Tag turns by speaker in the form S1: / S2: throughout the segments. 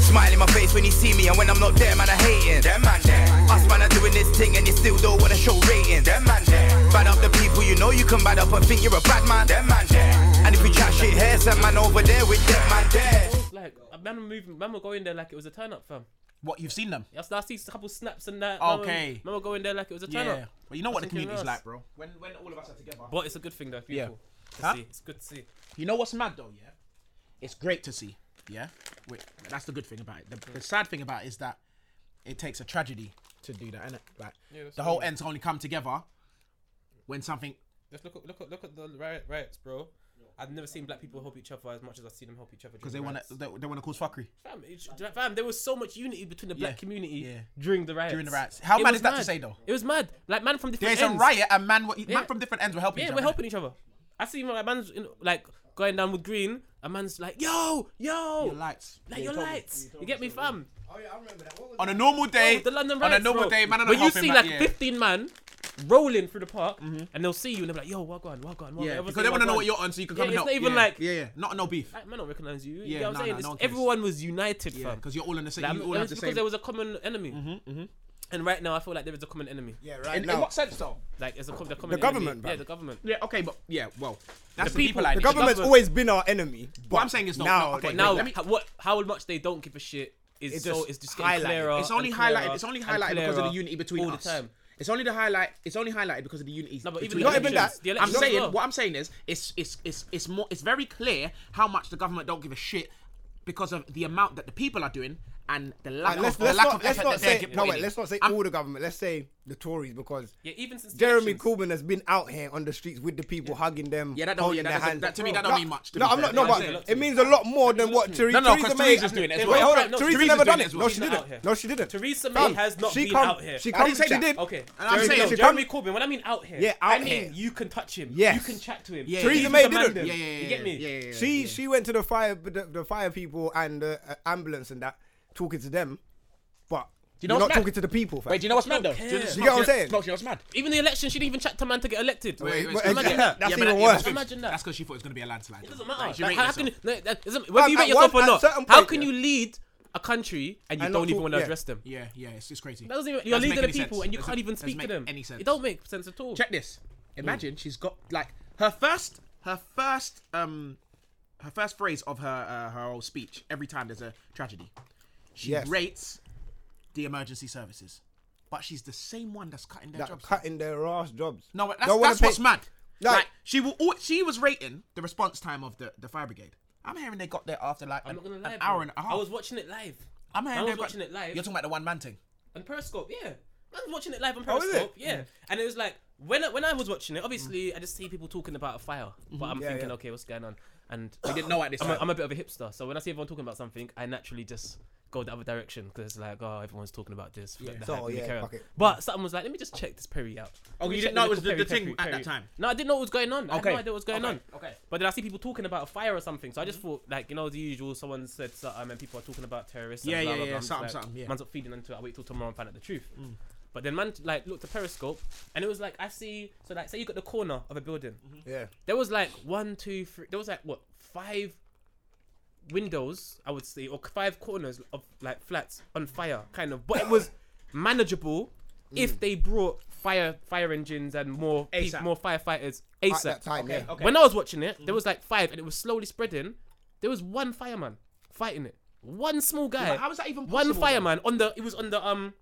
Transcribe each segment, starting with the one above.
S1: Smile in my face when you see me, and when I'm not there, man, I hating.
S2: Them man there.
S1: Us man are doing this thing, and you still don't wanna show ratings.
S2: Them man there.
S1: Bad up the people you know you can bad up and think you're a bad man.
S2: Them man there.
S1: And if you chat shit here, some man over there with them man there.
S3: It was like a man moving, man were going there like it was a turn up, fam.
S4: What you've seen them?
S3: Yes, I see a couple snaps and that.
S4: Okay.
S3: man were, man were going there like it was a
S4: Yeah.
S3: turn up.
S4: But you know what the
S3: That's something
S4: community's
S3: else.
S4: like, bro. When when all of us are together.
S3: But it's a good thing though. Beautiful.
S4: Yeah.
S3: To
S4: Huh?
S3: see. It's good to see.
S4: You know what's mad though, yeah? It's great to see, yeah? Wait, that's the good thing about it. The, the sad thing about it is that it takes a tragedy to do that, innit? Like,
S3: Yeah, that's
S4: the
S3: true.
S4: whole ends only come together when something.
S3: Just look at look at look at the riot, riots, bro. I've never seen black people help each other as much as I've seen them help each other.
S4: Because they want to they, they wanna cause fuckery.
S3: Fam, it's- fam, there was so much unity between the black
S4: Yeah,
S3: community
S4: yeah.
S3: during the riots.
S4: During the riots. How
S3: It
S4: mad
S3: was
S4: is that to say, though?
S3: It was mad. Like man from different
S4: There's a
S3: ends.
S4: riot and man, man
S3: Yeah.
S4: from different ends were helping each
S3: Yeah,
S4: other.
S3: we're helping each other. I see like man's in, like going down with green. A man's like, yo, yo,
S4: Your lights.
S3: like your lights. You, get me, fam?
S5: Oh yeah, I remember that. What was
S4: On a normal day,
S3: With the London
S4: on
S3: riots,
S4: a normal
S3: bro.
S4: day, man, and
S3: when
S4: a
S3: you
S4: half in
S3: see
S4: back,
S3: like
S4: yeah. Mm-hmm.
S3: 15 man rolling through the park, and they'll see you and they're like, yo, well gone, well gone, well
S4: Yeah,
S3: gone.
S4: because they want to know what you're on, so you can
S3: Yeah,
S4: come and
S3: it's
S4: help.
S3: not even
S4: yeah.
S3: like-
S4: yeah, yeah, not no beef.
S3: Like, man, don't recognize you. you
S4: Yeah,
S3: get what I'm
S4: no,
S3: saying?
S4: no, no
S3: It's-
S4: one cares.
S3: everyone was united,
S4: Yeah,
S3: fam.
S4: because you're all in the same.
S3: Like,
S4: you
S3: it
S4: all
S3: was
S4: have the
S3: because
S4: same. Mm-hmm,
S3: there was a common enemy. And right now, I feel like there is a common enemy.
S5: Yeah, right
S4: in, in
S5: now.
S4: what sense though?
S3: Like, there's a co- the common
S5: government,
S3: enemy. Yeah,
S5: bruv.
S3: the government.
S4: Yeah, okay, but yeah, well, that's the, people.
S3: people-
S4: I
S5: the
S4: need.
S5: government's
S3: government-
S5: always been our enemy. But
S4: What I'm saying is no,
S5: now,
S4: no, okay,
S5: they-
S4: Wait,
S3: Now,
S4: let me-
S3: ho- what, how much they don't give a shit is
S5: It's
S3: so
S5: just
S3: it's just getting
S5: highlighted.
S3: clearer.
S4: It's only
S3: and clearer
S4: highlighted. It's only
S3: and
S4: highlighted because of the
S3: clearer
S4: unity between
S3: all
S4: us.
S3: the time.
S4: It's only the highlight. It's only highlighted because of the unity.
S3: No, but even
S4: between
S3: the
S4: us.
S5: Not even elections, that. the
S4: I'm
S5: elections
S3: as
S4: saying
S3: well.
S4: what I'm saying is it's it's it's it's more it's very clear how much the government don't give a shit because of the amount that the people are doing and the lack
S5: And let's,
S4: of the
S5: let's
S4: lack
S5: not,
S4: of
S5: let's
S4: effort
S5: not
S4: that they're
S5: say
S4: putting
S5: no
S4: in.
S5: wait, let's not say
S4: I'm-
S5: all the government. Let's say the Tories because
S3: Yeah, even since the
S5: Jeremy
S3: elections.
S5: Corbyn has been out here on the streets with the people, hugging them,
S4: Yeah, that don't-
S5: holding
S4: yeah, that
S5: their
S4: doesn't-
S5: hands.
S4: that- to me, that
S5: No,
S4: don't mean much, to
S5: No,
S4: be
S5: I'm
S4: fair.
S5: not. No,
S4: That
S3: means a
S5: but
S3: lot to
S5: it
S3: me.
S5: means a lot more than what
S4: No,
S5: Theresa.
S4: no, 'cause
S5: Theresa
S4: Theresa's
S5: May-
S4: doing it as
S5: Wait,
S4: well.
S5: hold
S3: No,
S5: on.
S3: no,
S5: Theresa
S3: Theresa's
S5: never
S4: doing
S5: done
S4: it
S5: it.
S4: as
S5: No,
S4: well.
S5: she
S3: She's not out
S5: didn't.
S3: here.
S5: No, she didn't.
S3: Theresa May
S5: Fam,
S3: has not
S5: she
S3: been
S5: come-
S3: out here.
S5: She
S4: I didn't
S5: comes
S4: say she
S5: chat.
S4: did.
S3: Okay.
S4: And I'm
S3: Jeremy,
S4: saying-
S3: Jeremy Corbyn. When I mean out here,
S5: Yeah,
S3: I
S5: out
S3: mean
S5: here.
S3: you can touch him.
S5: Yes.
S3: You can chat to him.
S4: Yeah,
S3: you
S5: Theresa
S3: can
S5: May
S3: command
S5: didn't.
S3: him.
S4: yeah, yeah, yeah,
S3: You get me?
S4: yeah, yeah, yeah,
S5: She
S4: yeah.
S5: she went to the fire the, the fire people and the uh, ambulance and that talking to them, but
S4: you know
S5: you're
S4: what's
S5: not
S4: mad?
S5: talking to the people. fam.
S4: Wait, do you know what's mad
S3: don't
S4: though? Do
S3: care.
S5: You get what I'm saying?
S4: No, you know what's mad?
S3: Even the election, she didn't even chat to man to get elected.
S4: Wait,
S5: wait,
S4: wait,
S5: imagine
S4: wait.
S5: that.
S4: Yeah,
S5: That's
S4: but
S5: even
S4: yeah,
S5: worse.
S4: that's-
S3: Imagine that.
S4: That's because she thought it was going to be a landslide.
S3: It doesn't matter.
S4: Like, she
S3: Like,
S4: rated
S3: how can
S4: herself.
S3: you, no, that doesn't, whether you
S5: at
S3: rate yourself
S5: one-
S3: or
S5: at
S3: not,
S5: certain
S3: how
S5: point,
S3: can
S5: yeah.
S3: you lead a country and you
S5: And not
S3: don't even
S5: talk-
S3: want to
S5: yeah.
S3: address them?
S4: Yeah, yeah, it's, it's crazy.
S3: That doesn't even, you're
S4: Doesn't
S3: leading
S4: make
S3: the
S4: any
S3: people
S4: sense.
S3: and you
S4: Doesn't-
S3: can't even
S4: doesn't
S3: speak to
S4: make
S3: them.
S4: Any sense? Mm.
S3: It don't make sense at all.
S4: Check this. Imagine she's got like her first, her first, um, her first phrase of her uh, her whole speech. Every time there's a tragedy, she
S5: Yes.
S4: rates the emergency services, but she's the same one that's cutting their
S5: That
S4: jobs.
S5: cutting their ass jobs.
S4: No, but that's,
S5: Don't wanna
S4: that's what's
S5: pay-
S4: mad.
S5: No.
S4: Like she will, al- she was rating the response time of the, the fire brigade. I'm hearing they got there after like
S3: I'm
S4: an,
S3: not gonna
S4: an
S3: lie.
S4: hour
S3: bro.
S4: and a half.
S3: I was watching it live.
S4: I'm hearing
S3: I
S4: they
S3: was
S4: got-
S3: watching it live.
S4: You're talking about the one man thing.
S3: on Periscope, yeah. I was watching it live on
S5: Oh, is it?
S3: Periscope, yeah. And it was like when I, when I was watching it, obviously I just see people talking about a fire, but I'm
S5: Mm-hmm. Yeah,
S3: thinking,
S5: yeah.
S3: okay, what's going on? And
S4: We didn't know at this
S3: I'm a,
S4: time.
S3: I'm a bit of a hipster, so when I see everyone talking about something, I naturally just go the other direction because it's like, oh, everyone's talking about this. Yeah.
S5: So, yeah, fuck it.
S3: But someone was like, let me just check this Perry out. Let
S4: Oh, you
S3: me
S4: didn't
S3: check
S4: know it
S3: little
S4: was the-
S3: Perry,
S4: the thing
S3: Perry,
S4: at that
S3: Perry.
S4: time?
S3: No, I didn't know what was going on. I had
S4: Okay.
S3: no idea what was going
S4: Okay,
S3: on.
S4: okay.
S3: But then I see people talking about a fire or something, so I
S5: Mm-hmm.
S3: just thought, like, you know, the usual, someone said something and people are talking about terrorists. and
S4: Yeah,
S3: blah,
S4: yeah,
S3: blah,
S4: yeah,
S3: blah. I'm just
S4: something,
S3: like,
S4: something, yeah. Mm.
S3: man's not feeding into it. I wait till tomorrow and find out the truth. But then man like looked at Periscope and it was like I see so like say you got the corner of a building.
S4: Mm-hmm.
S5: Yeah.
S3: There was like one, two, three there was like what, five windows, I would say, or five corners of like flats on fire, kind of. But it was manageable
S5: Mm.
S3: if they brought fire fire engines and more peop-
S4: ASAP.
S3: more firefighters
S5: At
S3: ASAP.
S5: that time, yeah. Mm.
S4: Okay.
S3: When I was watching it, there was like five and it was slowly spreading. There was one fireman fighting it. One small guy.
S4: but how is that even
S3: One
S4: possible, though?
S3: fireman on the it was on the um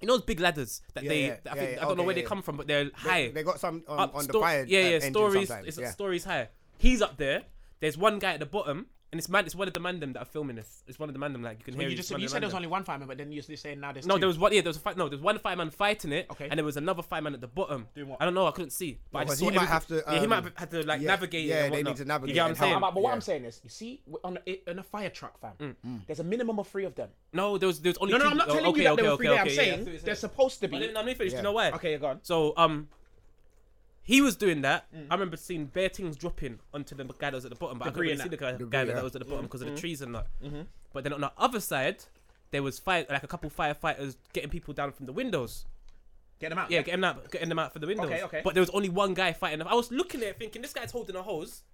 S3: you know those big ladders that
S5: Yeah,
S3: they I
S5: yeah, yeah,
S3: think
S5: yeah,
S3: I don't know
S5: okay,
S3: where
S5: yeah,
S3: they
S5: yeah.
S3: come from, but they're high.
S5: They got some um,
S3: Up
S5: on the
S3: sto-
S5: fire.
S3: Yeah,
S5: uh,
S3: yeah,
S5: engine
S3: stories.
S5: sometimes,
S3: It's
S5: yeah.
S3: stories higher. He's up there. There's one guy at the bottom, and it's man. It's one of the mandem that are filming this. It's one of the mandem. Like you can hear.
S4: You
S3: it, it's
S4: just
S3: one
S4: you
S3: of the
S4: said there was
S3: mandem.
S4: only one fireman, but then you're saying now there's
S3: No,
S4: two.
S3: there was one. Yeah, there was a fight. No, there was one fireman fighting it,
S4: Okay.
S3: and there was another fireman at the bottom.
S4: Doing what?
S3: I don't know. I couldn't see. But I
S5: Because
S3: just
S5: he
S3: saw
S5: might
S3: everything.
S5: have to,
S3: yeah, he might
S5: um,
S3: have had to like
S5: yeah,
S3: navigate. it
S5: yeah,
S3: and
S5: they need
S3: whatnot.
S5: to navigate
S3: You get what
S5: and
S3: I'm
S5: help.
S3: saying?
S5: How
S4: But, but what
S5: Yeah.
S4: I'm saying is, you see, we're on a, on a fire truck, fam, Mm. there's a minimum of three of them.
S3: Mm. No, there was there was only.
S4: No, no,
S3: two
S4: I'm not
S3: oh,
S4: telling
S3: okay,
S4: you that
S3: okay,
S4: they were
S3: okay,
S4: three. there.
S3: okay,
S4: I'm
S3: yeah,
S4: saying
S3: yeah.
S4: they're supposed to
S3: But uh,
S4: be.
S3: let me finish.
S5: Yeah.
S3: You know why?
S4: Okay, go on.
S3: So um, he was doing that.
S4: Mm.
S3: I remember seeing bare things dropping onto the guy that was at the bottom, but
S4: Debris Mm-hmm.
S3: I
S4: and
S3: couldn't really see the
S4: that.
S3: guy, guy
S5: yeah.
S3: that was at the bottom because of the trees and that. But then on the other side, there was fire, like a couple firefighters getting people down from the windows.
S4: Get them out.
S3: Yeah, getting them out, getting them out for the windows.
S4: Okay, okay.
S3: But there was only one guy fighting. I was looking at it thinking this guy's holding a hose.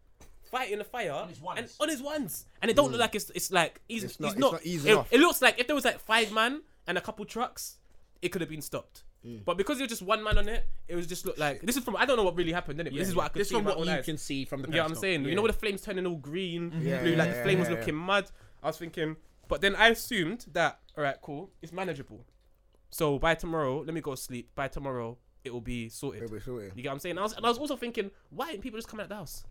S3: fighting the fire on
S4: his ones.
S3: and on his ones, and it don't look like it's it's like he's,
S5: Mm. It's
S3: he's
S5: not-
S3: not.
S5: it's not easy
S3: it,
S5: enough.
S3: it looks like if there was like five man and a couple trucks, it could have been stopped.
S5: Mm.
S3: But because there was just one man on it, it was just look like this is from I don't know what really happened. Didn't it? But this is what I could
S6: This
S3: see.
S6: from
S3: in my
S6: what
S3: own
S6: you
S3: eyes.
S6: can see from the.
S3: Yeah, I'm
S6: periscope.
S3: saying. You know, when the flames turning all green, blue,
S5: Mm-hmm. yeah,
S3: like the
S5: yeah,
S3: flame was
S5: yeah, yeah.
S3: looking mad. I was thinking, but then I assumed that, all right, cool, it's manageable. So by tomorrow, let me go to sleep. By tomorrow, it will be sorted.
S5: It'll be sorted.
S3: You get what I'm saying? I was, and I was also thinking, why didn't people just come out the house?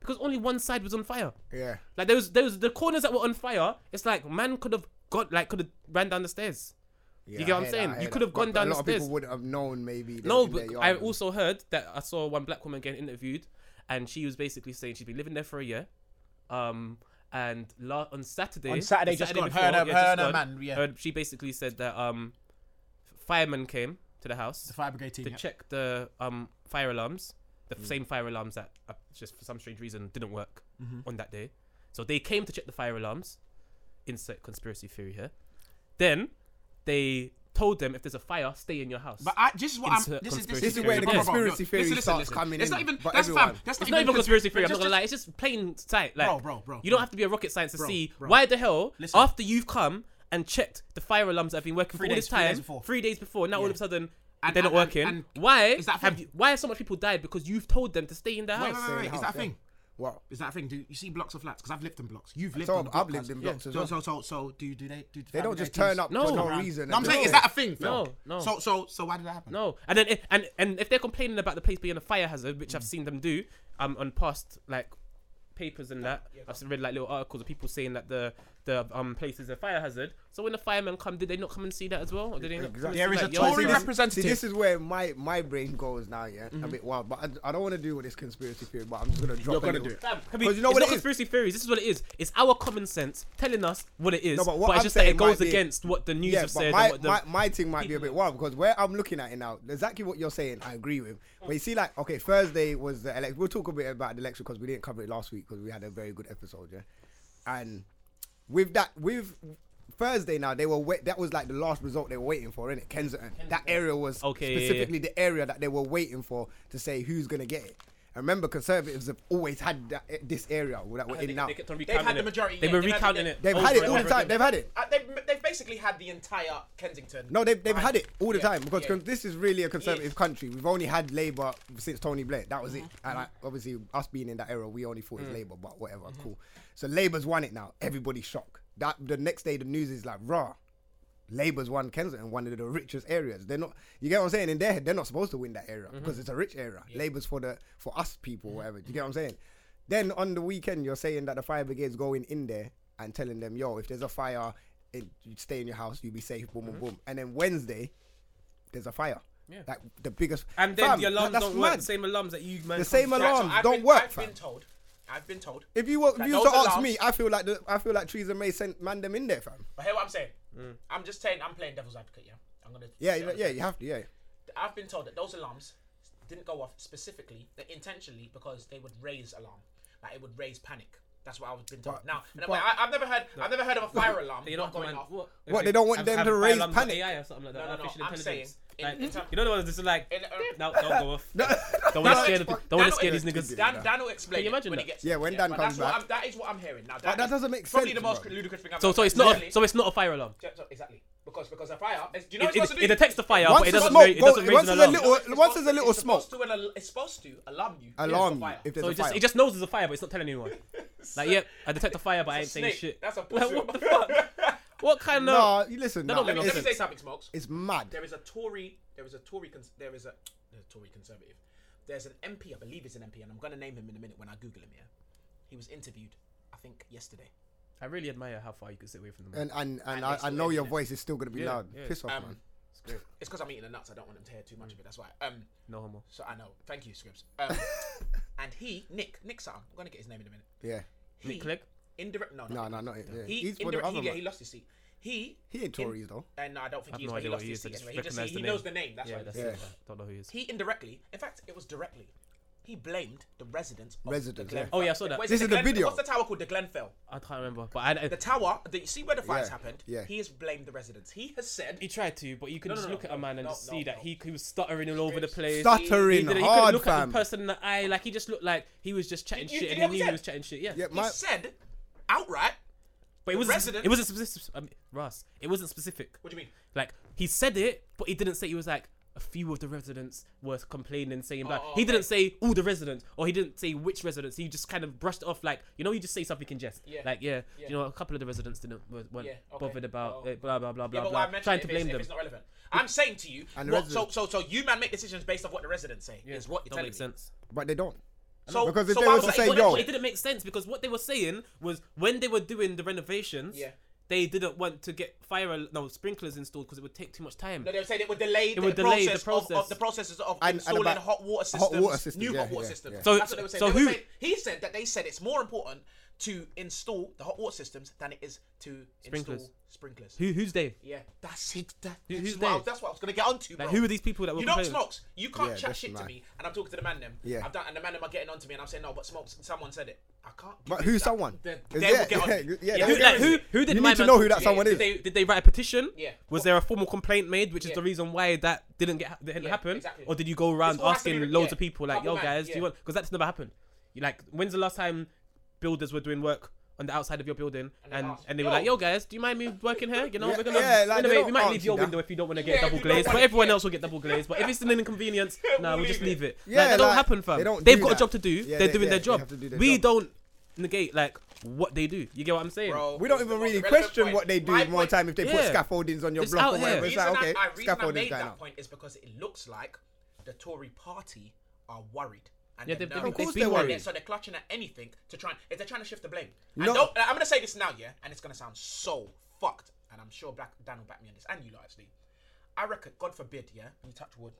S3: Because only one side was on fire.
S5: Yeah.
S3: Like there was, there was the corners that were on fire. It's like man could have got, like could have ran down the stairs.
S5: Yeah,
S3: You
S5: I
S3: get what I'm
S5: hear
S3: saying?
S5: I
S3: You
S5: hear
S3: could
S5: that.
S3: have gone
S5: But
S3: down
S5: A
S3: the
S5: lot of people
S3: stairs.
S5: wouldn't have known. Maybe. that
S3: No,
S5: in their
S3: but
S5: yard
S3: I
S5: and-
S3: also heard that I saw one black woman getting interviewed, and she was basically saying she's been living there for a year, um, and la- on Saturday,
S4: On Saturday just gone, her and her- her and her man, yeah.
S3: she basically said that um, firemen came to the house
S4: The fire brigade team.
S3: to
S4: yeah. Mm.
S3: check the um fire alarms, the same fire alarms that uh, just for some strange reason didn't work
S4: Mm-hmm.
S3: on that day. So they came to check the fire alarms. Insert conspiracy theory here. Then they told them if there's a fire, stay in your house.
S6: But I, this is what I'm.
S3: Insert
S6: This is, this,
S3: conspiracy
S6: is
S5: This is
S3: theory.
S5: where the
S3: Bro,
S6: Bro,
S3: bro,
S6: bro,
S5: conspiracy
S6: look,
S5: theory
S6: listen, listen,
S5: starts
S6: listen.
S5: coming
S6: It's
S5: in.
S6: not even.
S5: but
S6: That's
S5: everyone.
S6: fam. That's
S3: It's not even conspiracy theory. I'm not
S6: just-
S3: gonna lie. It's just plain sight. Like,
S6: Bro, bro, bro,
S3: You don't
S6: bro.
S3: have to be a rocket scientist
S6: Bro,
S3: to see
S6: bro.
S3: why the hell
S6: Listen.
S3: after you've come and checked the fire alarms that have been working
S4: Three
S3: for all this
S4: days- three days
S3: time,
S4: before.
S3: three days before. Now all of a sudden
S6: And-
S3: they're not
S6: and- and-
S3: working.
S6: and
S3: why
S6: is that
S3: have
S6: fair?
S3: you, why have so much people died? Because you've told them to stay in their
S6: Wait,
S3: house.
S6: wait, wait, wait. Is that a thing?
S5: What?
S6: Is that a thing? Do you see blocks of flats? Because I've lived in blocks. You've lived.
S5: So
S6: on the
S5: I've
S6: podcast.
S5: lived in blocks
S6: So,
S5: as well.
S6: so so so do do they do?
S5: They don't just turn up
S3: No.
S5: for no
S3: Around.
S5: reason.
S6: No, I'm
S5: and
S6: saying,
S5: just
S6: is
S5: say-
S6: that a thing? Phil?
S3: No, no.
S6: So so so why did that happen?
S3: No, and then if, and and if they're complaining about the place being a fire hazard, which I've
S6: Mm.
S3: seen them do, um, on past like papers and that, I've read like little articles of people saying that the the um place is a fire hazard. So when the firemen come, did they not come and see that as well? Or did they not come and
S5: Exactly.
S3: see,
S4: There is
S3: like,
S4: a
S3: yo,
S4: Tory
S3: this Mm-hmm. is-
S4: representative.
S5: See, this is where my, my brain goes now, yeah? A bit wild. But I, I don't want to deal with this conspiracy theory, but I'm just going to drop
S6: gonna
S5: a
S6: do
S5: little-
S6: it.
S3: Fam, can we,
S5: 'Cause you know
S3: it's
S5: what
S3: not
S5: it is?
S3: conspiracy theories. This is what it is. It's our common sense telling us what it is.
S5: No,
S3: but
S5: but what
S3: it's
S5: I'm
S3: just that
S5: saying
S3: it goes
S5: might be-
S3: against what the news
S5: Yeah,
S3: have
S5: but
S3: said.
S5: my,
S3: and what the,
S5: my, my thing might be a bit wild because where I'm looking at it now, exactly what you're saying, I agree with. But you see, like, okay, Thursday was the election. We'll talk a bit about the election because we didn't cover it last week because we had a very good episode, yeah? And with that, with Thursday now, they were wait, that was like the last result they were waiting for, innit? Kensington. That area was
S3: Okay, yeah, yeah, yeah.
S5: specifically the area that they were waiting for to say who's going to get it. And remember, conservatives have always had that, eh, this area that we're in now.
S3: they kept on Oh,
S4: They've had
S3: recounting
S4: the
S3: it.
S4: majority,
S3: They've
S4: yeah,
S3: been
S4: they've had-
S3: recounting
S4: they-
S3: it.
S5: They've
S3: over
S5: had it
S3: and
S5: all the
S3: over
S5: time.
S3: again.
S5: They've had it.
S4: Uh, they've, they've basically had the entire Kensington.
S5: No, they've, they've
S4: Right.
S5: had it all the
S4: Yeah.
S5: time because
S4: Yeah.
S5: con- this is really a conservative country. We've only had Labour since Tony Blair. That was it.
S4: Mm-hmm.
S5: And like, obviously, us being in that era, we only thought it was
S4: Mm.
S5: Labour, but whatever,
S4: Mm-hmm.
S5: cool. So Labour's won it now. Everybody's shocked. That the next day, the news is like, raw. Labour's won Kensington, one of the richest areas. They're not, you get what I'm saying? In their head, they're not supposed to win that area
S3: Mm-hmm.
S5: because it's a rich area. Labour's for the for us people, whatever. Do you get what I'm saying? Then on the weekend, you're saying that the fire brigade's going in there and telling them, yo, if there's a fire, it, you stay in your house, you'll be safe, boom,
S3: Mm-hmm.
S5: boom, boom. And then Wednesday, there's a fire. Yeah. Like the biggest.
S3: And then
S5: Fam,
S3: the alarms
S5: that's
S3: don't work.
S5: mad.
S3: The same alarms that you man
S5: The same
S3: comes-
S4: Right, so
S5: alarms
S4: I've
S5: don't
S4: been-
S5: work,
S4: I've
S5: fam.
S4: been told. I've been told.
S5: If you were, if
S4: Like,
S5: you was to
S4: those
S5: ask
S4: alarms-
S5: me, I feel like the, I feel like Theresa May sent man them in there, fam.
S4: But hear what I'm saying.
S3: Mm.
S4: I'm just saying. I'm playing devil's advocate. Yeah. I'm gonna.
S5: Yeah,
S4: sit
S5: yeah,
S4: on
S5: yeah,
S4: the-
S5: you have to, yeah.
S4: I've been told that those alarms didn't go off specifically, but intentionally, because they would raise alarm. Like it would raise panic. That's what I was been told.
S5: But-
S4: now, and
S5: but-
S4: I, I've never heard. I've never heard of a fire alarm
S3: You're not
S4: not going
S3: command-
S4: off.
S3: What,
S5: What, they don't want them to
S3: fire
S5: raise
S3: alarms
S5: panic?
S3: on AI or something like that.
S4: No, no, no,
S3: artificial
S4: I'm
S3: intelligence.
S4: saying in-
S3: Like,
S4: in term-
S3: you know the ones that's like,
S4: In- uh,
S3: no, don't go off. Don't want to
S4: Dan
S3: scare, the,
S4: will
S3: don't want to
S4: expl-
S3: scare these
S4: Dan will-
S3: niggas.
S4: Dan, Dan will explain.
S3: Can you
S4: it
S3: imagine
S4: when
S3: that?
S4: He gets,
S5: Yeah, when Dan
S4: but
S5: comes
S4: that's what
S5: back.
S4: I'm- that is what I'm hearing now.
S5: that
S4: is
S5: doesn't make
S4: Probably
S5: sense,
S4: the most
S5: bro.
S4: ludicrous thing I've
S3: So,
S4: heard.
S3: so it's not.
S4: Exactly.
S3: A, so it's not a fire alarm.
S4: Yeah, so- Exactly. Because because a fire. it's- Do you
S3: It,
S4: know it's
S3: it,
S4: supposed
S3: it
S4: to do?
S3: detects the fire,
S5: Once
S3: but it
S5: the
S3: doesn't.
S5: smoke
S3: ra- it
S5: goes-
S3: doesn't raise
S5: once
S3: an
S5: there's a
S3: alarm.
S5: little-
S4: It's
S5: once
S4: supposed
S5: there's a
S4: to-
S5: little
S4: it's supposed
S5: smoke.
S4: to al- it's supposed to alarm you. if there's a
S5: Alarm you
S4: fire.
S5: if there's
S3: So
S5: a
S3: it just,
S5: fire.
S3: it just knows there's a fire, but it's not telling anyone. Like, yep, I detect a fire, but I ain't
S4: That's a
S3: saying
S4: snake.
S3: shit.
S4: That's a
S3: Like,
S4: pussy.
S3: what the fuck? What kind
S5: no,
S3: of?
S5: you listen.
S3: That
S5: now,
S3: don't make no
S4: Let me
S5: it's,
S3: sense.
S4: say something, Smokes.
S5: it's mad.
S4: There is a Tory. There is a Tory. Cons- there is a, there's a Tory conservative. There's an MP. I believe it's an MP, and I'm gonna name him in a minute when I Google him. Yeah, he was interviewed. I think yesterday.
S3: I really admire how far you can sit away from the mic.
S5: And and, and
S4: And
S5: I,
S4: it's
S5: I know
S4: lit,
S5: your
S4: innit?
S5: voice is still gonna be
S3: Yeah,
S5: loud.
S3: yeah.
S5: Piss off,
S4: Um,
S5: man.
S3: It's great.
S4: It's because I'm eating the nuts. I don't want them to hear too much of it. That's why. Um,
S3: No homo.
S4: so I know. Thank you, Scribs. Um, and he, Nick, Nick something. I'm gonna get his name in a minute.
S5: Yeah.
S4: He,
S3: Nick Clegg?
S4: Indirect. No,
S5: No,
S4: Nick
S5: no,
S4: Clegg.
S5: not it. Yeah.
S4: He,
S5: He's for the
S4: indirect,
S5: other
S4: he, yeah,
S5: man.
S4: he lost his seat. He.
S5: He ain't Tories though.
S4: And no, I don't think
S3: I
S4: he
S3: have
S4: is.
S3: no
S4: but he
S3: idea what
S4: lost
S3: he
S4: his
S3: is. I
S4: seat
S3: just
S4: anyway. He, just,
S3: recognize
S4: he,
S3: the
S4: he knows
S3: name.
S4: the name. That's
S3: Yeah,
S4: why.
S3: that's
S5: Yeah.
S3: it. I don't know who he is.
S4: He indirectly. In fact, it was directly. He blamed the residents. Of
S5: Residents,
S4: The Glenfell.
S3: yeah. Oh, yeah, I saw that.
S4: Where's
S5: This
S4: the
S5: is the
S4: Glen-
S5: video.
S4: What's the tower called? The Glenfell.
S3: I can't remember, but I, I-
S4: The tower. The, you see where the fires
S5: Yeah,
S4: happened.
S5: yeah.
S4: He has blamed the residents. He has said.
S3: he tried to, but you can
S4: No, no,
S3: just
S4: no,
S3: look at
S4: no,
S3: a man and
S4: no,
S3: just
S4: no,
S3: see that
S4: no.
S3: he, he was stuttering all over the place. He,
S5: Stuttering
S3: didn't- he couldn't
S5: hard,
S3: look at the
S5: fam.
S3: person in the eye. Like he just looked like he was just chatting
S4: Did you-
S3: shit, and
S4: did
S3: he
S4: you have
S3: knew he
S4: said?
S3: was chatting shit. Yeah.
S5: Yeah,
S4: He
S5: my,
S4: said outright.
S3: But it wasn't.
S4: resident-
S3: It wasn't specific. I mean, Russ, it wasn't specific.
S4: What do you mean?
S3: Like he said it, but he didn't say he was like a few of the residents were complaining, saying blah.
S4: Oh,
S3: he
S4: okay.
S3: didn't say all the residents, or he didn't say which residents. He just kind of brushed it off like you know, you just say something in jest.
S4: Yeah.
S3: Like yeah,
S4: Yeah.
S3: you know, a couple of the residents didn't were, weren't
S4: Yeah, okay.
S3: bothered about
S4: Oh.
S3: it, blah blah blah
S4: Yeah,
S3: blah
S4: but why
S3: blah.
S4: I'm mentioning
S3: Trying
S4: it
S3: to
S4: if it's-
S3: blame
S4: if
S3: them.
S4: it's not relevant. I'm saying to you,
S5: And the
S4: what, so
S5: residents.
S4: so so you man make decisions based off what the residents say. Is what you're
S3: Don't
S4: telling
S3: make
S4: me.
S3: sense.
S5: but they don't.
S4: So
S5: Because if
S4: so
S5: they
S4: why
S5: were
S4: was
S5: to
S4: it-
S5: say,
S4: what-
S5: yo-
S4: what-
S3: It didn't make sense because what they were saying was when they were doing the renovations,
S4: Yeah.
S3: they didn't want to get fire al- no sprinklers installed because it would take too much time.
S4: No, they were saying it would delay the,
S3: would delay
S4: process
S3: the
S4: Of, of
S3: process.
S4: the processes of
S5: And- and
S4: installing
S5: about-
S4: hot water
S5: hot
S4: systems,
S5: water systems,
S4: new
S5: yeah,
S4: hot water
S5: yeah,
S4: systems.
S5: yeah.
S3: So-
S4: That's what they were saying.
S3: so
S4: they were
S3: who-
S4: saying- he said that they said it's more important to install the hot water systems than it is to
S3: Sprinklers.
S4: install sprinklers.
S3: Who who's they?
S4: Yeah, that's it. That,
S3: Who-
S4: that's,
S3: who's
S4: what I,
S3: they?
S4: that's what I was gonna get onto, bro.
S3: Like, who are these people that were
S4: You know,
S3: complaining?
S4: smokes. You can't
S5: Yeah,
S4: chat
S5: that's
S4: shit to
S5: mad.
S4: me, and I'm talking to the man them.
S5: Yeah.
S4: I've done, and the man them are getting onto me, and I'm saying no, but smokes. Someone said it. I can't.
S5: But
S4: believe
S5: who's
S4: that.
S5: someone?
S4: They,
S5: Is
S4: they will
S5: there-
S4: get on. me. Yeah,
S5: yeah, they
S3: Who,
S5: will
S3: like,
S5: get
S3: who, who did
S5: You
S3: my
S5: need to
S3: man
S5: know who
S3: talk
S5: that someone
S3: Did
S5: is.
S3: they, did they write a petition?
S4: Yeah.
S3: Was there a formal complaint made, which is
S4: Yeah.
S3: the reason why that didn't get didn't
S4: Yeah,
S3: happen?
S4: exactly.
S3: Or did you go around
S4: This all has to
S3: asking
S4: be-
S3: loads
S4: yeah.
S3: of people like,
S4: Couple
S3: "Yo,
S4: man,
S3: guys, do
S4: yeah.
S3: you want?" Because that's never happened. You like, when's the last time builders were doing work? On the outside of your building,
S4: And they
S3: and, and,
S4: asked,
S3: they were
S4: "Yo."
S3: like, "Yo, guys, do you mind me working here? You know,
S5: Yeah,
S3: we're gonna
S5: yeah, like, they
S3: renovate.
S5: don't
S3: We might leave
S5: answer
S3: your
S5: that.
S3: window if you don't want to
S4: Yeah,
S3: get double
S4: if you don't
S3: glazed, but
S4: want it,
S3: everyone
S4: yeah.
S3: else will get double glazed. But if it's an inconvenience, nah, we'll,
S4: We'll
S3: just
S4: leave
S3: leave it.
S5: Yeah,
S3: like, that don't
S5: like,
S3: happen, fam.
S5: they don't
S3: They've
S5: do
S3: got
S5: that.
S3: a job to do.
S5: Yeah,
S3: They're
S5: they-
S3: doing
S5: yeah,
S3: their
S5: they
S3: job.
S5: have to do their
S3: we
S5: job.
S3: don't negate like what they do. You get what I'm saying?
S4: Bro,
S5: We don't
S4: it's
S5: even
S4: the-
S5: really
S4: the relevant
S5: question
S4: point.
S5: what they do
S4: My
S5: more
S4: point-
S5: time if they put
S3: Yeah.
S5: scaffoldings on your
S3: It's out
S5: block or
S3: here.
S5: whatever. It's
S4: reason
S5: like, okay,
S4: I, I, reason I
S5: scaffolding's
S4: made
S5: going
S4: that
S5: up.
S4: point is because it looks like the Tory party are worried. And
S3: Yeah,
S4: they're
S3: they've- they've-
S4: nervous.
S3: Of course
S5: they're
S4: So
S5: worried.
S4: they're- So they're clutching at anything to try and if they're trying to shift the blame. And
S5: No.
S4: don't, and I'm gonna say this now, yeah, and it's gonna sound so fucked. And I'm sure Black Dan will back me on this, and you lot actually. I reckon, God forbid, yeah, you touch wood.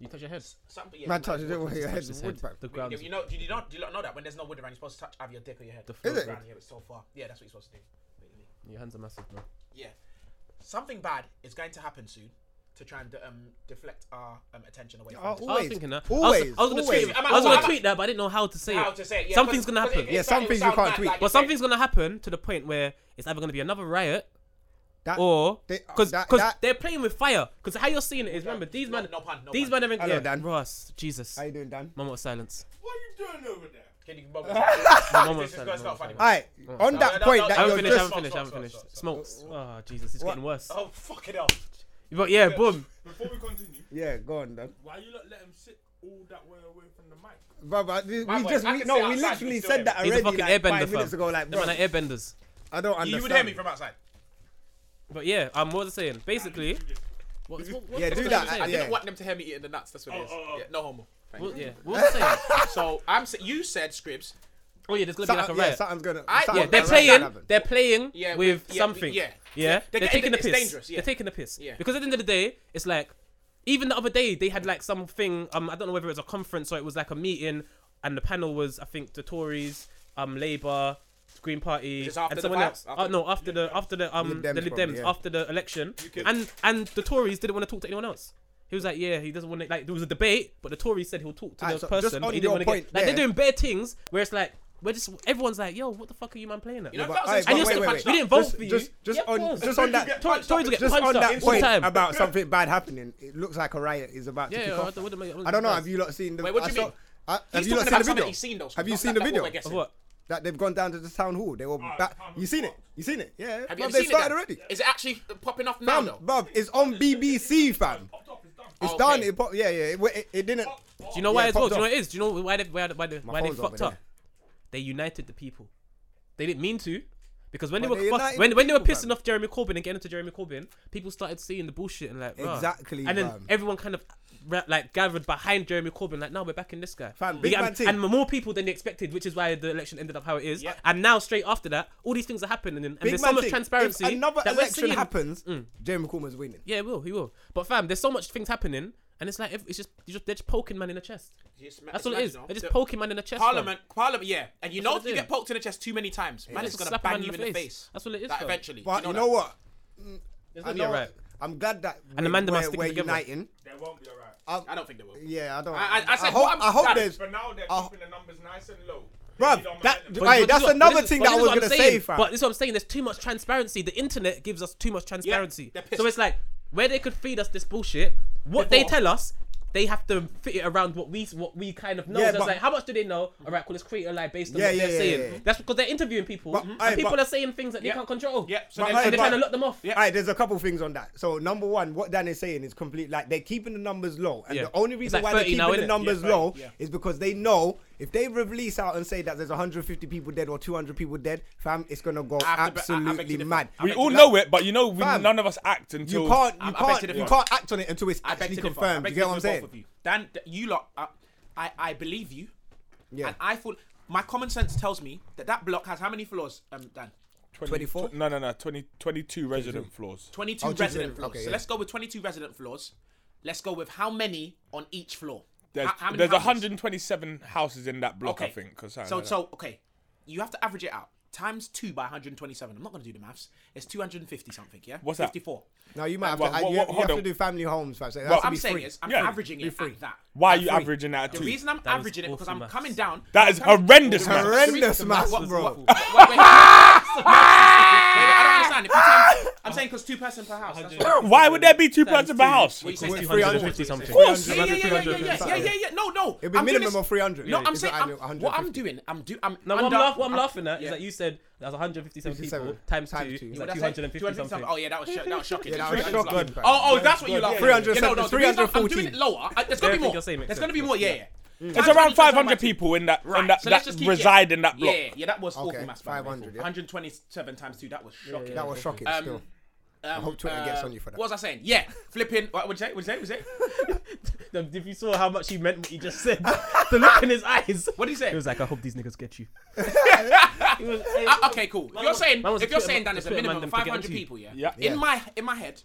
S3: You touch your head.
S4: Some, yeah,
S5: Man
S4: you
S5: touches
S4: touch
S5: it
S4: wood.
S5: with your head.
S3: His
S5: wood
S3: head.
S5: back.
S3: The ground.
S4: You, you know, do you not do you not know that when there's no wood around, you're supposed to touch either your dick or your head. The
S3: floor.
S5: Is it?
S4: around here, it's so far. Yeah, that's what you're supposed to do. Wait, wait.
S3: Your hands are massive, bro.
S4: Yeah. Something bad is going to happen soon to try and um, deflect our um, attention away
S5: Oh,
S4: from this.
S3: I was
S5: Always,
S3: thinking that.
S5: always,
S3: I was, I was gonna
S5: always.
S3: tweet.
S4: Am I-
S3: I was
S4: am
S3: gonna
S4: I-
S3: tweet that, but I didn't know how to say
S5: oh,
S4: How
S3: it.
S4: to say it, yeah,
S3: Something's
S4: 'cause-
S3: gonna
S4: 'cause it-
S3: happen.
S4: it
S5: Yeah,
S4: sound-
S5: some
S4: it
S5: things you
S4: sound
S5: can't
S4: bad,
S5: tweak.
S4: like you
S3: But
S4: say.
S3: something's gonna happen to the point where it's either gonna be another riot
S5: That-
S3: or
S5: they-
S3: because
S5: that-
S3: because
S5: that-
S3: they're playing with fire. Because how you're seeing it is, remember these
S4: no-
S3: man,
S4: no pun, no
S3: these
S4: pun.
S3: man haven't.
S5: Hello,
S3: Yeah,
S5: Dan.
S3: Ross, Jesus.
S5: How you doing, Dan?
S3: Moment of silence.
S7: What are you doing over there?
S4: Can you bubble this
S3: moment
S4: is
S3: of
S4: gonna
S3: silence.
S4: start
S3: moment
S4: funny.
S3: of silence.
S5: Alright, on
S4: no,
S5: that
S4: no, no,
S5: point
S4: no,
S5: that
S3: I
S5: you're
S3: haven't finished. I
S5: just.
S3: haven't
S4: Smokes,
S3: finished. I haven't
S4: smokes,
S3: finished.
S4: smokes,
S3: Smokes. Oh Jesus, it's getting worse.
S4: Oh fuck it up.
S3: But yeah, boom.
S7: Before we continue,
S5: Yeah, go on, Dan.
S7: why you not let him sit all that way away from the mic?
S5: Brother, we
S4: My
S5: we
S4: boy,
S5: just
S4: I can
S5: we,
S4: sit
S5: no, we
S4: outside, you
S5: literally
S4: can still
S5: said that
S3: He's
S5: already
S3: a fucking
S5: like
S3: airbender.
S5: five minutes
S3: fam.
S5: ago. Like,
S3: They're
S5: bro,
S3: man are airbenders.
S5: I don't understand.
S4: You would hear me from outside.
S3: But yeah, um, what was I saying? Basically, what, what, what,
S5: Yeah,
S3: what
S5: do
S3: was I
S5: that.
S3: saying?
S5: uh,
S4: I didn't
S5: yeah.
S4: want them to hear me eating the nuts. That's what it is.
S7: Oh, oh, oh.
S4: Yeah, no homo. Thank you.
S3: What- yeah, what was I saying?
S4: So I'm. sa- You said Scribs.
S3: Oh yeah, there's gonna
S5: Something-
S3: be like a
S5: yeah,
S3: riot.
S5: something's gonna.
S4: I- yeah,
S3: Yeah,
S5: something's
S3: they're
S5: gonna
S3: playing.
S5: happen.
S3: They're playing
S4: Yeah,
S3: with
S4: with- yeah,
S3: something.
S4: with- yeah.
S3: yeah.
S4: They're
S3: They're,
S4: getting-
S3: taking the
S4: it's
S3: piss.
S4: dangerous, yeah.
S3: They're taking the piss.
S4: Yeah.
S3: Because at the end of the day, it's like, even the other day they had like something. Um, I don't know whether it was a conference or it was like a meeting, and the panel was I think the Tories, um, Labour, Green Party,
S4: Just after
S3: and
S4: the
S3: someone
S4: vibes,
S3: else.
S4: after
S3: oh no, after the after the um
S5: Lib Dems
S3: the Lib
S5: probably,
S3: Dems
S5: yeah.
S3: after the election,
S7: could-
S3: and and the Tories didn't want to talk to anyone else. He was like, yeah, he doesn't want to. Like, there was a debate, but the Tories said he'll talk to
S5: Ah,
S3: the
S5: so just
S3: person, but
S5: on
S3: he
S5: your
S3: didn't want to get.
S5: point
S3: Like, they're
S5: there-
S3: doing bare things where it's like, we're just everyone's like, yo, what the fuck are you man playing at?
S4: You know, if
S5: But,
S4: that was
S5: alright,
S4: in
S3: And you're
S5: wait,
S3: still
S5: wait,
S3: punch-
S5: wait.
S3: we didn't vote
S5: Just-
S3: for you.
S5: Just, just
S3: Yeah, of
S5: on,
S3: course.
S5: just on that,
S3: Tories- Tories will get
S5: just on
S3: punched up
S5: that
S3: all the
S5: point
S3: time.
S5: about something bad happening. It looks like a riot is about to
S3: Yeah,
S5: kick
S3: yeah, I
S5: off.
S3: don't- wouldn't make- I wouldn't
S5: I don't know.
S3: surprise.
S5: Have you lot seen the?
S4: Wait, what do
S5: I
S4: you
S5: saw-
S4: mean?
S5: I- Have
S4: He's talking
S5: you
S4: about
S5: lot seen the
S4: something
S5: video?
S4: he's seen, though, so
S5: Have you
S4: not
S5: seen
S4: like
S5: the
S4: that
S5: video?
S4: what we're
S3: Of
S4: guessing.
S3: what?
S5: That they've gone down to the town hall. They were back.
S7: town
S5: You seen
S7: hall.
S5: it? You seen it? Yeah.
S4: Have you
S5: Bruv,
S4: ever
S5: they
S4: seen it
S5: started
S4: then?
S5: already.
S4: Is it actually popping off now?
S5: Fam,
S4: though? Oh,
S5: bruv, it's on BBC, fam.
S7: Up top is done.
S5: It's
S4: Okay.
S5: done. It, pop- yeah, yeah. It, it, it didn't.
S3: Do you know why
S5: Yeah,
S3: as well? Do
S5: popped
S3: you know
S5: off.
S3: what it is? Do you know why they why, they- why, they- why they
S5: phone's over
S3: fucked up?
S5: there.
S3: They united the people. They didn't mean to. Because when they
S5: But they
S3: were fuck,
S5: united
S3: when,
S5: the
S3: when they were
S5: people,
S3: pissing
S5: fam.
S3: off Jeremy Corbyn and getting into Jeremy Corbyn, people started seeing the bullshit and like rah.
S5: Exactly,
S3: And then
S5: fam.
S3: everyone kind of ra- like gathered behind Jeremy Corbyn, like now we're backing this guy.
S5: Fam,
S3: You
S5: big
S3: get what
S5: man
S3: I'm-
S5: thing.
S3: and more people than they expected, which is why the election ended up how it is.
S4: Yep.
S3: And now straight after that, all these things are happening, and, and
S5: Big
S3: there's
S5: man
S3: so much
S5: thing.
S3: transparency.
S5: If another
S3: that we're
S5: election
S3: seeing.
S5: happens, Jeremy Corbyn's winning.
S3: Yeah, he will. He will. But fam, there's so much things happening, and it's like if- it's just you just they're just poking man in the chest.
S4: It's-
S3: That's
S4: it's
S3: all it
S4: mad,
S3: is.
S4: you know.
S3: They're just
S4: The-
S3: poking man in the chest. fam.
S4: Parliament, Parliament, yeah, and you know
S3: what
S4: if
S3: they
S4: you
S3: do.
S4: get poked in the chest too many times, man, it's
S3: Just
S4: gonna
S3: slap a
S4: bang
S3: man
S4: you in the face.
S3: That's all it is.
S4: Like,
S3: fam.
S4: eventually,
S5: But you know,
S4: that.
S5: what?
S3: There's
S5: I
S3: gonna be a
S5: know,
S3: riot.
S5: I'm glad that
S3: And Amanda
S5: we're,
S3: must stick
S5: we're
S3: together.
S5: uniting.
S7: They won't be alright.
S5: I'm-
S4: I don't think they will.
S5: yeah, I don't.
S4: I- I- I said
S5: hope,
S4: what I'm-
S5: I hope
S4: that-
S5: there's.
S7: But now they're
S5: Oh.
S7: keeping the numbers nice and low.
S5: Bruv,
S7: They don't
S5: that-
S7: mind them.
S5: But- Aye,
S3: this
S5: that's
S3: is what-
S5: another
S3: this is-
S5: thing
S3: but
S5: that
S3: this
S5: I
S3: is
S5: was
S3: what I'm
S5: gonna
S3: saying.
S5: say, fam.
S3: But this is what I'm saying. There's too much transparency. The internet gives us too much transparency.
S4: they're pissed.
S3: so it's like where they could feed us this bullshit. What they
S4: Before.
S3: tell us, they have to fit it around what we what we kind of know.
S5: Yeah,
S3: so it's
S5: but-
S3: like how much do they know? All right, cool. Let's create a lie based on
S5: Yeah,
S3: what
S5: yeah,
S3: they're
S5: yeah,
S3: saying.
S5: yeah, yeah.
S3: That's because they're interviewing people
S5: But-
S3: and
S5: aye,
S3: people
S5: but-
S3: are saying things that
S4: Yeah.
S3: they can't control.
S4: Yeah, so
S3: So
S4: they-
S3: they're,
S5: aye,
S3: and they're trying
S5: but-
S3: to lock them off.
S5: All right, there's a couple things on that. So number one, what Dan is saying is complete. Like they're keeping the numbers low, and
S3: Yeah.
S5: the only
S3: It's
S5: reason
S3: like
S5: why they're
S3: 30
S5: keeping
S3: now,
S5: the
S3: innit?
S5: numbers
S4: Yeah, 30,
S5: low
S4: yeah.
S5: is because they know if they release out and say that there's 150 people dead or 200 people dead, fam, it's gonna go
S4: I have to be- I- I beg to
S5: absolutely
S4: differ.
S5: mad.
S4: I
S8: We
S4: beg
S8: all
S4: to-
S8: know it, but you know, we,
S5: Fam.
S8: none of us act until
S5: You can't, you
S4: I- I beg to
S5: can't, you
S4: differ.
S5: can't act on it until it's
S4: I beg
S5: actually
S4: to differ. I
S5: confirmed.
S4: beg
S5: You
S4: to
S5: get what I'm
S4: differ with
S5: saying?
S4: both of you. Dan, th- you lot, uh, I, I believe you.
S5: Yeah.
S4: And I thought my common sense tells me that that block has how many floors, um, Dan?
S5: 24?
S8: No, no, no. 20, 22 resident floors.
S4: 22
S5: Oh,
S4: resident
S5: just resident-
S4: floors.
S5: okay,
S4: so
S5: yeah.
S4: let's go with 22 resident floors. Let's go with how many on each floor?
S8: There's,
S4: how, how many
S8: there's
S4: houses?
S8: 127 houses in that block, I
S4: Okay.
S8: think. 'cause I know
S4: So,
S8: that.
S4: so okay, you have to average it out. Times two by 127. I'm not gonna do the maths. It's 250 something. Yeah.
S8: What's that?
S4: 54.
S5: No, you might have
S8: Well,
S5: to.
S8: well,
S5: you
S8: well,
S5: have, you
S8: hold
S5: have to
S8: on.
S5: do family homes, fam. So it has
S8: Well,
S5: to
S4: I'm
S5: be
S4: saying
S5: free.
S4: is I'm
S8: Yeah.
S4: averaging it at that.
S8: Why are
S4: At
S8: you
S4: three.
S8: averaging that at
S4: The
S8: two?
S4: reason I'm
S3: That is
S4: averaging it because
S3: awful
S4: I'm
S3: maths.
S4: coming down.
S8: That is horrendous, man.
S5: Horrendous
S3: The
S5: maths,
S3: maths was
S5: bro.
S3: awful.
S4: Wait, wait, wait, wait, wait, wait, I don't understand. If you times, I'm saying because two person per house. That's what
S8: Why would there be two plants in my house?
S4: what you say.
S5: It's
S4: Of
S3: 350
S5: 300.
S3: something.
S8: course.
S4: Yeah, yeah, yeah, yeah, yeah, yeah, yeah, yeah, yeah. No, no.
S5: It'd be
S4: I'm doing
S5: minimum
S4: this-
S5: of 300.
S4: No, I'm
S5: It's
S4: saying
S5: not
S4: I'm,
S5: annual,
S4: what I'm
S5: 150.
S4: doing. I'm do. I'm.
S3: No, what I'm,
S4: under-
S3: laugh, what I'm
S4: I'm-
S3: laughing at
S4: yeah.
S3: is that you said that's 157 people
S5: 57
S3: times,
S5: times
S3: two,
S5: two.
S3: It's
S5: What
S3: like
S4: Did I say
S3: 250
S4: 250
S3: something.
S4: something? Oh yeah, that was, sh- that was shocking.
S5: Yeah, that was shocking, fam.
S4: Oh, oh, that's what you laughed.
S5: 307,
S4: Yeah, no, no, the reason I'm- I'm doing it
S5: 314.
S4: lower. I- There's gonna be
S3: Everything
S4: more.
S3: you're saying makes
S4: There's gonna
S3: sense.
S4: be more. Yeah,
S5: Mm.
S4: yeah.
S8: It's
S4: Times
S8: around
S4: two, times
S8: 500
S4: two.
S8: people in that, in
S4: Right,
S8: that,
S4: so
S8: that
S4: let's just keep
S8: reside
S4: yeah.
S8: in that block.
S4: Yeah, yeah, that was awful
S5: Okay,
S4: maths. fam.
S5: 500, yeah.
S4: 127 times two. That was shocking.
S5: That was shocking.
S4: Um,
S5: Still,
S4: I
S5: hope Twitter gets on you for that.
S4: What was I saying? Yeah, flipping. What would you say? Would you say? Would you say?
S3: Them- If you saw how much he meant what he just said, the look in his eyes.
S4: What did he say?
S3: It was like, I hope these niggas get you. He was-
S4: Ah, okay, cool. If you're saying
S3: man was
S4: if you're
S3: a
S4: saying
S3: Twitter-
S4: Dan, it's a
S3: Twitter man
S4: minimum
S3: them to
S4: of
S3: get
S4: 500
S3: onto you.
S4: people. Yeah.
S8: Yeah.
S5: Yeah.
S4: In my in my head,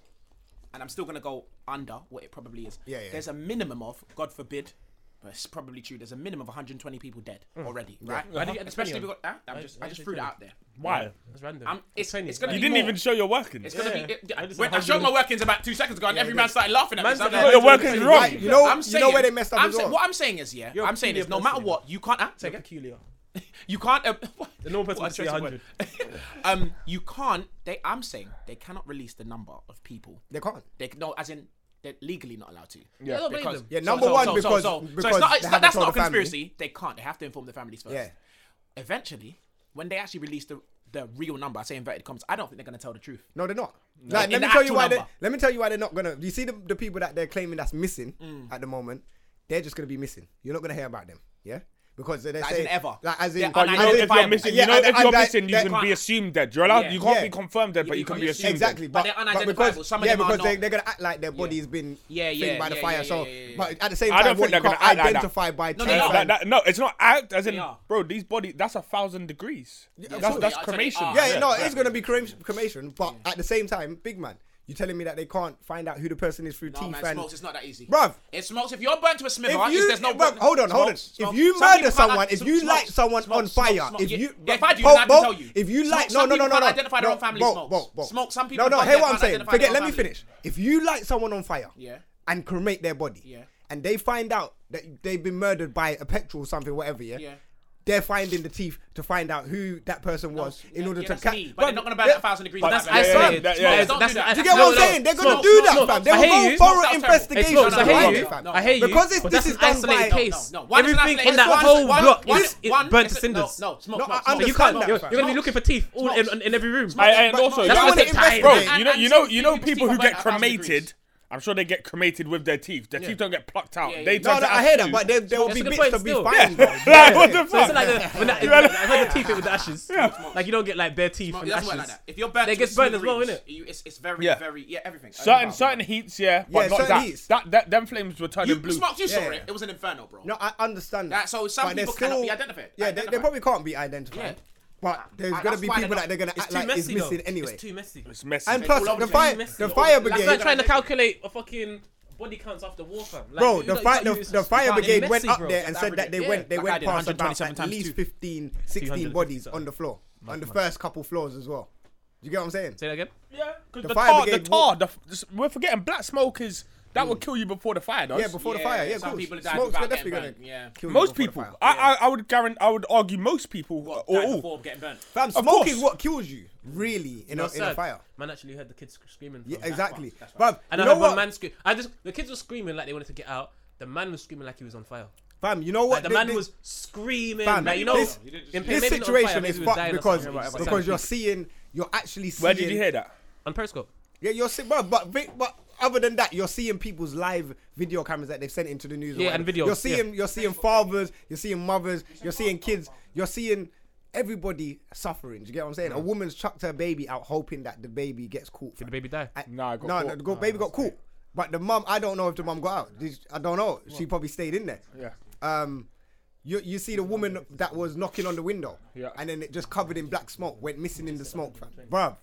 S4: and I'm still gonna go under what it probably is.
S5: Yeah, yeah.
S4: There's a minimum of, God forbid, but it's probably true. There's a minimum of 120 people dead
S5: Mm.
S4: already, right?
S3: Why did you get the
S4: Especially
S3: 20 on?
S4: because huh? I'm just I
S3: why
S4: just
S3: did
S4: threw
S3: they
S4: that
S3: do
S4: out there.
S8: Why?
S3: It's random.
S4: Um, it's- it's gonna
S8: You
S4: be
S8: didn't
S4: more.
S8: even show your workings.
S4: It's gonna
S3: Yeah.
S4: be. It,
S3: I
S4: I,
S3: just
S4: when, I showed my workings about two seconds ago, and every man started laughing at me.
S3: Man's
S4: So I'm
S3: not
S4: like,
S8: Your workings
S3: Right,
S8: wrong.
S5: you know,
S4: I'm saying,
S5: you know where they messed up
S4: I'm
S5: as
S4: saying-
S5: well.
S4: What I'm saying is, yeah,
S3: You're a
S4: I'm saying is, no
S3: peculiar
S4: matter
S3: person,
S4: what, you can't. Ah, say
S3: You're
S4: again.
S3: peculiar.
S4: You can't. Uh,
S3: The normal person
S4: what a
S3: would say
S4: stressful
S3: 100.
S4: word. um, you can't. They, I'm saying they cannot release the number of people.
S5: they can't.
S4: They no, as in they're legally not allowed to.
S3: Yeah, I don't blame
S4: Because-
S3: them.
S5: Yeah, number one, because-
S4: so, so
S5: because
S4: it's not,
S5: they
S4: it's not,
S5: haven't
S4: that's
S5: told
S4: not a
S5: the family.
S4: conspiracy. They can't. They have to inform the families first.
S5: Yeah.
S4: Eventually, when they actually release the the real number, I say inverted commas. I don't think they're gonna tell the truth.
S5: No, they're not. Like,
S4: In
S5: let
S4: the
S5: me tell you
S4: actual
S5: why. They,
S4: number.
S5: let me tell you why they're not gonna. You see the, the people that they're claiming that's missing
S8: Mm.
S5: at the moment. They're just gonna be missing. You're not gonna hear about them. Yeah, because they're
S4: Like, as
S5: saying
S4: in ever.
S5: Like, as in,
S4: They're
S8: But you know, if you're
S4: Identifiable.
S8: missing,
S5: Yeah,
S8: you know,
S5: and-
S8: if
S5: and
S8: you're
S5: that-
S8: missing, you
S5: that-
S8: can be assumed dead. You're allowed,
S4: Yeah.
S8: you can't
S5: Yeah.
S8: be confirmed dead, but you can be assumed
S5: Exactly,
S8: dead.
S5: but,
S4: they're
S5: but
S4: unidentifiable.
S5: because
S4: Some of
S5: yeah,
S4: them are
S5: because they,
S4: not-
S5: they're gonna act like their body's been
S4: Yeah, yeah,
S5: thinged by the
S4: yeah,
S5: fire.
S4: yeah,
S5: so,
S4: yeah, yeah, yeah.
S5: but at the same
S8: I don't
S5: time, what
S8: think
S5: you
S8: they're
S5: can't
S8: gonna act like that.
S5: identify by
S4: No,
S5: time.
S4: they
S8: No,
S4: are.
S8: that- that- no, it's not act as in,
S4: They are.
S8: bro. These body, that's a thousand degrees. that's
S4: so
S8: that's
S4: they are.
S8: cremation.
S4: Yeah,
S5: Yeah, no, it's gonna be cremation, cremation but at the same time, big man, you telling me that they can't find out who the person is through
S4: No,
S5: teeth
S4: man,
S5: and
S4: smokes. It's not that easy,
S5: Bruv.
S4: It smokes. If you're burnt to a smither,
S5: If
S4: right,
S5: you,
S4: there's no.
S5: bro, hold on, hold on.
S4: Smokes, smokes.
S5: if you
S4: Some
S5: murder
S4: people can't
S5: someone,
S4: like-
S5: if you
S4: smokes,
S5: light someone
S4: smokes,
S5: on fire,
S4: smokes,
S5: if
S4: yeah,
S5: you,
S4: yeah, if I do,
S5: Bro,
S4: then I
S5: bro,
S4: can tell you.
S5: If you
S4: Smoke-
S5: light, no,
S4: some
S5: no, no,
S4: people
S5: no, no,
S4: can't identify their
S5: no,
S4: own family
S5: bro,
S4: smokes.
S5: bro, bro.
S4: Smoke, some
S5: No,
S4: people
S5: no,
S4: can't
S5: hear what I'm
S4: identify
S5: saying.
S4: their
S5: Forget.
S4: own
S5: Let me
S4: family.
S5: finish. If you light someone on fire,
S4: Yeah.
S5: and cremate their body,
S4: Yeah.
S5: and they find out that they've been murdered by a petrol or something, whatever, yeah.
S4: Yeah.
S5: They're finding the teeth to find out who that person was in
S4: yeah,
S5: order
S4: yeah,
S5: to
S4: that's
S5: catch.
S4: me, but they're not gonna burn
S5: yeah,
S4: that thousand degrees.
S8: But
S4: of
S8: that's
S4: that, man.
S8: isolated.
S4: Don't do
S8: Yeah, yeah,
S4: that.
S8: yeah.
S4: Don't
S3: That's- that's-
S4: do that.
S5: You get what I'm
S3: No, no,
S5: saying? They're gonna
S3: smokes,
S5: do that,
S3: smokes,
S5: fam.
S3: smokes.
S5: They
S3: I
S5: will
S3: hear
S5: go
S3: you.
S5: thorough
S4: Smokes, that's
S5: investigation.
S4: terrible.
S3: Smokes, I hear
S5: around
S3: you.
S5: it, fam.
S3: I hear you.
S5: Because it's-
S3: But
S5: this
S3: that's
S5: is
S3: an
S5: done
S3: isolated
S5: by-
S3: case.
S4: No, no. One is an
S3: Everything in
S4: isolated-
S3: that
S4: one-
S3: whole
S4: one-
S3: block
S4: one-
S3: is, is
S4: one-
S3: burnt to
S4: it's a- no,
S3: cinders.
S4: No, smoke,
S5: No,
S4: smoke,
S5: I
S4: smoke,
S3: So you
S5: understand
S3: can't.
S5: that,
S3: You're,
S5: fam.
S3: you're gonna be looking for teeth all in, in, every room.
S8: I, and
S5: but
S8: also, that's
S5: you wanna
S8: what I said,
S5: investigate.
S8: bro.
S5: And-
S8: you know,
S4: and
S8: you know,
S4: some
S8: you know,
S4: people
S8: people who
S4: still
S8: get
S4: fight at 1,000 degrees.
S8: cremated. I'm sure they get cremated with their teeth. Their teeth don't get plucked out.
S4: Yeah, yeah,
S8: They
S4: yeah.
S8: turn
S5: No, no,
S8: to
S5: I
S8: ash
S5: hear that,
S8: too.
S5: but there, there will
S3: That's
S5: be
S3: a good
S5: bits
S3: point
S5: to be
S3: still.
S5: fined. bro.
S8: Like what the
S3: So it's
S8: fuck?
S3: not like the, when that, I heard the teeth it with the ashes. Like you don't get like bare teeth
S4: Smoke,
S3: and
S4: it doesn't work like
S3: ashes.
S4: that. If you're burnt,
S3: They
S4: to
S3: get
S4: a
S3: burned as well,
S4: smithereens,
S3: innit?
S4: you- It's it's very
S8: Yeah.
S4: very yeah everything.
S8: Certain certain heats, yeah, but
S5: Yeah,
S8: not
S5: certain
S8: that.
S5: heats.
S8: that. That them flames were turning
S4: You
S8: blue.
S4: smoked. You
S5: Yeah,
S4: saw
S5: yeah.
S4: it. It was an inferno, bro.
S5: No, I understand
S4: Yeah,
S5: that.
S4: so some
S5: But they're
S4: people cannot be identified-
S5: Yeah, they, they
S4: identified.
S5: probably can't be identified.
S4: Yeah.
S5: But there's
S4: I-
S5: gonna
S4: that's
S5: be
S4: why they're
S5: people that
S4: not-
S5: they're gonna
S3: It's
S5: act
S3: too
S5: like
S3: messy
S5: is missing
S3: though.
S5: anyway.
S3: It's too messy.
S8: It's messy.
S5: and
S4: all
S5: plus
S4: over
S5: the
S4: the
S5: fire,
S3: place.
S5: the fire
S3: That's
S5: brigade.
S3: like trying to calculate a fucking body counts after war, fam. Like,
S5: Bro,
S3: you
S5: the,
S3: know,
S5: fire,
S3: you
S5: the,
S3: use-
S5: the fire
S3: it's
S5: brigade went
S3: messy,
S5: up
S3: bro.
S5: there and said that they
S4: Yeah,
S5: went they
S4: like I
S5: went
S4: did,
S5: past about
S4: 127
S5: at
S4: times
S5: least
S4: two.
S5: 15, 16 bodies on the floor, on the first couple floors as well. you get what I'm saying?
S3: Say that again.
S4: Yeah.
S8: Because
S5: The
S8: the,
S5: fire
S8: tar, the
S5: brigade
S8: tar, the, f- we're forgetting black smoke is that will kill you before the fire does.
S5: Yeah, before the fire. Yeah,
S4: some
S5: cool.
S4: people die
S5: Smoke's
S4: without
S5: gonna
S4: getting
S5: definitely gonna
S4: burnt, yeah.
S5: kill you
S8: most
S5: before the
S8: people.
S5: fire.
S8: I, I I would guarantee. I would argue most people or
S4: Died
S8: all.
S4: before getting burnt.
S5: Fam,
S8: Of
S5: smoke
S8: course.
S5: is what kills you, really, in, a,
S3: That's
S5: in a
S3: sad.
S5: fire.
S3: Man actually heard the kids sc- screaming.
S5: Yeah,
S3: from-
S5: exactly.
S4: facts, that's
S5: Bruv,
S3: And
S5: you
S3: I
S5: know
S3: heard one
S5: what?
S3: man scream. I just the kids were screaming like they wanted to get out. The man was screaming like he was on fire.
S5: Fam, you know
S3: Like
S5: what?
S3: the
S5: Thi-
S3: man
S5: thi-
S3: was screaming.
S5: Fam,
S3: like, you know,
S5: this-
S4: You didn't just-
S3: in-
S5: This
S3: maybe not on fire,
S5: situation
S3: maybe
S5: is
S3: he was
S5: fucked
S3: dying or
S5: because
S3: something, but-
S5: because you're seeing, you're actually seeing.
S8: Where did you hear that?
S3: on Periscope.
S5: Yeah, you're seeing, but but vi- but other than that, you're seeing people's live video cameras that they've sent into the news. or
S3: Yeah,
S5: whatever.
S3: and videos,
S5: You're seeing you're seeing fathers, you're seeing mothers, you're seeing kids, you're seeing everybody suffering. Do you get what I'm saying? A
S3: Mm.
S5: woman's chucked her baby out, hoping that the baby gets caught.
S3: Did the baby die?
S5: I-
S8: Nah, it got
S5: no,
S8: caught.
S5: no, the go- baby got caught. But the mum, I don't know if the mum got out. Did- I don't know. She probably stayed in there.
S8: Yeah.
S5: Um, you you see the woman that was knocking on the window.
S8: Yeah.
S5: And then it just covered in black smoke, went missing in the smoke, fam. Bruv,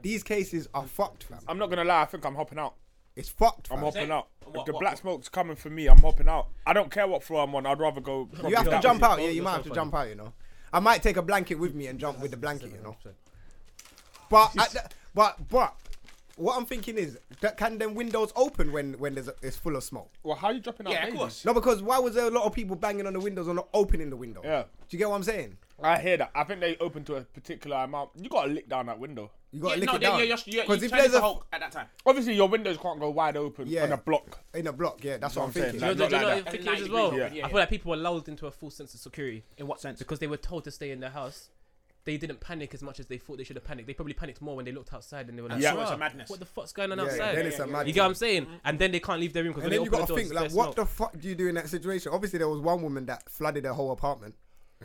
S5: these cases are fucked, fam.
S8: I'm not gonna lie. I think I'm hopping out.
S5: It's fucked,
S8: I'm
S5: fam.
S8: hopping out.
S4: What-
S8: if the
S4: what-
S8: black smoke's coming for me, I'm hopping out. I don't care what floor I'm on. I'd rather go.
S5: You have to
S8: down.
S5: jump out. Yeah,
S3: Hold
S5: you might have
S3: yourself
S5: to
S3: on.
S5: jump out. You know, I might take a blanket with me and jump with the blanket. You know, but at the- but but what I'm thinking is, that can them windows open when when there's a, it's full of smoke?
S8: Well, how you dropping out?
S4: Yeah, of
S8: babies?
S4: course.
S5: No, because why was there a lot of people banging on the windows or not opening the window?
S8: Yeah.
S5: Do you get what I'm saying?
S8: I hear that. I think they open to a particular amount. You gotta lick down that window.
S5: You
S4: Yeah,
S5: gotta lick
S4: no,
S5: it
S4: yeah,
S5: down.
S4: yeah, you're, you're,
S5: Because
S4: you
S5: if there's a
S4: Hulk at that time.
S8: Obviously, your windows can't go wide open
S5: Yeah.
S8: on a block.
S5: in a block, yeah, that's what, I'm
S8: what I'm
S5: thinking.
S8: saying,
S3: Do you
S8: like
S3: know what
S8: that.
S3: I think it
S4: Like
S3: is as
S4: that.
S3: well?
S4: Yeah.
S3: I feel like people were lulled into a false sense of security
S4: In what sense?
S3: because they were told to stay in their house. They didn't panic as much as they thought they should have panicked. They probably panicked more when they looked outside and they were like,
S8: Yeah.
S4: Sure, it's a
S3: "Bruh,
S4: madness."
S3: What the fuck's going on
S5: Yeah, yeah,
S3: outside?
S5: then it's a madness.
S3: You get what I'm saying? And then they can't leave their room because
S5: and
S3: when they
S5: then you
S3: open the doors,
S5: gotta think, like,
S3: there's
S5: what the
S3: smoke.
S5: fuck do you do in that situation? Obviously, there was one woman that flooded her whole apartment.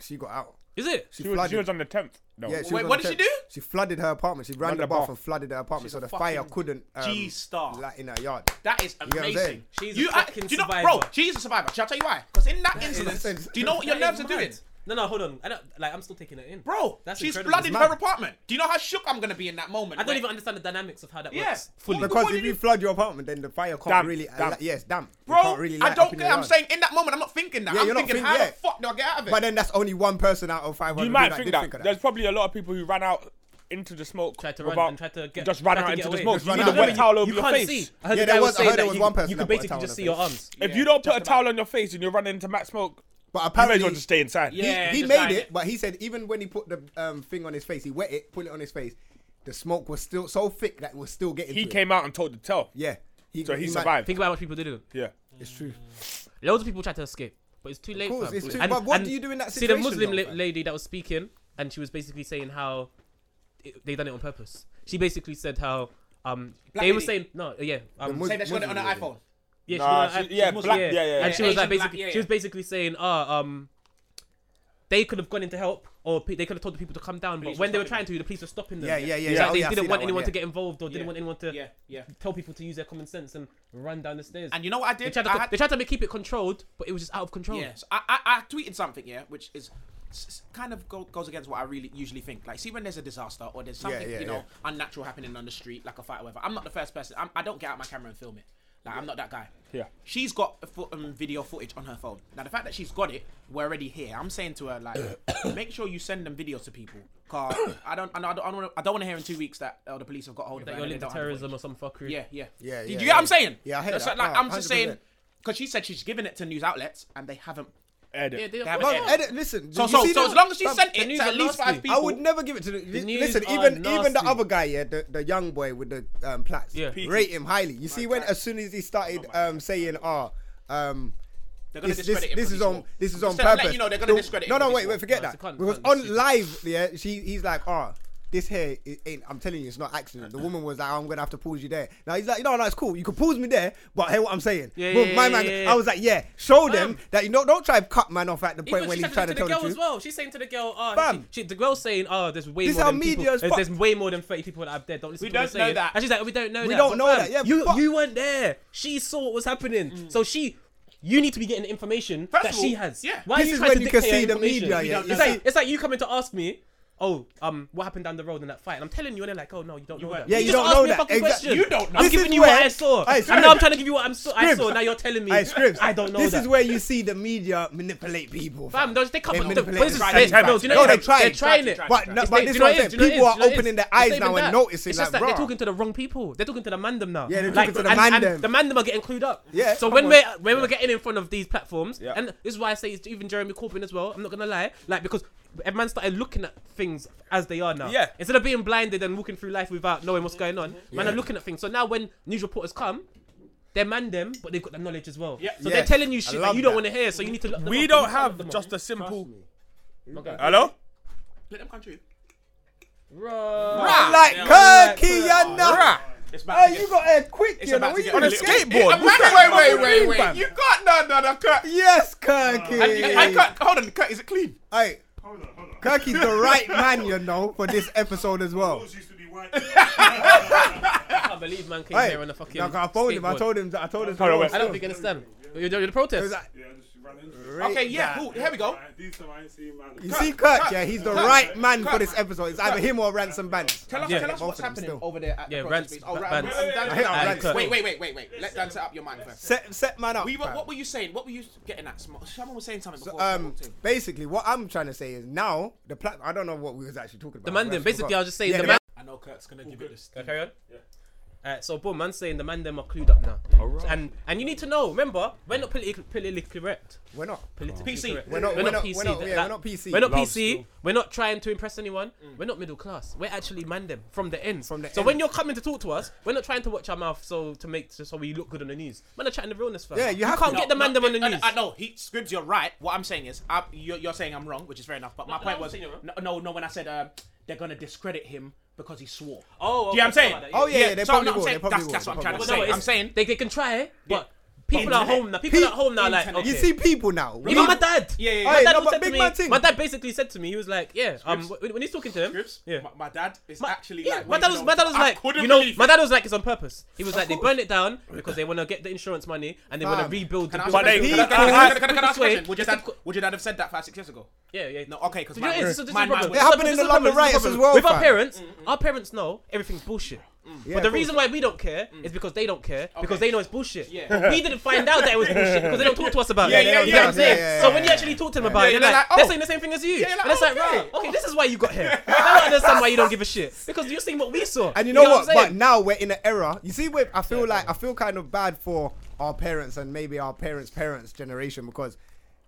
S5: She got out.
S3: is it?
S5: She,
S8: She was,
S5: flooded.
S8: she was on the tenth. No.
S5: Yeah, she
S4: Wait,
S5: was on
S4: what
S5: the
S4: did
S5: tip.
S4: she do?
S5: She flooded her apartment. She ran, the,
S8: the
S5: bath
S8: bath.
S5: and flooded her apartment, so
S4: a
S5: the fire
S4: fucking
S5: couldn't um,
S4: G-star.
S5: like in her yard.
S4: That is
S5: what I'm
S4: amazing.
S5: saying?
S3: She's a
S4: you, I,
S3: fucking
S4: do you know, bro?
S3: survivor.
S4: She's a survivor. Shall I tell you why? Because in that
S5: is-
S4: incident, do you know what your
S3: That
S4: nerves
S3: is
S4: are doing?
S3: mad. No, no, hold on. I don't like. I'm still taking it in,
S4: Bro,
S3: That's
S4: she's
S3: incredible.
S4: flooded
S5: It's mad.
S4: her apartment. Do you know how shook I'm gonna be in that moment?
S3: I don't
S4: Wait,
S3: even understand the dynamics of how that
S4: Yeah.
S3: works fully.
S4: What-
S5: Because
S4: what
S5: if
S4: did
S5: you
S4: you-
S5: flood your apartment, then the fire can't
S8: Damp,
S5: really.
S8: damp.
S5: Like, yes, damn.
S4: Bro,
S5: really light
S4: I
S5: up
S4: don't
S5: in
S4: care.
S5: your
S4: I'm
S5: yard.
S4: saying in that moment, I'm not thinking that.
S5: Yeah,
S4: I'm
S5: you're not
S4: thinking,
S5: think-
S4: how
S5: yeah.
S4: the fuck do I get out of it?
S5: But then that's only one person out of 500
S8: You might
S5: that
S8: think
S5: did
S8: that.
S5: think of
S8: There's
S5: that.
S8: probably a lot of people who ran out into the smoke.
S3: Tried to run
S8: without-
S3: and tried to get-
S8: just ran
S3: tried to
S8: out
S3: get
S8: into the
S3: away.
S8: smoke.
S5: Just
S8: You
S5: ran
S8: need a
S5: out.
S8: wet towel over
S3: you
S8: your
S3: can't
S8: face.
S3: see. I heard
S5: Yeah,
S3: the
S5: there
S3: guy
S5: was-
S3: was,
S5: I
S3: saying
S5: heard
S3: that
S5: there was
S3: you,
S5: one person
S3: you
S5: that
S3: could
S5: put
S3: basically
S5: towel
S3: just
S5: on
S3: see
S5: her
S3: your
S5: face.
S3: arms.
S8: If you don't put a towel on your face and you're running into max smoke,
S5: But
S8: you may as
S5: apparently,
S8: well just stay inside.
S5: he,
S4: Yeah,
S5: he
S4: just
S5: made
S4: like-
S5: it, but he said even when he put the um, thing on his face, he wet it, put it on his face, the smoke was still so thick that it was still getting.
S8: He
S5: to him.
S8: came out and told the tell.
S5: Yeah. He,
S8: So he
S5: might-
S8: survived.
S3: Think about how much people didn't.
S8: Yeah.
S5: It's true.
S3: Loads of people tried to escape, but it's too late.
S5: course,
S3: fam.
S5: it's too- but what do you do in that
S3: See the
S5: situation
S3: Muslim
S5: though,
S3: la-
S5: fam?
S3: lady that was speaking, and she was basically saying how it, they done it on purpose. She basically said how um they were
S4: lady?
S3: saying no, yeah, um,
S5: Mus-
S4: Say that she got it on her
S5: Muslim
S4: iPhone.
S3: yeah, she
S8: Nah,
S3: was like,
S8: she- yeah,
S3: she was-
S8: black- yeah, yeah, yeah.
S3: and she was like
S4: Asian black,
S3: basically,
S4: yeah,
S3: she was
S4: yeah.
S3: basically saying, ah, um, they could have gone in to help, or pe- they could have told the people to come down, but
S4: Police
S3: when
S4: were
S3: they were trying to,
S4: stopping
S3: the police were stopping them.
S5: Yeah, yeah, yeah,
S3: It's
S5: yeah.
S3: like
S5: Oh,
S3: they
S5: yeah, I've
S3: didn't
S5: seen
S3: want
S5: that
S3: anyone
S5: one,
S3: to
S5: yeah.
S3: get involved, or
S4: Yeah.
S3: didn't want anyone to
S4: Yeah, yeah.
S3: tell people to use their common sense and run down the stairs.
S4: And you know what I
S3: they
S4: did?
S3: tried to,
S4: I
S3: co-
S4: had-
S3: they tried to make- keep it controlled, but it was just out of control.
S4: Yes, I, I, I tweeted something, yeah, which is s- s- kind of go, goes against what I really usually think. Like, see, when there's a disaster or there's something,
S5: yeah,
S4: you know,
S5: yeah.
S4: unnatural happening on the street, like a fight or whatever, I'm not the first person. I'm, I don't get out my camera and film it. Like, I'm not that guy.
S8: Yeah.
S4: She's got a fo- um, video footage on her phone. Now, the fact that she's got it, we're already here. I'm saying to her, like, make sure you send them videos to people. Cause I don't, I don't, I don't, wanna- I don't want to hear in two weeks that oh, the police have got hold of
S3: That
S4: her
S3: you're
S4: and they
S3: linked to
S4: don't have the footage.
S3: terrorism or some fuckery.
S4: Yeah, yeah.
S5: Yeah,
S4: Do
S5: yeah,
S4: you get
S5: yeah.
S4: what I'm saying?
S5: Yeah, I hear
S4: That's
S5: that.
S4: Like,
S5: No,
S4: I'm just saying,
S5: 100%.
S4: because she said she's given it to news outlets and they haven't.
S8: Ed it.
S3: Yeah, they
S4: Damn
S5: Well,
S4: it.
S3: yeah.
S4: Ed-
S5: edit- listen.
S4: So,
S5: you
S4: so,
S5: see
S4: so
S5: that-
S4: as long as she
S5: Fam,
S4: sent
S3: the
S4: it
S3: news
S4: to at
S3: are
S4: least
S3: nasty.
S4: five people.
S5: I would never give it to the.
S3: news
S5: listen,
S3: are
S5: even even the
S3: nasty.
S5: other guy, yeah, the, the young boy with the um, plats,
S3: Yeah.
S5: rate him highly. You see, when as soon as he
S8: Oh
S5: started um, saying, "Ah, um,
S4: They're gonna
S5: this, this,
S4: discredit him
S5: this
S4: for
S5: is
S4: this
S5: on
S4: war.
S5: this is
S4: Just
S5: on
S4: to let
S5: purpose,"
S4: you know, they're gonna
S5: The-
S4: discredit
S5: No,
S4: him
S5: no,
S4: for this
S5: wait, wait,
S4: war.
S5: forget
S3: No,
S5: that.
S3: it's a cunt, cunt,
S5: Because
S3: it's
S5: on
S3: stupid.
S5: live, yeah, she he's like, "Ah, this here it ain't." I'm telling you, it's not accident. The woman was like, "I'm gonna have to pause you there." Now he's like, "No, no, it's cool. You can pause me there, but hear what I'm saying."
S3: Yeah,
S5: Bro,
S3: yeah,
S5: my
S3: yeah,
S5: man,
S3: yeah, yeah.
S5: I was like, "Yeah, show
S3: Fam.
S5: them that you know. Don't try to cut man off at the point
S3: Even
S5: when
S3: she's
S5: he's trying
S3: to
S5: to
S3: the
S5: tell
S3: girl
S5: the
S3: as
S5: truth."
S3: well. She's saying to the girl, oh,
S5: Fam.
S3: she, the girl's saying, oh, there's way
S5: This
S3: more
S5: how
S3: than
S5: media
S3: people.
S5: is
S3: There's,
S5: fucked.
S3: there's way more than 30 people that have dead. Don't listen
S4: We
S3: to what
S4: don't
S3: they're saying.
S4: know that.
S3: And she's like, we don't know
S5: We
S3: that.
S5: don't
S3: But
S5: know
S3: fam,
S5: that, yeah, Mm.
S3: you,
S5: fuck.
S3: you weren't there. She saw what was happening. So she, you need to be getting information
S4: First
S3: that
S4: of all,
S3: she has.
S4: yeah.
S3: Why are
S5: This
S3: you
S5: is
S3: trying
S5: when
S3: to
S5: you can
S3: dictate
S5: see the
S3: information?
S5: media,
S3: We
S5: yeah.
S3: don't
S5: You
S3: know
S5: see-
S3: that. It's like you coming to ask me, oh, um, what happened down the road in that fight? And I'm telling you, and they're like, oh no, you don't know that.
S5: Yeah, you
S3: just
S5: don't
S3: asked
S5: know
S3: me a
S5: that.
S3: fucking
S5: Exact-
S3: question.
S5: You
S3: don't
S5: know.
S3: I'm
S5: This
S3: giving
S5: is
S3: you what
S5: where-
S3: I saw.
S5: Hey,
S3: and now I'm
S5: Scribs.
S3: trying to give you what I'm so- I
S5: Scribs.
S3: saw. Now you're telling me.
S5: Hey, Scribs,
S3: I don't know
S5: This
S3: that.
S5: is where you see the media manipulate people.
S3: Fam, those- they come.
S5: They
S3: up with the-
S5: manipulate
S3: but this
S5: the
S3: is-
S5: facts.
S3: they- no, do you know
S5: No,
S3: what
S5: they
S3: it is? They're
S5: tried.
S3: trying it.
S5: But no,
S3: It's-
S5: but
S3: they-
S5: this
S3: do
S5: is
S3: you know
S5: what
S3: it
S5: I'm
S3: is? Do you
S5: saying.
S3: know it is?
S5: People are
S3: Do you know it is?
S5: opening their
S3: It's
S5: eyes
S3: not
S5: now
S3: even
S5: and
S3: that.
S5: noticing
S3: It's
S5: like,
S3: just that they're
S5: bro.
S3: talking to the wrong people. They're talking to the man them now.
S5: Yeah, they're
S3: Like,
S5: talking to the
S3: and-
S5: man
S3: and
S5: them.
S3: The man them are getting clued up.
S5: Yeah,
S3: So
S5: come
S3: when
S5: on.
S3: we're when we're getting in front of these platforms, and this is why I say it's even Jeremy Corbyn as well. I'm not gonna lie, like because. Everyone started looking at things as they are now.
S8: Yeah.
S3: Instead of being blinded and walking through life without knowing what's going on, man are looking at things. So now when news reporters come, they're man them, but they've got the knowledge as well. So they're
S5: Yes.
S3: telling you
S5: I
S3: shit
S5: love
S3: that you don't
S5: that.
S3: want to hear. So you need to. look them
S8: We
S3: up.
S8: don't
S3: You can't look
S8: have
S3: them up.
S8: just a simple.
S3: Okay.
S8: Hello?
S4: Let them come true.
S3: Bruh.
S5: Like Kirkiana.
S4: It's about
S5: Hey,
S4: to
S5: you
S4: get-
S5: got air quick,
S4: it's
S5: you
S4: about
S5: know.
S4: to
S5: you-
S4: get
S8: On a
S4: Wait,
S8: skateboard? What's
S7: Wait,
S8: that?
S7: wait, wait, wait, wait. You got no, no, no, cut.
S5: Yes, Kirky.
S7: I cut. Hold on, cut. Is it clean?
S5: Hey, Kirky's the right man, you know, for this episode as well.
S9: used to be white.
S3: I can't believe man came
S5: Hey,
S3: here on a fucking.
S5: now, 'cause I phoned him. I
S3: skateboard.
S5: told him. that- I told him.
S8: Hold on,
S5: to
S8: wait.
S5: go.
S3: I don't think you understand. You're doing the
S5: It
S3: protest.
S5: was like,
S9: Yeah, I just ran into it.
S4: Okay, yeah, cool. Here we go.
S9: Alright, These time I ain't seen man.
S5: You see, Kirk, yeah, he's the right man for this episode. It's either him or Ransom Bands.
S4: Tell us,
S3: Yeah.
S4: tell us
S5: Both
S4: what's
S5: of them
S4: happening
S5: still.
S4: over there at
S3: Yeah,
S4: the
S3: Rance-
S4: protest. space. Oh,
S3: Ba-
S4: Rance-
S3: Bans.
S4: Dan-
S5: I hate
S4: Dan-
S5: Rance.
S4: Wait, wait, wait, wait, wait. Let Dan set up your mind first.
S5: Set, set man up.
S4: We were,
S5: fam.
S4: what were you saying? What were you getting at? Smo- Someone was saying something before. I
S5: um,
S4: walked in.
S5: basically, what I'm trying to say is now the plat. I don't know what we was actually talking about.
S3: man them.
S5: I've actually
S3: Basically,
S5: forgot.
S3: I was just saying
S5: Yeah,
S3: the
S5: the
S3: man.
S4: I know Kurt's gonna give it this.
S3: Can I carry on? Yeah. Alright, so boom, man's saying the man them are clued up now. Alright. And and you need to know. Remember, we're not politically, politically correct.
S5: We're not.
S3: Politically
S4: PC.
S3: correct.
S5: We're not- we're not- we're not-
S3: that-
S5: yeah,
S3: that-
S5: we're not PC.
S3: We're not
S5: Love
S3: PC. We're not trying to impress anyone. We're not middle class. We're actually man them from the ends.
S5: From the
S3: so when
S5: ends.
S3: you're coming to talk to us, we're not trying to watch our mouth so to make so we look good on the news. Man are chatting the realness first.
S5: Yeah, you have
S3: can't
S5: to.
S3: get the man them on the news.
S4: I, I know he scribs. You're right. What I'm saying is, I, you're, you're saying I'm wrong, which is fair enough. But my
S3: no,
S4: point
S3: I'm
S4: was,
S3: saying you're wrong.
S4: no, no, no. When I said uh, they're gonna discredit him because he swore.
S3: Oh,
S4: Do you know what I'm
S3: okay,
S4: saying?
S3: I saw
S5: Oh yeah, yeah, they
S4: so
S5: probably
S4: I'm
S5: will. They
S4: saying,
S5: probably
S4: that's,
S5: will.
S4: that's what I'm
S5: They
S4: trying to
S5: probably
S3: No,
S4: say.
S3: it's-
S4: I'm saying
S3: they, they can try, eh? but
S4: Yeah.
S3: people at
S4: Internet.
S3: home now. People
S5: Pe-
S3: at home now, like
S4: Internet.
S5: will.
S3: okay.
S5: You see people now.
S3: even
S5: Remember-
S3: my dad.
S4: Yeah, yeah, yeah.
S3: My
S5: Hey,
S3: dad
S5: no,
S3: was
S5: but
S3: said to
S5: big
S3: me.
S5: man thing.
S3: My dad basically said to me, he was like, "Yeah, um, when, when he's talking to him, yeah."
S4: my, my dad is
S3: My-
S4: actually
S3: yeah,
S4: like.
S3: my
S4: waving
S3: dad was
S4: on-
S3: my dad was
S4: I
S3: like
S4: couldn't
S3: you know
S4: believe
S3: my
S4: it.
S3: dad was like it's on purpose. He was like they burn it down because they want to get the insurance money and they want to
S5: Fam.
S3: rebuild the
S4: Can I ask
S3: building.
S4: a question?
S5: people-
S4: Can I- can I- can I- can I- can I ask a
S3: Wait.
S4: question? Would your dad- Would your dad have said that five, six years ago?
S3: Yeah, yeah.
S4: No, okay, because
S3: So you know what it is? So this is the problem.
S5: It happened
S3: This
S5: in
S3: is
S5: the London
S3: problem. This is
S5: riots as
S3: problem.
S5: well,
S3: With our
S5: fam.
S3: parents, our parents know everything's bullshit.
S5: Yeah,
S3: but the
S5: of course.
S3: reason why we don't care is because they don't care because they know it's bullshit.
S4: Yeah.
S3: But we didn't find out that it was bullshit because they don't talk to us about
S5: Yeah,
S3: it.
S5: yeah,
S3: you
S5: yeah,
S3: know what I'm
S5: yeah,
S3: saying?
S5: yeah,
S3: so
S5: yeah,
S3: when you
S5: yeah.
S3: actually talk to them about
S4: Yeah,
S3: it,
S4: they're
S3: they're, like,
S4: like,
S3: they're
S4: oh.
S3: saying the same thing as you.
S4: Yeah, they're like,
S3: and it's like,
S4: okay.
S3: right, okay, this is why you got here. I don't understand why you don't give a shit because you're seeing what we saw.
S5: And you know
S3: what?
S5: what?
S3: I'm
S5: But
S3: saying?
S5: now we're in an era. You see, where I feel like I feel kind of bad for our parents and maybe our parents' parents' generation because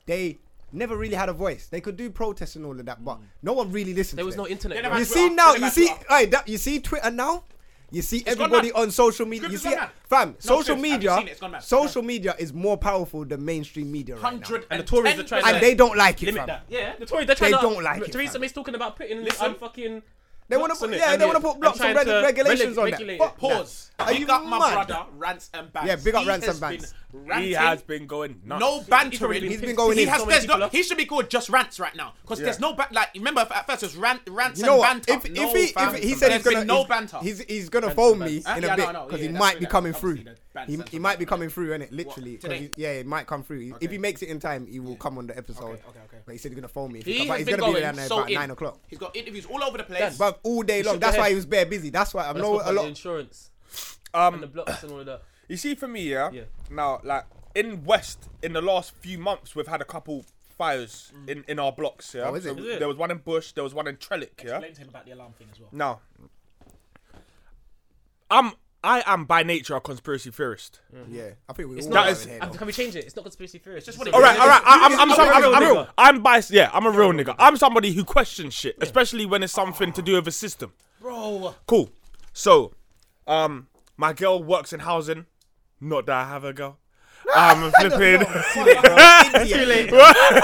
S5: they never really had a voice. They could do protests and all of that, but no one really listened.
S3: Mm. there
S5: to
S3: was
S5: them.
S3: no internet.
S4: never
S3: bro.
S5: You
S4: Twitter.
S5: see now,
S4: Get it
S5: you
S4: back
S5: see,
S4: to us.
S5: hey, that, you see Twitter now. You see everybody
S4: mad.
S5: on social media.
S4: Script
S5: You
S4: is
S5: see,
S4: gone mad.
S5: fam, social
S4: script. Have you
S5: media,
S4: seen it? It's gone mad.
S5: social media is more powerful than mainstream media right now.
S4: Hundred
S3: And the Tories are trying to-
S5: and they don't like it,
S3: Limit
S5: fam.
S3: that. Yeah, the Tories, they're trying
S5: They
S3: to.
S5: don't like it,
S3: Theresa
S5: fam.
S3: May's talking about putting
S4: Listen.
S3: um, fucking.
S5: They want
S3: blocks
S5: to
S3: on
S5: put,
S3: it
S5: yeah,
S3: and
S5: they
S3: yeah,
S5: want to put
S3: and
S5: blocks on
S3: trying
S5: reg-
S3: to
S5: regulations
S3: regu-
S5: on
S3: regulate
S5: that.
S3: it.
S5: Fuck that.
S4: Pause.
S5: Are
S4: big
S5: you
S4: up my
S5: mad?
S4: brother, Rance and Banks.
S5: Yeah, big up
S4: He
S5: Rance
S4: has
S5: and Banks.
S4: been
S8: He
S4: ranting.
S8: has been going nuts.
S4: no
S3: He's probably
S4: bantering.
S3: been
S5: He's been
S3: pissed.
S5: going
S4: he
S5: in.
S4: has.
S3: So many
S4: There's
S3: people
S4: no,
S3: off.
S4: he should be called just Rance right now because there's no ban- like. Remember at first it was Rant, Rance
S5: You know
S4: and
S5: what?
S4: banter.
S5: If, if
S4: no
S5: he if
S4: banter.
S5: he said
S4: there's
S5: he's gonna
S4: been no
S5: he's-
S4: banter.
S5: He's he's gonna phone me
S3: Huh?
S5: in
S4: Yeah,
S5: a
S4: no, no,
S5: bit
S4: yeah,
S5: because he
S4: that's
S5: might
S4: true,
S5: be
S4: that-
S5: coming
S4: obviously the
S5: through.
S4: bands
S5: He,
S4: and
S5: he
S4: stuff
S5: might
S4: like
S5: be
S4: that.
S5: coming through, innit? Literally. 'cause
S4: today?
S5: he- yeah, he might come through. He- If he makes it in time, he will come on the episode.
S4: Okay, okay, okay.
S5: But he said he's gonna phone me. If he
S4: He has
S5: come- but he's
S4: been
S5: gonna be there
S4: going
S5: now
S4: so
S5: about
S4: in.
S5: nine o'clock.
S4: He's got interviews all over the place.
S5: But all day long.
S3: should
S5: That's
S3: go
S5: why
S3: ahead.
S5: he was bare busy. That's why I
S3: Let's talk
S5: know a
S3: about the
S5: lot.
S3: insurance and the
S8: Um,
S3: blocks and all of that.
S8: you see, for me, yeah,
S3: Yeah.
S8: Now, like in West, in the last few months, we've had a couple fires in in our blocks. Yeah,
S5: Oh, is it?
S8: So
S5: Is
S3: Mm. it?
S8: there was one in Bush. There was one in Trellick. Yeah.
S4: Explain to him about the alarm thing as well.
S8: Now, I'm I am by nature a conspiracy theorist.
S5: Yeah, I think we
S3: It's
S5: all
S3: not.
S5: are
S8: is-
S5: in here,
S3: uh,
S5: though.
S3: can we change it? It's not conspiracy theory. It's
S4: just what it
S8: All right,
S4: is.
S8: all right. I, I'm, I'm,
S3: You're
S8: sorry,
S3: a
S8: I'm,
S3: real
S8: I'm real.
S3: nigga.
S8: I'm biased. Yeah, I'm a real nigga. I'm somebody who questions shit, especially when it's something to do with a system.
S4: Bro,
S8: Cool. So, um, my girl works in housing. Not that I have a girl. I'm flipping.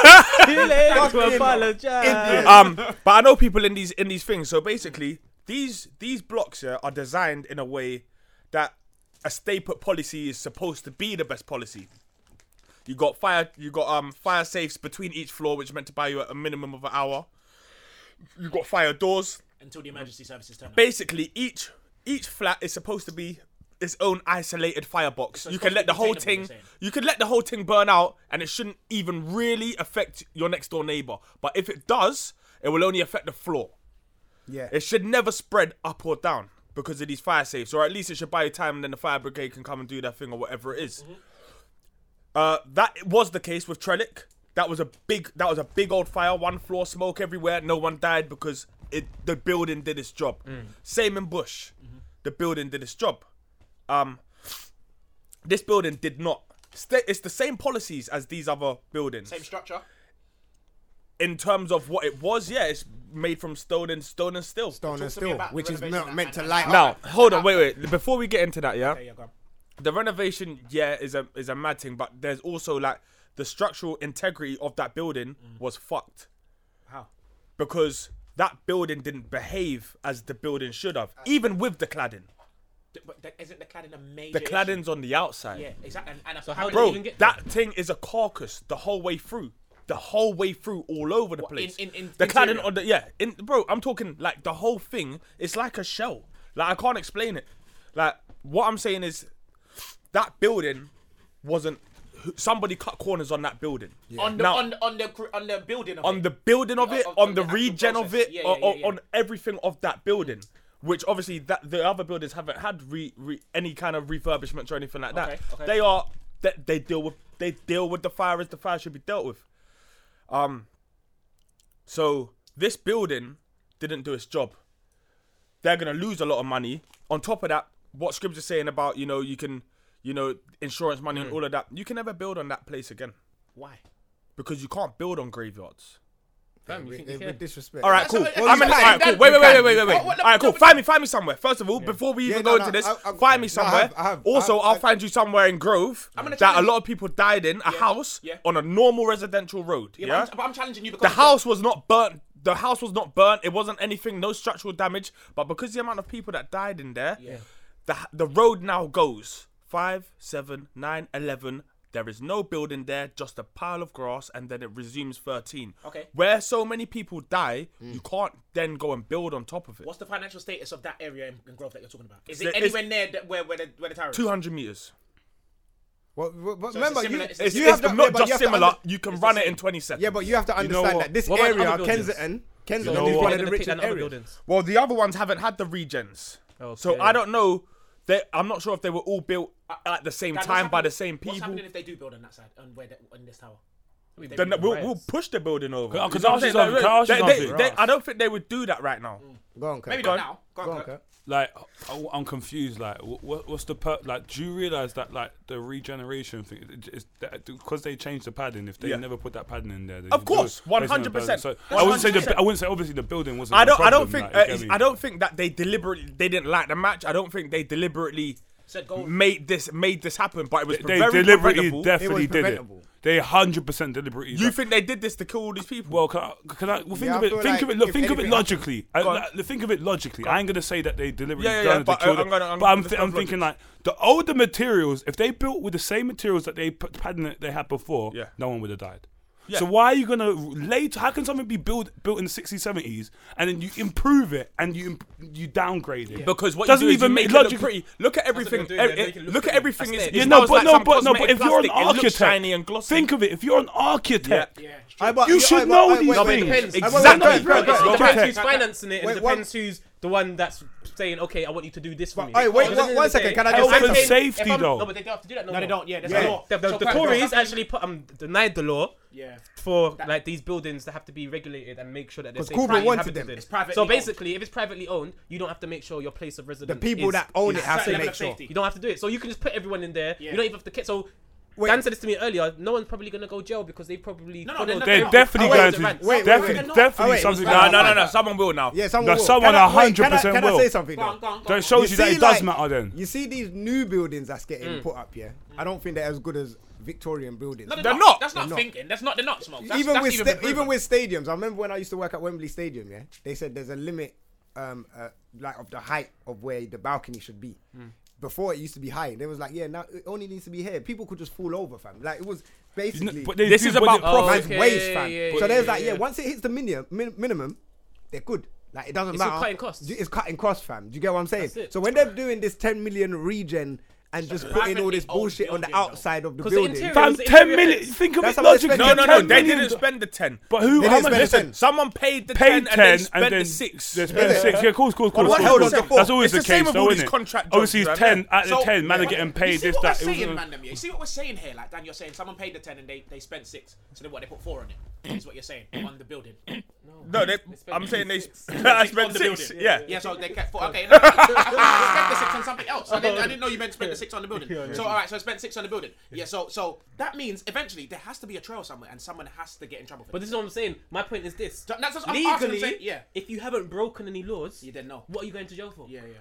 S3: to apologize.
S8: um, but I know people in these in these things. So basically, these these blocks here are designed in a way that a stay put policy is supposed to be the best policy. You got fire, you got um fire safes between each floor, which meant to buy you a minimum of an hour. You got fire doors.
S4: until the emergency services turn up.
S8: Basically, each each flat is supposed to be its own isolated firebox. you
S4: it's
S8: can let the whole
S4: supposed to be
S8: thing,
S4: containable, you're
S8: you can let the whole thing burn out, and it shouldn't even really affect your next door neighbor. But if it does, it will only affect the floor.
S5: Yeah.
S8: It should never spread up or down because of these fire safes, or at least it should buy you time and then the fire brigade can come and do their thing or whatever it is. Uh, that was the case with Trellick. That was a big that was a big old fire, one floor smoke everywhere, no one died because it the building did its job. Same in Bush. The building did its job. Um this building did not. Sta- It's the same policies as these other buildings
S4: Same structure.
S8: in terms of what it was, yeah, it's made from stone and stone and steel.
S5: Stone and
S4: Talk to me
S5: still,
S4: about the
S5: which is
S4: renovation
S5: not meant
S4: and-
S5: to
S4: and-
S5: light up.
S8: Now, hold on, wait, wait. Before we get into that, yeah,
S4: There you go.
S8: the renovation, yeah, is a is a mad thing, but there's also like the structural integrity of that building was fucked
S4: Mm. How?
S8: because that building didn't behave as the building should have,
S4: Uh,
S8: even with the cladding.
S4: D- But th- isn't the cladding a major?
S8: The
S4: issue?
S8: cladding's on the outside.
S4: Yeah, exactly. And, and so
S3: how did
S8: Bro,
S3: you even get
S8: that thing is a carcass the whole way through. The whole way through, all over the
S4: What, in-
S8: place.
S4: in- in-
S8: the
S4: interior?
S8: cladding on the yeah, in bro, I'm talking like the whole thing. It's like a shell. Like I can't explain it. Like what I'm saying is, that building wasn't. Somebody cut corners on that building.
S4: on the
S8: Now-
S4: on the on the, cr- on the building of
S8: on
S4: it.
S8: the building of
S4: Yeah,
S8: it,
S4: of-
S8: on
S4: of
S8: the
S4: the actual
S8: regen of
S4: process.
S8: it,
S4: Yeah,
S8: o-
S4: yeah,
S8: o-
S4: yeah,
S8: on everything of that building. Which obviously that the other buildings haven't had re, re, any kind of refurbishments or anything like that.
S4: Okay, okay.
S8: They are they, they deal with they deal with the fire as the fire should be dealt with. Um. So this building didn't do its job. They're gonna lose a lot of money. On top of that, what Scribs is saying about you know you can you know insurance money
S4: Mm.
S8: and all of that, you can never build on that place again
S4: why?
S8: because you can't build on graveyards.
S3: Fam, you
S5: With-
S3: think you
S5: with
S3: care?
S5: disrespect.
S8: All right, cool.
S4: so-
S8: I'm in,
S4: so
S8: all right, cool.
S4: then-
S8: Wait, wait, wait,
S5: you
S8: wait, wait, wait, wait.
S4: What- what-
S8: all right, cool.
S4: no, but-
S8: Find me, find me somewhere. First of all, before we
S5: Yeah,
S8: even
S5: no,
S8: go
S5: no,
S8: into this,
S5: I- I-
S8: find
S5: no, I
S8: me somewhere.
S5: have- I have-
S8: also,
S5: I-
S8: I, will
S5: I-
S8: find you somewhere in Grove
S4: gonna
S8: that a
S4: challenge-
S8: lot of people died in a house
S4: yeah.
S8: on a normal residential road.
S4: Yeah,
S8: Yeah.
S4: But, I'm, but I'm challenging you
S8: the
S4: because of
S8: house was not burnt. The house was not burnt. It wasn't anything. No structural damage. But because the amount of people that died in there, the the road now goes five, seven, nine, eleven. There is no building there, just a pile of grass, and then it resumes thirteen.
S4: Okay.
S8: Where so many people die,
S5: Mm.
S8: you can't then go and build on top of it.
S4: What's the financial status of that area in, in Grove that you're talking about? Is
S8: There
S4: it
S8: is-
S4: anywhere near that, where where the where the tower is?
S8: Two hundred meters.
S5: Well, well, but remember,
S4: similar-
S5: you,
S4: it's a
S8: It's,
S5: you
S4: similar-
S5: have
S8: it's
S5: to, yeah,
S8: not
S5: but you
S8: just
S5: have to
S8: similar.
S5: under-
S8: you can run it in twenty seconds.
S5: yeah, but you have to
S8: know
S5: understand
S8: what?
S5: that this
S3: What about the
S5: area,
S3: other buildings?
S5: Kensington, Kensington
S8: know
S5: is
S8: what?
S5: one of
S3: They're
S5: the
S3: gonna take down
S5: richest
S3: other
S5: areas.
S3: buildings.
S8: Well, the other ones haven't had the regens. So
S3: Okay.
S8: I don't know. They, I'm not sure if they were all built at the same
S4: Dad, what's
S8: time by
S4: happening-
S8: the same
S4: What's
S8: people.
S4: happening if they do build on that side on where the, on this tower?
S8: Then
S3: Riots.
S8: we'll, we'll push the building over.
S10: Can I- can
S8: You know
S10: I
S8: what
S10: say
S8: I'm saying?
S10: something? Can I ask you
S8: They- they-
S10: something?
S8: they- I don't think they would do that right now.
S5: Go on, Kurt.
S4: Maybe not now. Go on,
S5: Go on,
S4: Kurt.
S5: Kurt.
S10: Like I, I'm confused. Like what, what's the per- like? Do you realize that like the regeneration thing it- it's because they changed the padding? If they
S8: Yeah.
S10: never put that padding in there, they
S8: Of course,
S10: they wouldn't have
S8: 100%.
S10: built it. So I wouldn't say the,
S8: 100%.
S10: I wouldn't say obviously the building wasn't.
S8: I
S10: the
S8: don't. I don't
S10: problem,
S8: think.
S10: like, you
S8: uh,
S10: get
S8: it's-
S10: me?
S8: I don't think that they deliberately. They didn't like the match. I don't think they deliberately
S4: Said go.
S5: Mm.
S8: made this made this happen. But it was
S10: They
S8: very
S10: deliberately
S8: preventable.
S10: definitely did it.
S5: preventable.
S10: They 100 percent deliberately.
S8: You
S10: like-
S8: think they did this to kill all these people?
S10: Well, can I, can I, well, think
S5: Yeah,
S10: of
S5: I
S10: it.
S5: feel
S10: Think
S5: like
S10: of it. Look,
S5: if
S10: think of it
S5: anything
S10: logically. I,
S8: on.
S10: like, think of it logically. I ain't gonna say that they deliberately
S8: Yeah, yeah,
S10: done
S8: yeah,
S10: it
S8: but,
S10: to kill
S8: uh,
S10: them.
S8: I'm gonna- I'm
S10: but I'm,
S8: gonna
S10: th-
S8: discuss
S10: I'm thinking
S8: logic.
S10: like the older materials. If they built with the same materials that they put padding that they had before,
S8: Yeah.
S10: no one would have died. So why are you gonna later? How can something be built built in the 60s, 70s, and then you improve it and you imp- you downgrade it?
S8: Because what
S10: doesn't
S8: you do
S10: even
S8: is you
S10: make
S8: make it look
S10: logic-
S8: pretty. Look at everything.
S4: they're doing,
S8: e-
S4: they're
S8: e-
S4: making it
S8: look
S4: look
S8: at everything. It's,
S4: pretty.
S8: it's
S10: Yeah,
S8: now
S10: no,
S8: it's
S10: but
S8: like
S10: no,
S8: some
S10: but no, but
S8: cosmetic
S10: if you're an
S8: plastic, it looks
S10: architect,
S8: shiny and glossy.
S10: think of it. If you're an architect,
S8: Yeah.
S5: Aye, but-
S10: you
S5: yeah, aye,
S10: should
S5: but-
S10: know
S5: aye,
S10: these
S5: wait, wait,
S10: things.
S5: wait, wait, wait,
S8: Exactly.
S5: wait, wait,
S3: It
S5: wait, wait,
S3: depends
S5: wait.
S3: who's financing it, and
S5: Wait,
S3: it
S5: what-
S3: depends who's the one that's saying, "Okay, I want you to do this for me."
S5: Aye, wait,
S3: Because at the
S5: one-
S3: end of
S5: one
S3: the
S5: second,
S3: day-
S5: can I
S3: if
S5: just
S3: I'm
S5: say
S3: saying- if
S10: something?
S3: I'm-
S10: Safety,
S3: No, but they don't have to do that. No,
S4: No, they
S3: more.
S4: don't. Yeah, there's
S5: Yeah.
S4: a law.
S3: The, the,
S4: So
S3: the
S4: Kurt,
S3: Tories
S4: something-
S3: actually put um denied the law
S4: Yeah.
S3: for like these buildings that have to be regulated and make sure that they're safe. for
S5: Corbyn
S3: the
S5: wanted
S3: inhabitants
S5: them.
S3: in.
S5: It's
S4: privately
S3: so
S4: owned.
S3: basically, if it's privately owned, you don't have to make sure your place of
S5: The
S3: residence.
S5: people
S3: is-
S5: that own it
S3: is
S5: have to
S4: Certain
S5: make
S4: level of
S5: sure.
S4: safety.
S3: You don't have to do it. So you can just put everyone in there.
S4: Yeah.
S3: You don't even have to get. So
S5: Wait.
S3: Dan said this to me earlier. No one's probably gonna go jail because they probably
S4: No, no,
S3: followed
S4: they're not-
S10: they're
S4: Oh,
S10: definitely
S5: wait,
S10: going
S5: wait,
S10: to
S5: wait,
S4: wait,
S10: definitely
S4: wait, wait.
S10: definitely
S5: Oh, wait,
S10: something.
S5: wait, wait,
S10: No, no,
S5: wait.
S10: no,
S8: no, someone will now.
S5: Yeah, someone
S10: That
S5: will.
S10: someone
S5: Can I- wait,
S10: 100%
S5: can I- Can
S10: will.
S5: I say something?
S4: Go on,
S5: though?
S4: go on, go
S10: That
S4: on.
S10: shows you, that
S5: see,
S10: it does
S5: like,
S10: matter. Then
S5: You see these new buildings that's getting
S4: Mm.
S5: put up, yeah? I don't think they're as good as Victorian buildings.
S4: No, they're,
S8: They're
S4: not.
S8: not.
S4: That's not
S5: They're not.
S4: thinking. That's not. They're not smoke. That's,
S5: even
S4: that's
S5: with
S4: even,
S5: sta-
S4: been proven.
S5: even with stadiums, I remember when I used to work at Wembley Stadium. Yeah, they said there's a limit, um, uh, like of the height of where the balcony should be.
S3: Hmm.
S5: Before it used to be high, they was like, yeah, now it only needs to be here. People could just fall over, fam. Like it was basically
S10: but they
S8: This
S10: do-
S8: is
S10: but
S8: about
S10: they-
S8: profit.
S5: man's
S3: okay,
S5: waist,
S3: yeah,
S5: fam.
S3: yeah,
S5: so there's
S3: yeah,
S5: like, yeah,
S3: yeah.
S5: once it hits the minimum, min- minimum, they're good. Like it doesn't
S3: It's all
S5: matter.
S3: cutting costs.
S5: It's cutting costs, fam. Do you get what I'm saying?
S3: That's it.
S5: So when they're doing this 10 million regen and just putting all this bullshit on the outside of the
S3: 'Cause the
S5: building.
S3: interior-
S10: Fam,
S3: It was
S10: ten
S3: interior
S10: minutes.
S3: fence.
S10: Think of
S5: That's
S10: it
S5: how much they
S10: logically.
S8: No,
S5: spent.
S8: no, no.
S10: 10
S8: They
S10: million.
S8: didn't spend the ten.
S10: But who?
S5: They
S10: How
S5: didn't
S10: much?
S5: spend the
S10: Listen,
S5: 10.
S8: Someone paid the
S10: paid
S8: ten, and they
S10: ten
S8: spent
S10: and then
S8: the six.
S10: They spent the six. Yeah, of course, of course, of course.
S8: what
S10: of
S8: held
S10: course.
S8: us before?
S10: That's always
S8: It's
S10: the
S8: the same
S10: case,
S8: with
S10: though,
S8: all
S10: innit?
S8: these contract jobs,
S10: Obviously,
S8: man.
S10: it's ten at the
S4: So-
S10: ten. Man are getting
S4: you
S10: paid
S4: see
S10: this,
S4: what
S10: that.
S4: we're
S10: It
S4: saying,
S10: wasn't-
S4: man, them, yeah? You see what we're saying here? Like, Dan, you're saying someone paid the 10 and they, they spent 6. So then what? They put 4 on it. Is what you're saying. On the building.
S8: No, they,
S3: spent
S8: I'm saying they
S3: six.
S8: I spent
S4: On the
S8: six.
S4: building.
S8: Yeah.
S4: Yeah, so they kept 4. Okay. No, I thought you spent the 6 on something else. I didn't, I didn't know you meant spend the 6 on the building. So, all right, so I spent 6 on the building. Yeah, so so that means eventually there has to be a trail somewhere and someone has to get in trouble for
S3: But
S4: it.
S3: this is what I'm saying. My point is this:
S4: So that's what I'm asking, I'm
S3: legally,
S4: saying- yeah.
S3: if you haven't broken any laws,
S4: You didn't know.
S3: What are you going to jail for?
S4: Yeah, yeah.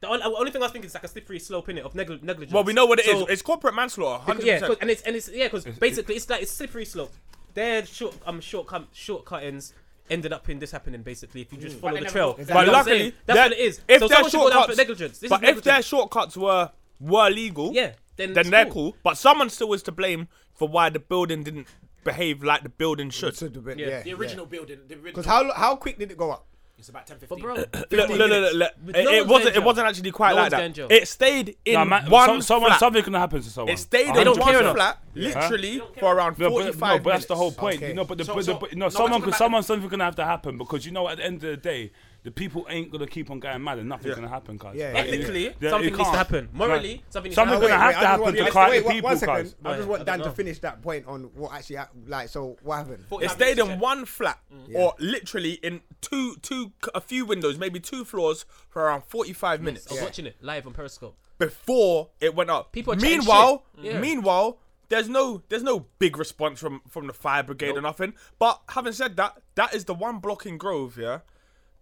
S3: The only, only thing I was thinking is like a slippery slope in it of negli- negligence.
S8: Well, we know what it is.
S3: So-
S8: It's corporate manslaughter. Hundred
S3: yeah, 'cause-
S8: percent.
S3: and it's and it's yeah, because basically it's like it's slippery slope. Their short um shortcut shortcuttings ended up in this happening basically if you just follow
S4: they
S3: the
S4: never
S3: trail.
S4: know.
S3: You know
S8: But
S3: what I'm saying?
S8: luckily,
S3: that's
S8: their-
S3: what it is.
S8: If
S3: so
S8: their
S3: someone should go down for
S8: shortcuts,
S3: negligence. This
S8: but
S3: is
S8: if their
S3: negligence.
S8: shortcuts were were legal,
S3: yeah, then
S8: then
S3: it's
S8: they're cool. But someone still was to blame for why the building didn't behave like the building should.
S5: So the bit-
S3: Yeah,
S5: yeah,
S4: The original building. The original.
S5: Because how how quick did it go up?
S4: It's about 10, 15.
S3: But bro,
S8: Look, look, look, look, look.
S3: But
S8: It,
S3: no
S8: it
S3: one's going
S8: wasn't.
S3: jail.
S8: It wasn't actually quite
S3: No
S8: like
S3: one's going
S8: that.
S3: jail.
S8: It stayed in
S10: Nah, man,
S8: one
S10: some- someone,
S8: flat.
S10: something can happen to someone.
S8: It stayed
S10: I
S8: in
S3: don't
S8: one
S3: care enough.
S8: flat, literally for around
S10: No, but, no,
S8: forty-five
S10: but that's the whole
S8: minutes.
S10: point.
S5: Okay.
S10: You know, but the,
S4: So-
S10: but
S4: so-
S10: the, but,
S4: no,
S10: no,
S4: we're
S10: someone,
S4: talking
S10: could,
S4: about
S10: someone, something gonna have to happen because you know, at the end of the day, the people ain't gonna keep on going mad, and nothing's gonna happen, guys.
S5: Yeah,
S10: Like,
S5: yeah.
S10: it-
S3: Ethically,
S10: yeah, it
S3: something needs
S10: can't.
S3: to happen. Morally,
S10: Like,
S3: something needs
S10: something
S3: to
S10: gonna
S3: happen.
S10: have to
S5: I just
S10: happen
S5: want-
S10: to
S5: Oh, wait,
S10: quiet
S5: wait,
S10: the
S5: one-
S10: people,
S5: One second.
S10: cuz.
S5: I just
S3: I
S5: want Dan
S3: don't
S5: to
S3: know.
S5: finish that point on what actually happened. Like, so what happened?
S8: It stayed in one flat, or literally in two, two, a few windows, maybe two floors for around forty-five minutes
S3: I was watching it live on Periscope.
S8: before it went up.
S3: People are chatting
S8: meanwhile,
S4: Mm.
S3: shit. Yeah.
S8: meanwhile, there's no, there's no big response from from the fire brigade or nothing. But having said that, that is the one block in Grove, yeah.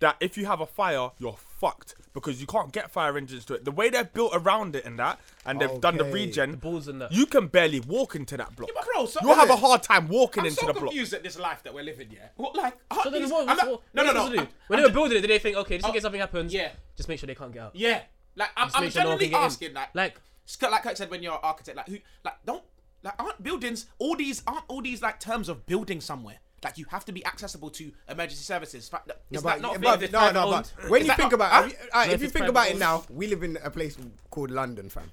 S8: That if you have a fire, you're fucked because you can't get fire engines to it. The way they've built around it and that, and they've done the
S5: Okay.
S8: regen, the
S3: balls and that.
S8: you can barely walk into that block.
S4: but bro, so-
S8: You'll have a
S4: Yeah.
S8: hard time walking
S4: I'm
S8: into
S4: so
S8: the block.
S4: confused at this life that we're living, yeah? What, like,
S3: So
S4: aren't
S3: then
S4: these-
S3: what,
S4: I'm
S3: what,
S4: not-
S3: what,
S4: no, no,
S3: what else
S4: no.
S3: to do?
S4: I'm-
S3: When they were building it, did they think, okay, just in case something happens,
S4: yeah.
S3: just make sure they can't get out.
S4: Yeah, like I'm,
S3: Just
S4: I'm
S3: make sure no one
S4: genuinely
S3: can get in.
S4: asking, like,
S3: Like-
S4: it's ca- like I said, when you're an architect, like, who, like, don't, like, aren't buildings all these aren't all these like terms of building somewhere? Like, you have to be accessible to emergency services. Fa- Is
S5: No,
S4: that
S5: but-
S4: not? a
S5: but-
S4: thing?
S5: no, no, but
S4: Is
S5: when you
S4: that not-
S5: think about
S4: huh?
S5: it, if you, alright,
S3: No,
S5: if you
S3: it's
S5: think
S3: private
S5: about it
S3: owned.
S5: now, we live in a place called London, fam.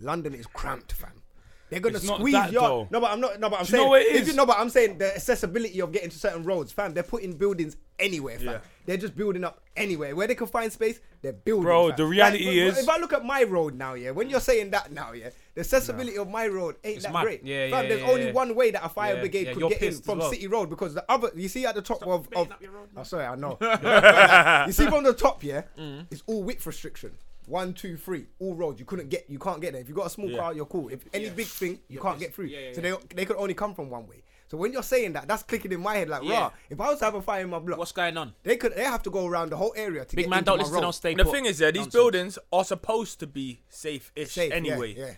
S5: London is cramped, fam. They're gonna
S10: It's not
S5: squeeze
S10: that,
S5: your.
S10: though.
S5: No, but I'm not. No, but I'm
S10: Do you
S5: saying.
S10: know what it
S5: if you-
S10: is?
S5: no, but I'm saying the accessibility of getting to certain roads, fam. They're putting buildings anywhere, fam. They're just building up anywhere where they can find space. They're building.
S10: Bro,
S5: fam.
S10: the reality
S5: Like,
S10: is-
S5: if I look at my road now, yeah. When you're saying that now, yeah, the accessibility of my road ain't that
S8: mad.
S5: great,
S3: Yeah,
S5: fam.
S3: yeah,
S5: There's
S3: yeah,
S5: only
S3: yeah.
S5: one way that a fire
S3: Yeah,
S5: brigade
S3: yeah,
S5: could
S3: you're
S5: get in
S3: pissed as
S5: from
S3: well.
S5: City Road because the other. You see at the top of.
S4: bigging
S5: of
S4: up your road,
S5: I'm sorry, I know. you see from the top, yeah, it's all width restriction. One, two, three, all roads. You couldn't get, you can't get there. If you got a small car, you're cool. If any big thing, you can't get through.
S4: yeah,
S5: So they they could only come from one way. So when you're saying that, that's clicking in my head like, rah. If I was to have a fire in my block,
S4: What's going on?
S5: they could they have to go around the whole area to
S4: Big
S5: get
S4: man,
S5: into
S4: don't
S5: my
S4: listen.
S5: road.
S4: Don't stay.
S8: The
S4: put.
S8: thing is, yeah, these
S4: Nonsense.
S8: buildings are supposed to be safe-ish
S5: Safe, yeah,
S8: anyway.
S5: yeah.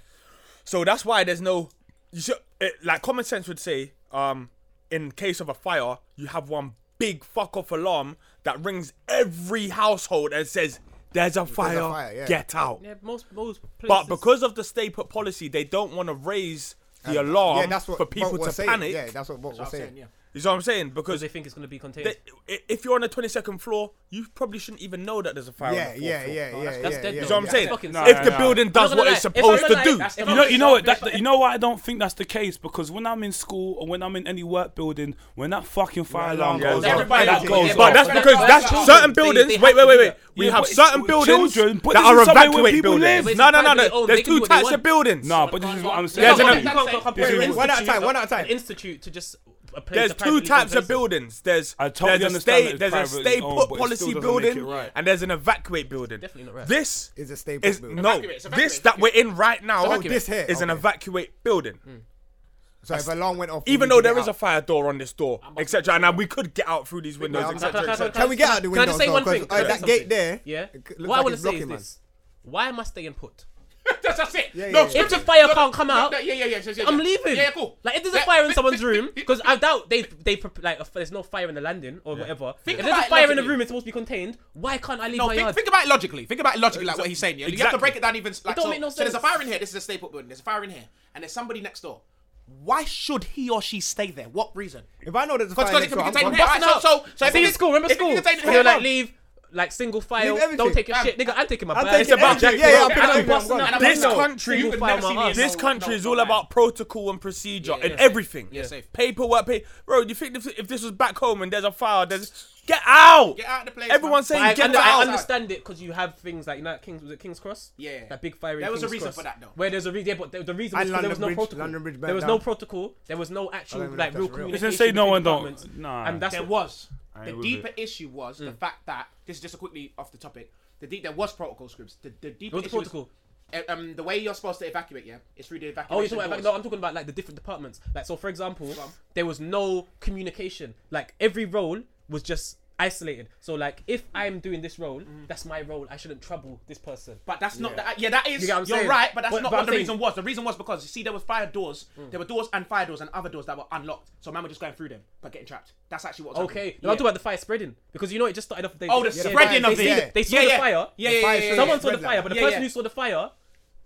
S8: So that's why there's no, you should, it, like common sense would say, um, in case of a fire, you have one big fuck off alarm that rings every household and says, "There's a fire,
S5: fire, yeah.
S8: get out."
S3: Yeah, most most places.
S8: But because of the stay put policy, they don't want to raise the alarm
S5: Yeah, that's what
S8: for
S5: Bolt
S8: people
S5: was
S8: to
S5: saying.
S8: panic.
S5: Yeah, that's what Bolt was saying.
S4: yeah.
S8: You know what I'm saying? Because
S3: they think it's gonna be contained.
S8: they, i- if you're on the 22nd floor, you probably shouldn't even know that there's a fire.
S5: Yeah,
S8: on the fourth
S5: yeah, yeah,
S8: floor.
S5: yeah,
S3: that's
S5: yeah.
S3: dead
S5: yeah,
S3: though.
S8: You know what I'm
S3: Yeah.
S8: saying?
S3: Fucking
S8: if
S10: nah,
S8: the
S10: nah.
S8: building does
S3: I'm
S8: what
S3: not
S8: it's
S3: gonna lie, if
S8: supposed
S3: I
S8: to
S3: realize
S8: do,
S3: that's the
S8: you
S10: You
S8: know,
S10: know,
S3: Obviously,
S10: you know what?
S3: that's
S10: That, you know why I don't think that's the case because when I'm in school or when I'm in any work building, when that fucking fire
S5: alarm
S10: alarm
S5: goes
S10: goes off,
S5: off.
S10: that
S5: Yeah,
S10: goes
S5: yeah,
S8: But
S10: off.
S8: that's because that's
S3: Children,
S8: certain
S3: they-
S8: buildings.
S3: they
S8: wait, wait,
S3: have
S8: wait,
S3: to do
S8: wait.
S3: that.
S8: We
S10: Yeah,
S8: have
S10: but it's
S8: certain
S10: with
S8: buildings
S10: children, but
S8: that
S10: this
S8: are
S10: is somewhere where
S8: evacuate
S10: people
S8: buildings.
S10: live.
S8: No, no,
S3: It's
S8: no,
S3: private
S8: no.
S3: owned,
S8: There's
S3: they can do
S8: two
S3: what they
S8: types of
S3: want.
S8: buildings.
S10: Nah, but this is what I'm
S3: Yeah,
S10: saying.
S8: There's
S3: but
S8: an-
S3: you can't compare
S10: There's an
S3: an
S5: one at a
S3: institute-
S5: time, one at a time.
S3: An institute to just a place
S8: There's
S3: that
S8: two
S3: privately
S8: types of
S3: places.
S8: buildings. There's
S10: I totally
S8: there's a
S10: understand
S8: stay
S10: it's
S8: there's a
S10: privately
S8: stay
S10: owned,
S8: put
S10: but it
S8: policy
S10: still doesn't make it
S8: building
S10: right.
S8: and there's an evacuate building.
S3: Definitely not right.
S8: This
S5: Is a stay put
S8: is
S5: building.
S8: no
S4: Evacuate, it's
S8: this
S4: evacuate.
S8: that we're in right now.
S5: evacuate. this here,
S8: is an
S5: okay.
S8: evacuate Hmm. building.
S5: So if alarm went off, we
S8: Even though
S5: could get
S8: there is a
S5: out.
S8: fire door on this door, etc., and uh, we could get out through these windows,
S5: I'm-
S8: etc.,
S3: Can I-
S8: etc.
S3: I-
S5: Can we get out
S3: Can
S5: the
S3: I
S5: windows?
S3: just say
S5: though?
S3: one
S5: 'Cause,
S3: thing?
S5: uh, that gate there.
S3: Yeah.
S5: it looks
S3: What
S5: like
S3: I want to
S5: it's
S3: say is
S5: blocking, man.
S3: this: Why am I staying put?
S4: That's, that's it.
S5: yeah,
S4: no,
S5: yeah.
S4: strip
S3: If the
S4: it.
S3: fire
S4: No,
S3: can't come
S4: no,
S3: out,
S4: no, yeah, yeah, yeah, yeah, yeah.
S3: I'm leaving.
S4: Yeah, yeah, cool.
S3: Like if there's
S4: Yeah,
S3: a fire in
S4: thi-
S3: someone's
S4: thi-
S3: room,
S4: thi-
S3: because I doubt they they prep- like if there's no fire in the landing or whatever.
S4: Think
S3: if there's
S4: about
S3: a
S4: it
S3: fire in the
S4: logically.
S3: room, it's supposed to be contained. Why can't I leave
S4: No,
S3: my
S4: think,
S3: yard?
S4: think about it logically. Think about it logically, like what he's saying. Yeah, you have to
S8: Exactly.
S4: break it down even. Like,
S3: don't
S4: so,
S3: make no
S4: so there's a
S3: sense.
S4: fire in here. This is a staple building. There's a fire in here, and there's somebody next door. Why should he or she stay there? What reason?
S5: If I know there's a fire,
S4: Because it can be
S5: next door, I'm
S4: contained
S5: gone.
S4: here. Alright,
S3: Busting
S4: So,
S3: out.
S4: so, so
S3: I
S4: if
S3: see
S4: it
S3: in
S4: is-
S3: school. Remember
S4: if it
S3: school?
S4: is contained
S3: And
S4: here,
S3: you're like
S4: no.
S3: leave. like single file.
S5: Leave everything.
S3: Don't take your shit, nigga. I'm taking my
S5: I'm
S3: bag.
S5: taking
S3: It's about
S5: everything. Yeah, yeah, I'm picking
S3: I'm
S5: everything.
S3: busting
S5: I'm
S3: up.
S5: gone.
S3: I'm
S8: This
S3: like, no,
S8: country-
S3: single
S8: You've
S3: file
S8: never
S3: my
S8: seen
S3: ass.
S8: This country is all about protocol and procedure
S3: Yeah,
S8: in
S3: yeah.
S8: everything.
S3: Yeah, safe.
S8: Paperwork, pay- bro. You think if, if this was back home and there's a fire, there's get out.
S4: Get out of the place,
S8: Everyone's
S4: man.
S8: saying
S3: I,
S8: get
S3: under- I
S8: out.
S3: understand it because you have things like you know, at Kings was it King's Cross?
S4: Yeah.
S3: that big fire. in
S4: There was a
S3: King's
S4: reason
S3: Cross,
S4: for that, though.
S3: Where there's a reason, yeah, but the, the reason was 'cause
S5: And
S3: there
S5: London
S3: was no
S5: Bridge-
S3: protocol.
S5: London Bridge
S3: there
S5: burnt
S3: was
S5: down.
S3: no protocol. There was no actual
S5: know if
S3: like
S5: that's
S3: real
S5: real.
S3: communication.
S10: Doesn't say no
S3: between
S10: one
S3: departments.
S10: don't. Nah.
S3: And that's
S4: there
S3: what-
S4: was.
S10: ain't
S4: The
S10: with
S4: deeper issue was
S3: Mm.
S4: the fact that this is just a quickly off the topic. The deep there was protocol scripts. The, the deeper
S3: What was the
S4: issue was-
S3: protocol?
S4: eh, um, the way you're supposed to evacuate, yeah, it's through the evacuation.
S3: Oh, you're talking about,
S4: doors.
S3: no, I'm talking about like the different departments. Like, so for example,
S4: on.
S3: there was no communication. Like, every role was just isolated. So, like, if I'm doing this role,
S4: Mm.
S3: that's my role. I shouldn't trouble this person.
S4: But that's not that. Yeah, that is.
S3: You
S4: You
S3: get what
S4: are
S3: I'm saying?
S4: right, but that's
S3: But-
S4: not
S3: but
S4: what
S3: I'm
S4: the
S3: saying-
S4: reason was. The reason was because you see, there was fire doors. There were doors and fire doors and other doors that were unlocked. So man were just going through them, but getting trapped. That's actually what. was
S3: Okay,
S4: happening.
S3: no, I'm talking about the fire spreading because you know it just started off. They,
S4: Oh, the
S3: they-
S4: spreading
S3: they
S4: of
S3: see
S4: it.
S3: the- They saw
S4: Yeah,
S3: the
S4: yeah.
S3: fire.
S4: Yeah, yeah, yeah, yeah,
S3: Someone
S4: yeah.
S3: saw the
S5: Spread
S3: fire,
S5: like
S3: but the
S4: that. Yeah,
S3: person
S4: yeah.
S3: who saw the fire
S4: Ah,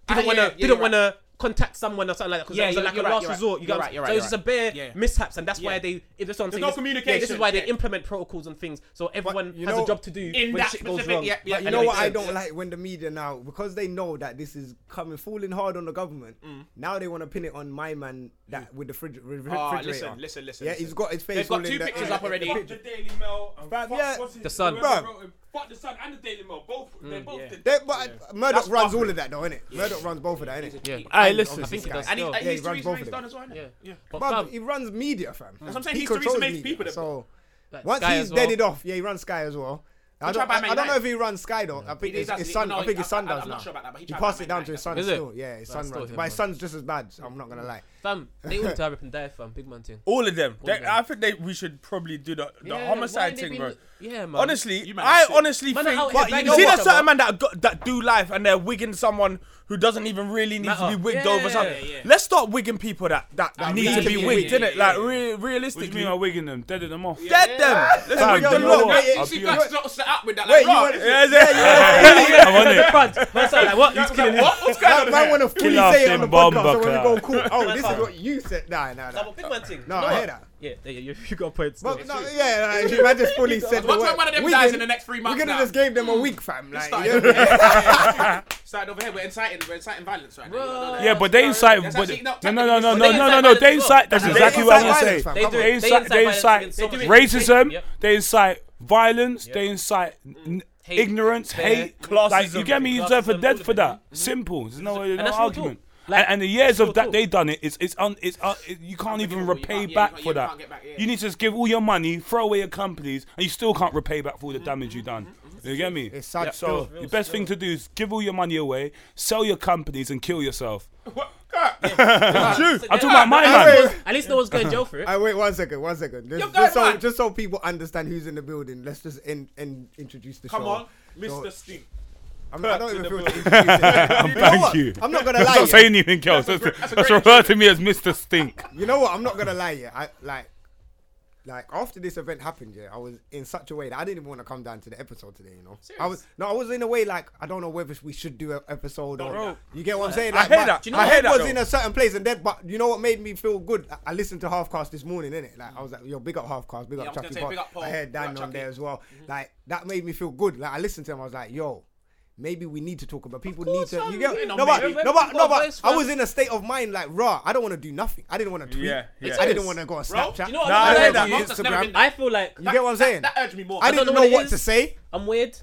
S3: didn't
S4: yeah,
S3: want
S4: yeah,
S3: to
S4: yeah,
S3: didn't
S4: you're
S3: want to contact someone or something like that because
S4: Yeah,
S3: it was
S4: you're-
S3: like a
S4: you're right,
S3: last
S4: you're right.
S3: resort. You
S4: You're
S3: got
S4: right, you're
S3: so
S4: right,
S3: it's just a bare
S4: Yeah.
S3: mishaps, and that's why
S4: Yeah.
S3: they. If that's what I'm saying,
S4: no
S3: this- Yeah, this is
S4: communication,
S3: why they
S4: yeah.
S3: implement protocols and things. So everyone
S5: you
S3: has
S5: know-
S3: a job to do
S4: In
S3: when
S4: that
S3: shit goes
S4: specific-
S3: wrong.
S4: yeah, yeah,
S5: But you
S4: And
S5: know
S4: it
S5: what I
S4: makes
S5: don't
S4: sense.
S5: like when the media now because they know that this is coming falling hard on the government.
S4: Mm.
S5: Now they want to pin it on my man that with the fridge, re-
S4: Oh,
S5: refrigerator.
S4: Mm. listen, listen, listen.
S5: yeah,
S4: listen.
S5: he's got his face.
S4: They've
S5: all
S4: got
S5: in
S4: two
S5: the-
S4: pictures up already.
S7: Fuck the Daily Mail and
S5: Bruv,
S7: fuck
S5: yeah.
S7: what's his-
S3: The Sun.
S7: whoever
S5: Bruv.
S7: wrote it. Fuck the Sun and the Daily Mail. Both. They're both. dead.
S5: They- but Murdoch runs all of that though, innit? Murdoch runs both of that, innit?
S3: Yeah,
S8: Aye, listen.
S3: I think it
S5: Yeah.
S3: does.
S4: And he,
S3: still.
S4: and
S5: Yeah,
S4: he's
S5: he
S4: the
S5: runs
S4: reason why
S5: both
S4: he's
S5: of
S4: done
S5: them.
S4: as well. innit?
S3: Yeah.
S4: yeah.
S3: But
S5: Bruv,
S3: fam,
S5: he runs media, fam. That's
S4: what I'm saying,
S5: He
S4: he's the reason
S5: controls
S4: they make
S5: media,
S4: people, them.
S5: So
S3: like,
S5: once
S3: Sky
S5: he's
S3: as well.
S5: deaded off, yeah, he runs Sky as well. I
S4: tried
S5: don't,
S4: by
S5: I,
S4: Man
S5: I don't know
S4: United.
S5: if he runs Sky though. I think
S4: He
S5: it's
S4: does,
S5: his
S4: he-
S5: son.
S4: no,
S5: I think
S4: he-
S5: his son
S4: I- I-
S5: does
S4: I'm
S5: now.
S4: not sure about that, but he
S5: he
S4: tried by
S5: passed
S4: Man
S5: it down to
S4: United,
S5: his
S4: I
S5: son
S3: think. Is it?
S5: still. Yeah, his
S3: Nah,
S5: son
S3: still
S5: runs.
S3: him,
S5: My
S3: bro.
S5: son's just as bad. so I'm not gonna lie.
S3: fam, they all die, rip and die, fam. Big man thing.
S8: All of them. They-
S3: them.
S8: I think they, we should probably do the, the
S3: Yeah, why
S8: homicide
S3: they
S8: thing,
S3: been-
S8: bro.
S3: Yeah, man.
S8: Honestly,
S4: You man are
S8: I
S4: sick.
S8: honestly
S3: Man are
S8: think
S3: out here
S8: but
S3: banging
S8: you see
S3: water,
S8: that certain
S3: bro.
S8: man that got, that do life and they're wigging someone who doesn't even really need to
S3: Matter.
S8: be wigged
S3: Yeah,
S8: over something.
S3: yeah,
S4: yeah.
S8: Let's start wigging people that, that, need to be
S4: really
S8: wigged,
S4: need
S8: innit?
S4: it, yeah,
S8: like re-
S10: What do you
S8: realistically,
S10: mean by wigging them? Deaded them off.
S8: get them. Let's
S10: Fam,
S8: wig
S10: you
S8: them
S10: know
S8: up.
S10: what?
S5: Wait,
S10: I'll
S5: see,
S10: be
S5: you
S10: honest.
S7: It's
S5: went-
S7: not set up with that.
S5: Wait,
S7: Like,
S5: you
S7: rah,
S5: went-
S8: Yeah, yeah.
S10: I'm on it.
S3: Front, man's like, what? He's killing him.
S7: What? What's going on?
S5: I might want to fully
S10: off
S5: say it
S10: them
S5: on the podcast. So when we
S10: bumper
S5: go cool, oh, this is what you said. Nah, nah,
S3: Nah,
S5: nah.
S3: but Big man thing.
S5: No,
S3: You know
S5: I hear
S3: what?
S5: that.
S3: Yeah, yeah, you, you got points. still.
S5: But no, yeah, like, if I just fully said the
S4: Watch
S5: word.
S4: when one of them
S5: we
S4: dies
S5: did-
S4: in the next three
S5: We
S4: months
S5: could have
S4: now.
S5: just gave them a week, fam. Like,
S4: Started
S5: yeah.
S4: over here. Yeah, yeah. Started over here. We're inciting. We're inciting violence right now.
S10: Yeah, but they incite.
S4: That's
S10: But
S4: actually- no,
S10: no, no, no, no,
S4: technically,
S10: no,
S3: they
S10: no, no,
S3: incite
S10: no. They
S3: violence as well.
S10: incite. That's
S5: They
S10: exactly
S5: incite
S10: what I was
S5: violence,
S10: gonna
S5: fam.
S10: say.
S3: They
S5: Come
S3: do
S5: on.
S3: it.
S10: They incite. They incite
S3: violence against so much-
S10: racism.
S3: Yep.
S10: They incite violence. They incite n-
S3: Hate.
S10: ignorance,
S3: Fair.
S10: hate, Like you
S8: Classism.
S10: get me? You deserve
S3: Classism,
S10: for
S3: all
S10: dead
S3: of
S10: for
S3: it.
S10: that. Simple. There's no, there's no
S3: that's real talk.
S10: argument.
S3: Like,
S10: and, and the years of
S3: real
S10: that
S3: talk.
S10: they done it, it's it's un, it's un, it, you can't
S4: forgivable.
S10: even
S4: You
S10: repay
S4: can't- yeah,
S10: back
S4: you can't-
S10: for
S4: you
S10: that.
S4: can't get back, yeah.
S10: You need to just give all your money, throw away your companies, and you still can't repay back for all the damage you done. You get me?
S5: It's sad
S10: So
S5: still.
S10: the best thing to do is give all your money away, sell your companies, and kill yourself.
S3: True.
S10: I'm talking about my man.
S3: At least no one's going to jail for it.
S5: I wait one second, one second. Just,
S4: going
S5: just so,
S4: mad.
S5: just so people understand who's in the building, let's just in, in, introduce the
S7: Come
S5: show.
S7: on,
S5: So-
S7: Mr. Stink.
S5: I'm, I don't even
S7: the
S5: feel to
S7: building.
S5: introduce it. You know
S10: Thank
S5: what?
S10: you.
S5: I'm not gonna lie.
S10: Stop
S5: yeah.
S10: saying anything else. That's,
S7: great- that's a
S10: that's
S7: great
S10: referred to me as Mr. Stink.
S5: You know what? I'm not gonna lie. Yeah, I like, like after this event happened, yeah, I was in such a way that I didn't even want to come down to the episode today. You know, I was no, I was in a way like I don't know whether we should do an episode or
S8: Bro.
S5: you get what I'm saying.
S8: I
S5: Like,
S8: hear
S5: but
S8: that. Do you know
S5: my
S8: what?
S5: head
S8: I hear
S5: was
S8: that,
S5: in a certain place, and then but you know what made me feel good? I, I listened to Halfcast this morning, innit? Like I was like, yo, big up Halfcast, big
S4: I
S5: up
S4: was gonna
S5: Chucky.
S4: say,
S5: Pod.
S4: big up Paul,
S5: I heard
S4: big up
S5: Dan on
S4: Chucky.
S5: there as well. Like that made me feel good. Like I listened to him, I was like, yo. Maybe we need to talk about people need
S3: course,
S5: to.
S3: fam,
S5: You
S3: you
S5: get
S3: ain't
S5: no,
S3: on
S5: but
S3: me.
S5: no, but no,
S3: Remember
S5: but
S3: this,
S5: I
S3: fam.
S5: was in a state of mind like, raw. I don't want to do nothing. I didn't want to tweet.
S8: Yeah, yeah.
S5: I didn't want to go on Snapchat.
S3: You know what?
S8: Nah,
S3: I
S8: I hear
S3: don't
S8: that.
S3: know
S4: Marcus never
S3: about
S4: been
S3: you.
S4: that.
S3: I feel like
S5: You get what I'm saying?
S4: That urged me more.
S5: I
S3: don't
S5: didn't
S3: know
S5: know
S3: what it
S5: what
S3: is.
S5: to say.
S3: I'm weird.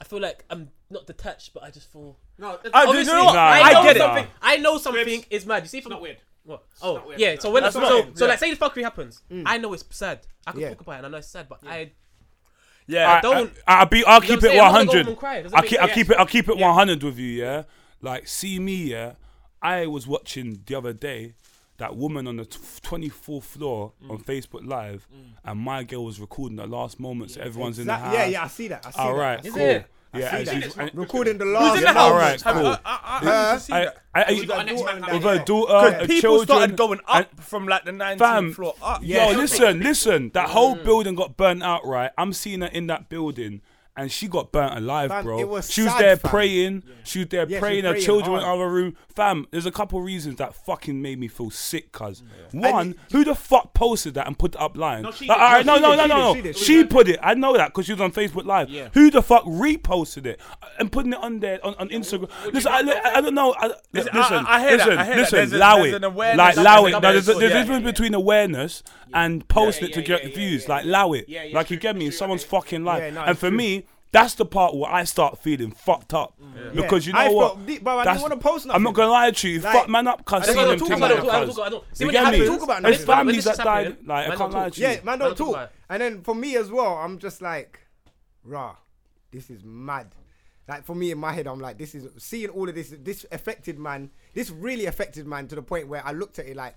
S3: I feel like I'm not detached, but I just feel.
S4: No, it's-
S8: I do-
S3: Obviously,
S8: you know what?
S10: Nah,
S3: I know
S8: I get it.
S3: something. I know something is mad. You see, if I'm
S4: not weird.
S3: What? Oh,
S4: not weird,
S3: yeah.
S4: it's
S3: So
S4: not.
S3: when
S8: That's
S3: so,
S8: not
S3: so,
S8: weird,
S3: so
S8: yeah.
S3: like say the fucking happens, I know it's sad. I can
S5: Mm. Yeah.
S3: talk about it, and I know it's sad, but I
S8: Yeah,
S10: I,
S3: don't-
S10: I, will be. I'll
S3: know
S10: keep
S3: what I'm
S10: it
S3: saying? I'm not gonna
S10: one
S3: go home
S10: hundred.
S3: and cry. Does that
S10: I
S3: make
S10: keep. I
S3: sense?
S10: keep it. I'll keep it one hundred with you. Yeah, like see me. Yeah, I was watching the other day that woman on the twenty fourth floor on Facebook Live, and my girl was recording the last moments. Everyone's in
S5: Exactly.
S10: the
S5: Yeah,
S10: house.
S5: yeah, I see that. I see
S10: All
S5: that.
S10: right,
S5: I see
S10: cool.
S5: that.
S10: Yeah, and
S5: that.
S10: she's, and,
S5: Recording the last. Uh,
S8: in the
S10: all
S8: house?
S10: right,
S8: Have-
S10: cool.
S8: I- I- I need to see
S10: I,
S8: that.
S10: I,
S4: You got an
S5: daughter
S4: X-Man down
S5: and
S10: with
S5: that.
S4: there.
S10: her
S5: Yeah.
S10: daughter, her
S8: people
S10: children.
S8: started going
S10: and-
S8: up from like the 19th
S10: Fam,
S8: floor up.
S10: Yo, listen, listen. That whole building got burnt out, right? I'm seeing her in that building, and she got burnt alive,
S5: Fam,
S10: bro.
S5: it was
S10: she was
S5: sad,
S10: there
S5: fam.
S10: praying. She was there
S5: Yeah, she was
S10: praying. Her
S5: praying
S10: children
S5: hard.
S10: in the other room. Fam, there's a couple reasons that fucking made me feel sick, cuz. One,
S5: And-
S10: who the fuck posted that and put it up live? No,
S4: she
S10: like,
S4: did.
S10: all right,
S5: No,
S10: no,
S5: she
S10: no,
S5: did,
S10: no,
S5: she
S10: no,
S5: did, she
S10: no.
S5: did.
S10: She put it. I know that because she was on Facebook Live.
S4: Yeah.
S10: Who the fuck reposted it and putting it on there on, on Instagram? Listen, I, I, I don't know. I, listen,
S8: I- I hear that,
S10: listen,
S8: I hear that.
S10: listen.
S8: There's a-
S10: allow
S8: there's
S10: it.
S8: an awareness
S10: like,
S8: that
S10: allow it.
S8: there's
S10: No,
S8: another
S10: there's, a-
S8: source.
S10: there's a
S8: Yeah,
S10: difference
S8: yeah,
S10: between awareness and posting it to
S4: yeah,
S10: get
S4: yeah, yeah,
S10: views.
S4: yeah,
S10: Like, allow it.
S4: Yeah, yeah,
S10: like,
S4: true,
S10: you get
S4: true,
S10: me? It's
S4: true,
S10: someone's
S4: okay.
S10: fucking life.
S5: Yeah, no,
S10: and
S5: it's
S10: for
S5: true.
S10: me, that's the part where I start feeling fucked up. Because you know
S5: I
S10: what?
S5: felt deep, bro, I didn't
S10: That's-
S5: wanna post
S10: I'm not
S5: nothing.
S10: gonna lie to you.
S5: Like,
S10: fuck man up, cuz.
S5: I
S10: See
S5: don't wanna
S10: them
S5: talk
S10: things
S5: about
S10: like
S5: it,
S3: I don't
S10: that,
S3: talk about it, I
S10: cuz.
S3: don't- see
S10: You
S3: when it
S10: get me?
S3: happens-
S5: Talk about
S10: There's
S5: nothing. When
S10: families
S3: this
S10: that
S3: is happening,
S10: died. Like, I
S3: man,
S10: can't
S3: don't
S10: lie
S3: talk.
S10: to you.
S5: Yeah, man, don't
S3: Man, don't
S5: talk.
S3: talk about it.
S5: And then for me as well, I'm just like, rah, this is mad. Like for me in my head, I'm like, this is seeing all of this. This affected man. This really affected man to the point where I looked at it like,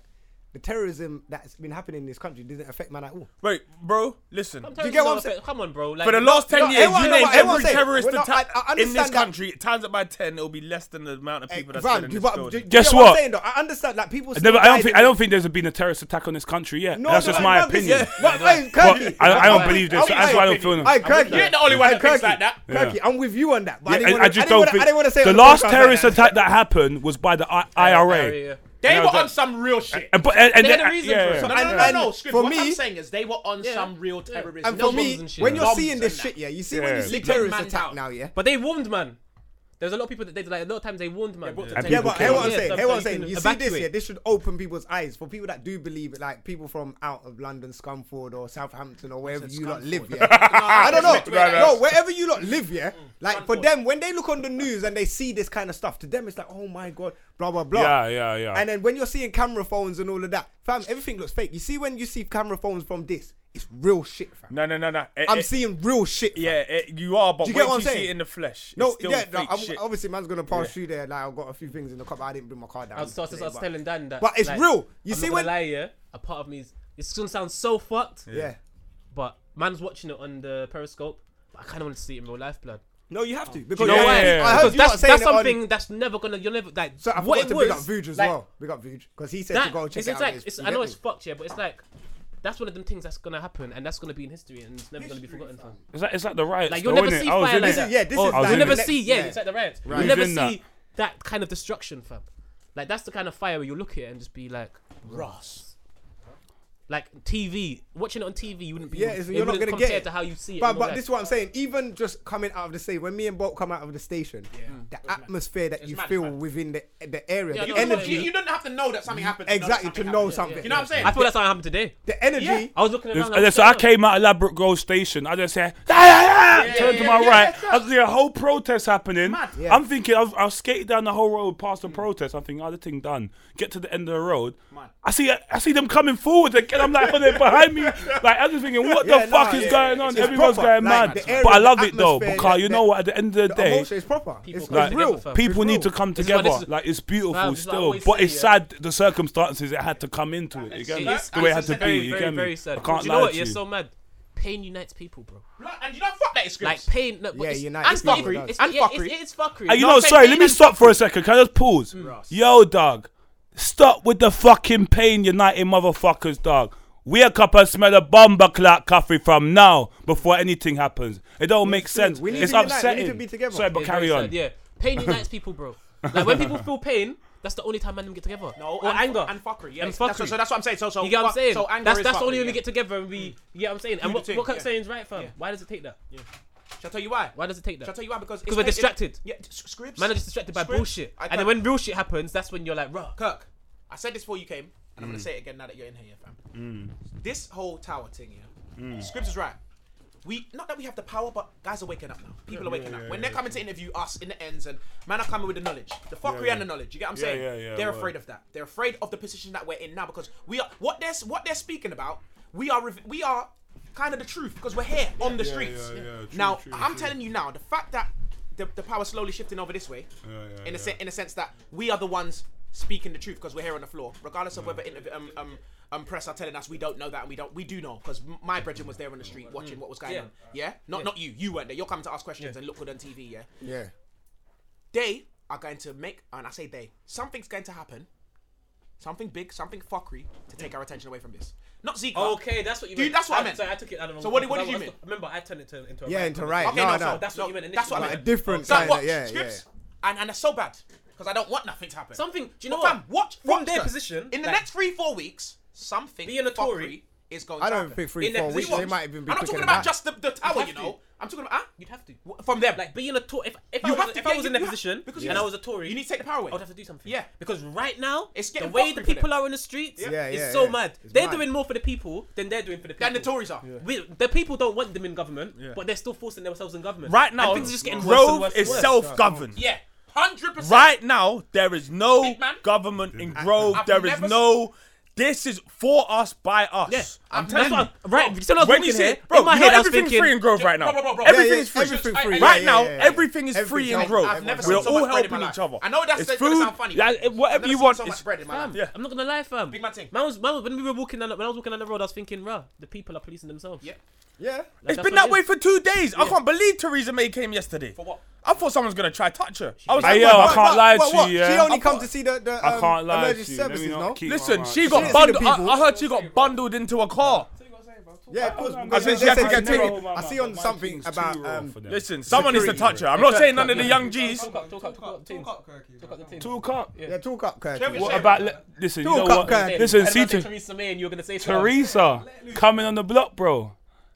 S5: the terrorism that's been happening in this country doesn't affect man at all.
S8: Wait, bro, listen.
S3: Do
S5: you get what I'm saying?
S3: Come on, bro. Like,
S8: For the last 10
S5: no,
S8: years,
S5: everyone-
S8: you
S5: no,
S8: name
S5: but everyone
S8: every
S5: say-
S8: terrorist
S5: well, no,
S8: attack
S5: I- I
S8: in this
S5: understand that-
S8: country, times it by 10, it'll be less than the amount of people that's
S5: Fam,
S8: dead in
S5: do you-
S8: this
S5: but-
S8: building.
S5: do you get
S10: Guess
S5: I'm
S10: what?
S5: saying, though? I understand. Like people.
S10: I
S5: still
S10: never- I don't
S5: died
S10: think.
S5: in
S10: I
S5: it.
S10: don't think there's been a terrorist attack on this country yet.
S5: No,
S10: that's
S5: no,
S10: just
S5: no,
S10: my
S5: no, this-
S10: opinion.
S5: yeah, no, hey, Kirky,
S10: I, I don't
S5: I'm-
S10: believe this.
S5: I'm-
S10: so that's why I don't feel. no-
S5: Hey, Kirky,
S4: You're the only one that thinks
S5: Kirky,
S4: like that.
S5: Kirky,
S10: Yeah.
S5: I'm with you on that. But I,
S10: Yeah,
S5: didn't
S10: I,
S5: wanna,
S10: I just
S5: didn't
S10: don't
S5: wanna-
S10: think
S5: I didn't want to say it
S10: the
S5: on
S10: last
S5: podcast
S10: terrorist
S5: like that.
S10: attack that happened was by the I, IRA.
S3: yeah.
S4: They
S10: No,
S4: were
S10: but-
S4: on some real shit.
S10: And but and, and
S3: They had
S10: then-
S3: a reason
S10: yeah,
S3: for it.
S10: yeah.
S3: So
S4: No,
S5: And-
S4: no, no,
S5: and
S4: no. Scribd,
S5: for
S4: what
S5: me-
S4: I'm saying is they were on some real terrorism.
S5: And for
S3: Bombs
S5: me,
S3: and shit.
S5: when you're
S4: Bombs
S5: seeing this
S4: and
S5: shit,
S4: that.
S5: yeah, you see
S10: Yeah.
S5: when you see
S4: Sleep
S5: terrorist
S4: man
S5: attack
S4: out.
S5: now, yeah.
S3: But they warned, man. There's a lot of people that they like. A lot of times they warned, man.
S10: And
S5: Yeah,
S10: people
S5: but hear what I'm
S3: Yeah,
S5: saying.
S3: so-
S5: Hear
S3: so
S5: what I'm
S3: you
S5: saying.
S3: can
S5: You see this
S3: evacuate.
S5: here. This should open people's eyes for people that do believe it, like people from out of London, Scunthorpe or Southampton or wherever you lot live. Yeah, I don't know. No, wherever you lot live, yeah. Like for them, when they look on the news and they see this kind of stuff, to them it's like, oh my god, blah blah blah.
S10: Yeah, yeah, yeah.
S5: And then when you're seeing camera phones and all of that, fam, everything looks fake. You see when you see camera phones from this, it's real shit, fam.
S8: No, no, no, no. It-
S5: I'm
S8: it-
S5: seeing real shit. fam.
S8: Yeah, it, you are, but
S5: Do you
S8: wait
S5: get what
S8: till
S5: I'm
S8: you see
S5: saying?
S8: it in the flesh.
S5: No,
S8: it's still
S5: yeah, no,
S8: fake
S5: I'm-
S8: shit.
S5: obviously man's gonna pass through there. Like I've got a few things in the cupboard. I didn't bring my car down.
S3: I was, I was, I was
S5: today,
S3: telling Dan that.
S5: But it's real. You
S3: I'm
S5: see
S3: not
S5: when-
S3: gonna lie, yeah, a part of me is it's gonna sound so fucked.
S5: but- yeah.
S3: But man's watching it on the Periscope. But I kind of want to see it in real life, blood.
S5: No, you have to because
S10: know
S5: yeah,
S10: why?
S5: yeah, I heard
S3: Because
S5: you lot
S3: that's
S5: saying
S3: that's
S5: it on-
S3: something that's never gonna. You'll never like.
S5: so I
S3: what
S5: forgot
S3: it
S5: to
S3: was,
S5: big up Vuj as
S3: like,
S5: well. Big up Vuj because he said
S3: That,
S5: to go check
S3: it's
S5: it out.
S3: exact-
S5: It's-
S3: it's-
S5: you
S3: I
S5: get
S3: know
S5: me?
S3: it's fucked, yeah, but it's like that's one of them things that's gonna happen and that's gonna be in history and it's never gonna be forgotten. fam.
S10: It's like it's like the riots.
S3: Like you'll
S10: though,
S3: never
S10: innit?
S3: see
S10: I was
S3: fire
S10: in
S3: like
S10: it.
S3: that.
S5: Yeah, this is
S10: Oh, I was
S5: like
S3: You'll
S10: in
S5: the
S3: never
S10: it.
S5: next-
S3: see, yeah,
S5: yeah.
S3: it's like the riots.
S10: Right.
S3: You'll never
S10: Within that.
S3: see that kind of destruction, fam. Like that's the kind of fire where you look at it and just be like, Ross. Like TV, watching it on TV, you wouldn't be.
S5: Yeah, it's-
S3: it
S5: you're not
S3: wouldn't
S5: gonna
S3: compare
S5: get it.
S3: to how you see it.
S5: But, but this is what I'm saying. Even just coming out of the station, when me and Bolt come out of the station, the atmosphere that you
S4: mad,
S5: feel
S4: it's mad.
S5: within the the area,
S4: You
S5: the
S4: don't know-
S5: energy,
S4: You you don't have to know that something happened.
S5: exactly to know something.
S4: You know what I'm saying?
S3: I thought that's how it happened today.
S5: The energy.
S3: I was looking around.
S10: And then, uh, so I came out of Ladbroke Grove Station. I just said, "Ah, ah, ah," turned to
S4: yeah,
S10: my
S4: yeah,
S10: right.
S4: yeah,
S10: I see a whole protest happening.
S5: Yeah.
S10: I'm thinking, I've, I've skated down the whole road past the protest. I'm thinking, oh, the thing done. Get to the end of the road. I see, I see them coming forward again. I'm like, oh, they're behind me. Like, I'm just thinking, what
S5: Yeah,
S10: the
S5: nah,
S10: fuck is
S5: yeah,
S10: going
S5: yeah.
S10: on?
S5: It's
S10: Everyone's
S5: proper.
S10: going
S5: Like,
S10: mad.
S5: the area,
S10: But I
S5: the
S10: love it though,
S5: atmosphere,
S10: because
S5: the-
S10: you know what? At the end of the
S5: The
S10: day,
S5: emotion is proper. It's,
S3: come
S5: it's
S10: like,
S3: together,
S5: real.
S3: fam.
S10: people
S5: It's
S10: need to
S5: real.
S10: come
S3: is why-
S10: together.
S3: this is-
S10: like it's beautiful
S3: Nah, this is what I
S10: still,
S3: always
S10: but
S3: say,
S10: it's
S3: yeah.
S10: sad the circumstances it had to come into it. You get me?
S3: It is-
S10: The way it had
S3: it's
S10: to be.
S3: very,
S10: You
S3: very,
S10: get me?
S3: very sad.
S10: I can't
S3: you
S10: lie
S3: know what?
S10: to
S3: You're
S10: you.
S3: so mad. Pain unites people, bro.
S4: And you know, fuck that excuse.
S3: Like pain. No, but
S5: Yeah,
S3: it's,
S5: unites
S3: and
S5: people,
S3: fuckery.
S5: it
S3: It's,
S5: does.
S3: and yeah, fuckery. It's, it's fuckery.
S10: And you
S3: No,
S10: know,
S3: I'm saying
S10: sorry,
S3: pain
S10: let me
S3: and
S10: stop for a second. Can I just pause?
S3: Mm.
S10: Yo, dog. Stop with the fucking pain, United motherfuckers, dog. Wake up and smell a bomber clock coffee from now before anything happens. It don't make
S5: true.
S10: sense.
S5: We need
S10: it's
S5: to unite. We need
S10: upsetting.
S5: to be together.
S10: Sorry, but
S3: It's
S10: carry
S3: very
S10: on.
S3: sad, yeah, pain unites people, bro. Like when people feel pain, that's the only time man them get together.
S4: No,
S3: or
S4: and,
S3: anger
S4: and fuckery. Yeah,
S3: and
S4: That's-
S3: fuckery.
S4: so that's what I'm saying. So, so
S3: you get what I'm
S4: fuck-
S3: saying?
S4: So anger
S3: that's
S4: is
S3: that's the only
S4: fuckery,
S3: when we
S4: yeah.
S3: get together and we. You get what I'm saying? And
S4: the
S3: what
S4: thing,
S3: what Kurt's
S4: yeah.
S3: saying is right, fam. Why does it take that?
S4: Shall I tell you why?
S3: Why does it take that?
S4: Shall I tell you why? Because it's
S3: we're
S4: taken-
S3: distracted.
S4: Yeah, t- scripts.
S3: Man are just distracted by
S4: Scripts.
S3: bullshit.
S4: I
S3: And then
S4: can't-
S3: when real shit happens, that's when you're like, "Ruh."
S4: Kirk, I said this before you came, and
S5: Mm.
S4: I'm gonna say it again now that you're in here, fam. This whole tower thing, yeah.
S5: Mm.
S4: Scripps is right. We not that we have the power, but guys are waking up now. People are waking up. when they're coming to interview us in the ends, and man are coming with the knowledge, the fuckery and the knowledge. You get what I'm saying?
S10: yeah, yeah,
S4: they're
S10: word.
S4: afraid of that. They're afraid of the position that we're in now because we are what they're what they're speaking about. We are rev- we are kind of the truth because we're here on the streets.
S10: yeah, true,
S4: now
S10: true,
S4: I'm
S10: true.
S4: telling you now, the fact that the, the power's slowly shifting over this way,
S10: yeah,
S4: in a
S10: yeah.
S4: sense, in a sense that we are the ones speaking the truth because we're here on the floor, regardless of whether interv- um, um um press are telling us we don't know that and we don't we do know because my brethren was there on the street watching what was going
S3: Yeah.
S4: on. Yeah, not not you. You weren't there. You're coming to ask questions and look good on TV. Yeah,
S5: Yeah.
S4: they are going to make, and I say they, something's going to happen something big, something fuckery to take our attention away from this. Not Zika.
S3: Okay, that's what you
S4: Dude,
S3: meant.
S4: that's what I
S3: I
S4: meant.
S3: Sorry, I took it. out of the
S4: So
S3: wrong
S4: what did-
S3: way,
S4: what did
S3: 'cause I-
S4: you
S3: I- Remember, I turned it to into a
S5: Yeah,
S3: rap
S5: into
S3: song.
S5: rap.
S4: Okay,
S5: no,
S4: no,
S5: no.
S4: so
S3: That's what
S4: No,
S3: you meant initially.
S4: that's what I
S5: like a
S4: meant.
S5: different
S4: So
S5: kind
S4: I watch
S5: of yeah, yeah.
S4: scripts, and and that's so bad because I don't want nothing to happen.
S3: Something- do you know
S4: But
S3: what?
S4: Fam, watch
S3: From
S4: watch
S3: their
S4: the-
S3: position,
S4: in the
S3: like-
S4: next three four weeks, something
S3: Being a Tory-
S4: fuckery is going.
S5: I
S4: to
S5: don't
S4: happen.
S5: think three,
S3: In that
S5: four weeks.
S3: position-
S5: They might even be
S4: I'm not
S5: quicker
S4: talking
S5: than
S4: about
S5: that.
S4: just the, the tower,
S3: have
S4: you
S3: to.
S4: know. I'm talking about
S3: You'd have to.
S4: huh? from them.
S3: Like being a Tory, if, if, I
S4: You
S3: was,
S4: have to-
S3: if
S4: yeah,
S3: I was
S4: you-
S3: in that
S4: you have-
S3: position
S4: because
S3: and
S4: you-
S3: I was a Tory,
S4: you need to take the power away.
S3: I would have to do something.
S4: Yeah.
S3: Because right now,
S4: It's
S3: the
S4: getting
S3: way
S4: fuckery
S3: the
S4: for
S3: people
S4: them.
S3: are in the streets
S5: Yeah,
S3: is
S5: yeah,
S3: so
S5: yeah.
S3: mad.
S5: It's
S3: they're
S5: mad.
S3: doing more for the people than they're doing for the people.
S4: Than the Tories are.
S3: We, the people don't want them in government, but they're still forcing themselves in government.
S8: Right now,
S3: and things are just getting worse and
S8: Grove
S3: worse and
S8: is
S3: worse.
S8: self-governed.
S4: Yeah, hundred percent.
S8: Right now, there is no
S4: Big man.
S8: government in Grove.
S4: I've
S8: There is
S4: never s-
S8: no. This is for us by us.
S3: Yes,
S8: I'm
S3: That's
S8: telling you.
S3: what I- right, still I was
S8: when you
S3: walking
S8: say,
S3: here,
S8: bro,
S3: in my
S8: you know
S3: head I was
S8: everything's
S3: thinking-
S8: free in Grove right now.
S4: Bro, bro, bro, bro.
S8: Everything
S5: Yeah, yeah,
S8: is free.
S5: everythinging's
S4: I- I-
S5: free.
S8: Right
S5: Yeah,
S8: now,
S5: yeah, yeah, yeah.
S8: everything is free
S5: Everything's-
S8: in Grove.
S5: I've never
S8: We're
S5: seen so
S8: all
S4: much bread in my
S8: helping
S4: life.
S8: each other.
S4: I know that's-
S8: it's
S4: that's
S8: food.
S4: gonna sound funny, but
S8: like,
S4: I've
S8: whatever
S4: never
S8: you
S4: seen
S8: want.
S4: so much
S8: it's-
S4: bread in my life.
S8: Yeah.
S3: I'm not gonna lie, fam.
S4: Big man thing.
S3: Man was, man was, when we were walking down, the- when I was walking down the road, I was thinking, rah, the people are policing themselves.
S4: Yeah.
S5: Yeah.
S3: Like,
S8: It's
S3: that's
S8: been
S3: what
S8: that
S3: it
S8: way
S3: is.
S8: for two days. I can't believe Theresa May came yesterday. For
S4: what?
S8: I thought someone was gonna try touch her. I was
S10: Hey,
S8: like,
S10: yo,
S8: "What,
S10: I
S8: what,
S10: can't
S8: what?"
S10: lie
S5: What,
S10: to
S5: what?
S10: you. Yeah?
S5: She only
S10: I
S5: come to see the, the um,
S10: I can't lie to
S5: emergency
S10: you. Let me
S5: services,
S10: not
S5: no?
S10: keep-
S8: Listen,
S10: Alright.
S8: she
S10: She
S8: got
S5: didn't see the
S8: bundled. I,
S5: people.
S8: I heard she got bundled into a car.
S5: Yeah, of course.
S10: on,
S5: because
S10: man.
S5: they
S10: She had to
S5: said
S10: get
S5: something
S10: ticket.
S5: about- I see on
S10: My
S5: something
S10: thing's too
S5: about
S10: raw
S5: um,
S10: for them.
S8: Listen, someone needs to touch her. I'm not saying none of the young G's.
S3: Talk up, talk up, talk up, teams. Talk up the teams.
S10: Talk up.
S5: yeah, talk up, Kirk.
S10: What about li- listen? You know
S5: Talk up,
S10: what?
S5: guys.
S10: Listen,
S3: And
S10: see
S3: about
S10: to
S3: Theresa May, and you're gonna say something.
S10: Teresa coming on the block, bro.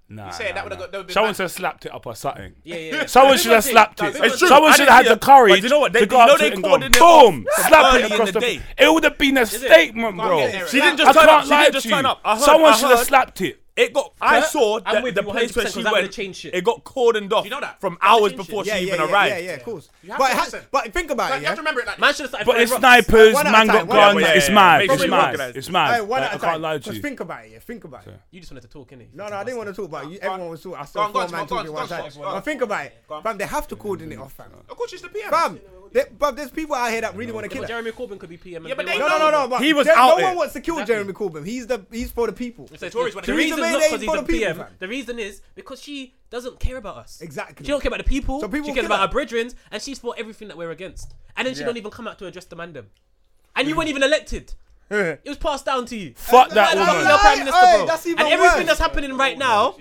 S10: Nah,
S4: say it,
S10: nah,
S4: that would've
S10: nah.
S4: got- that would've been
S10: Someone
S4: mad.
S10: should have slapped it up or something.
S3: Yeah, yeah. yeah.
S10: Someone should have slapped it.
S3: It's true.
S10: Someone
S8: I
S10: should
S8: didn't
S10: have had
S8: hear-
S10: the courage.
S8: but you know what? They-
S10: to go
S8: you know
S10: up to
S8: they
S10: it and go,
S8: cordoned it
S10: boom,
S8: off
S10: slap
S8: early
S10: it
S8: in
S10: across
S8: the
S10: the.
S8: day.
S10: It would have been a statement, bro.
S4: there,
S8: She didn't
S10: I
S8: just turn up.
S10: can't
S8: She
S10: lie
S8: didn't just
S10: to
S8: turn up. I
S10: you.
S8: heard-
S10: Someone
S8: I
S10: should have
S8: heard-
S10: slapped it.
S8: It got. I saw
S3: I'm
S8: that
S3: with
S8: the
S3: you
S8: place where
S3: 100%
S8: she
S3: that would've
S8: went.
S3: changed shit.
S8: It got cordoned off.
S4: You know that?
S8: from
S4: That would've changed
S8: hours before
S4: shit.
S5: Yeah,
S8: she
S5: yeah,
S8: even
S5: yeah, yeah,
S8: arrived.
S5: yeah, of course.
S4: You have
S5: But
S4: to
S5: ha-
S4: listen.
S5: but think about
S4: Like,
S5: it.
S4: you have
S5: Yeah?
S4: to remember it like
S3: Man
S4: that.
S3: should have started
S10: But
S3: throwing
S10: it's
S3: rocks.
S10: snipers,
S5: One at a
S10: man
S5: time,
S10: got
S5: one at a
S10: guns.
S5: time.
S10: It's
S8: Yeah,
S10: mad.
S8: make
S10: It's
S8: sure you
S10: mad.
S8: organise.
S10: It's mad.
S5: Hey, one
S10: Like,
S5: at
S10: I
S5: a
S10: can't
S5: time.
S10: lie to
S5: Just
S10: you.
S5: think about it. yeah, Think about it.
S3: You just wanted to talk, innit?
S5: No, no, I didn't want to talk about it. You-
S4: Go on.
S5: Everyone was talking. I
S4: Go
S5: saw
S4: on, go on,
S5: four man
S4: go on,
S5: talking
S4: go on,
S5: one
S4: go on,
S5: time.
S4: go on.
S5: But think about it.
S4: Go on.
S5: Fam, they have to coordinate it off, fam.
S4: Of course, she's the PM.
S5: Fam, they- but there's people out here that really want to kill
S3: But
S5: her.
S3: Jeremy Corbyn could be PM. and
S4: Yeah, but
S3: they
S4: they
S5: No,
S3: won't.
S5: no, no, no. But
S8: He was
S5: there-
S8: out
S5: no
S8: there.
S5: one wants to kill Jeremy Corbyn. He's the he's for the people.
S3: So it's
S4: Tories
S3: Tories
S4: wanna
S3: the
S4: kill
S3: reason
S5: him.
S3: is not
S5: Theresa May,
S3: because
S5: they
S3: he's
S5: for
S3: a
S5: the people,
S3: PM.
S5: fam.
S3: the reason is because she doesn't care about us.
S5: Exactly.
S3: She don't care about the people.
S5: So people
S3: she cares
S5: kill
S3: about
S5: her.
S3: our brethrens, and she's for everything that we're against. And then she don't even come out to address the mandem. And you weren't even elected. it was passed down to you.
S10: Fuck that
S5: Hey,
S3: Fuck
S10: woman.
S3: your prime
S5: Hey,
S3: minister, bro.
S5: that's even
S3: and everything
S5: worse.
S3: that's happening right now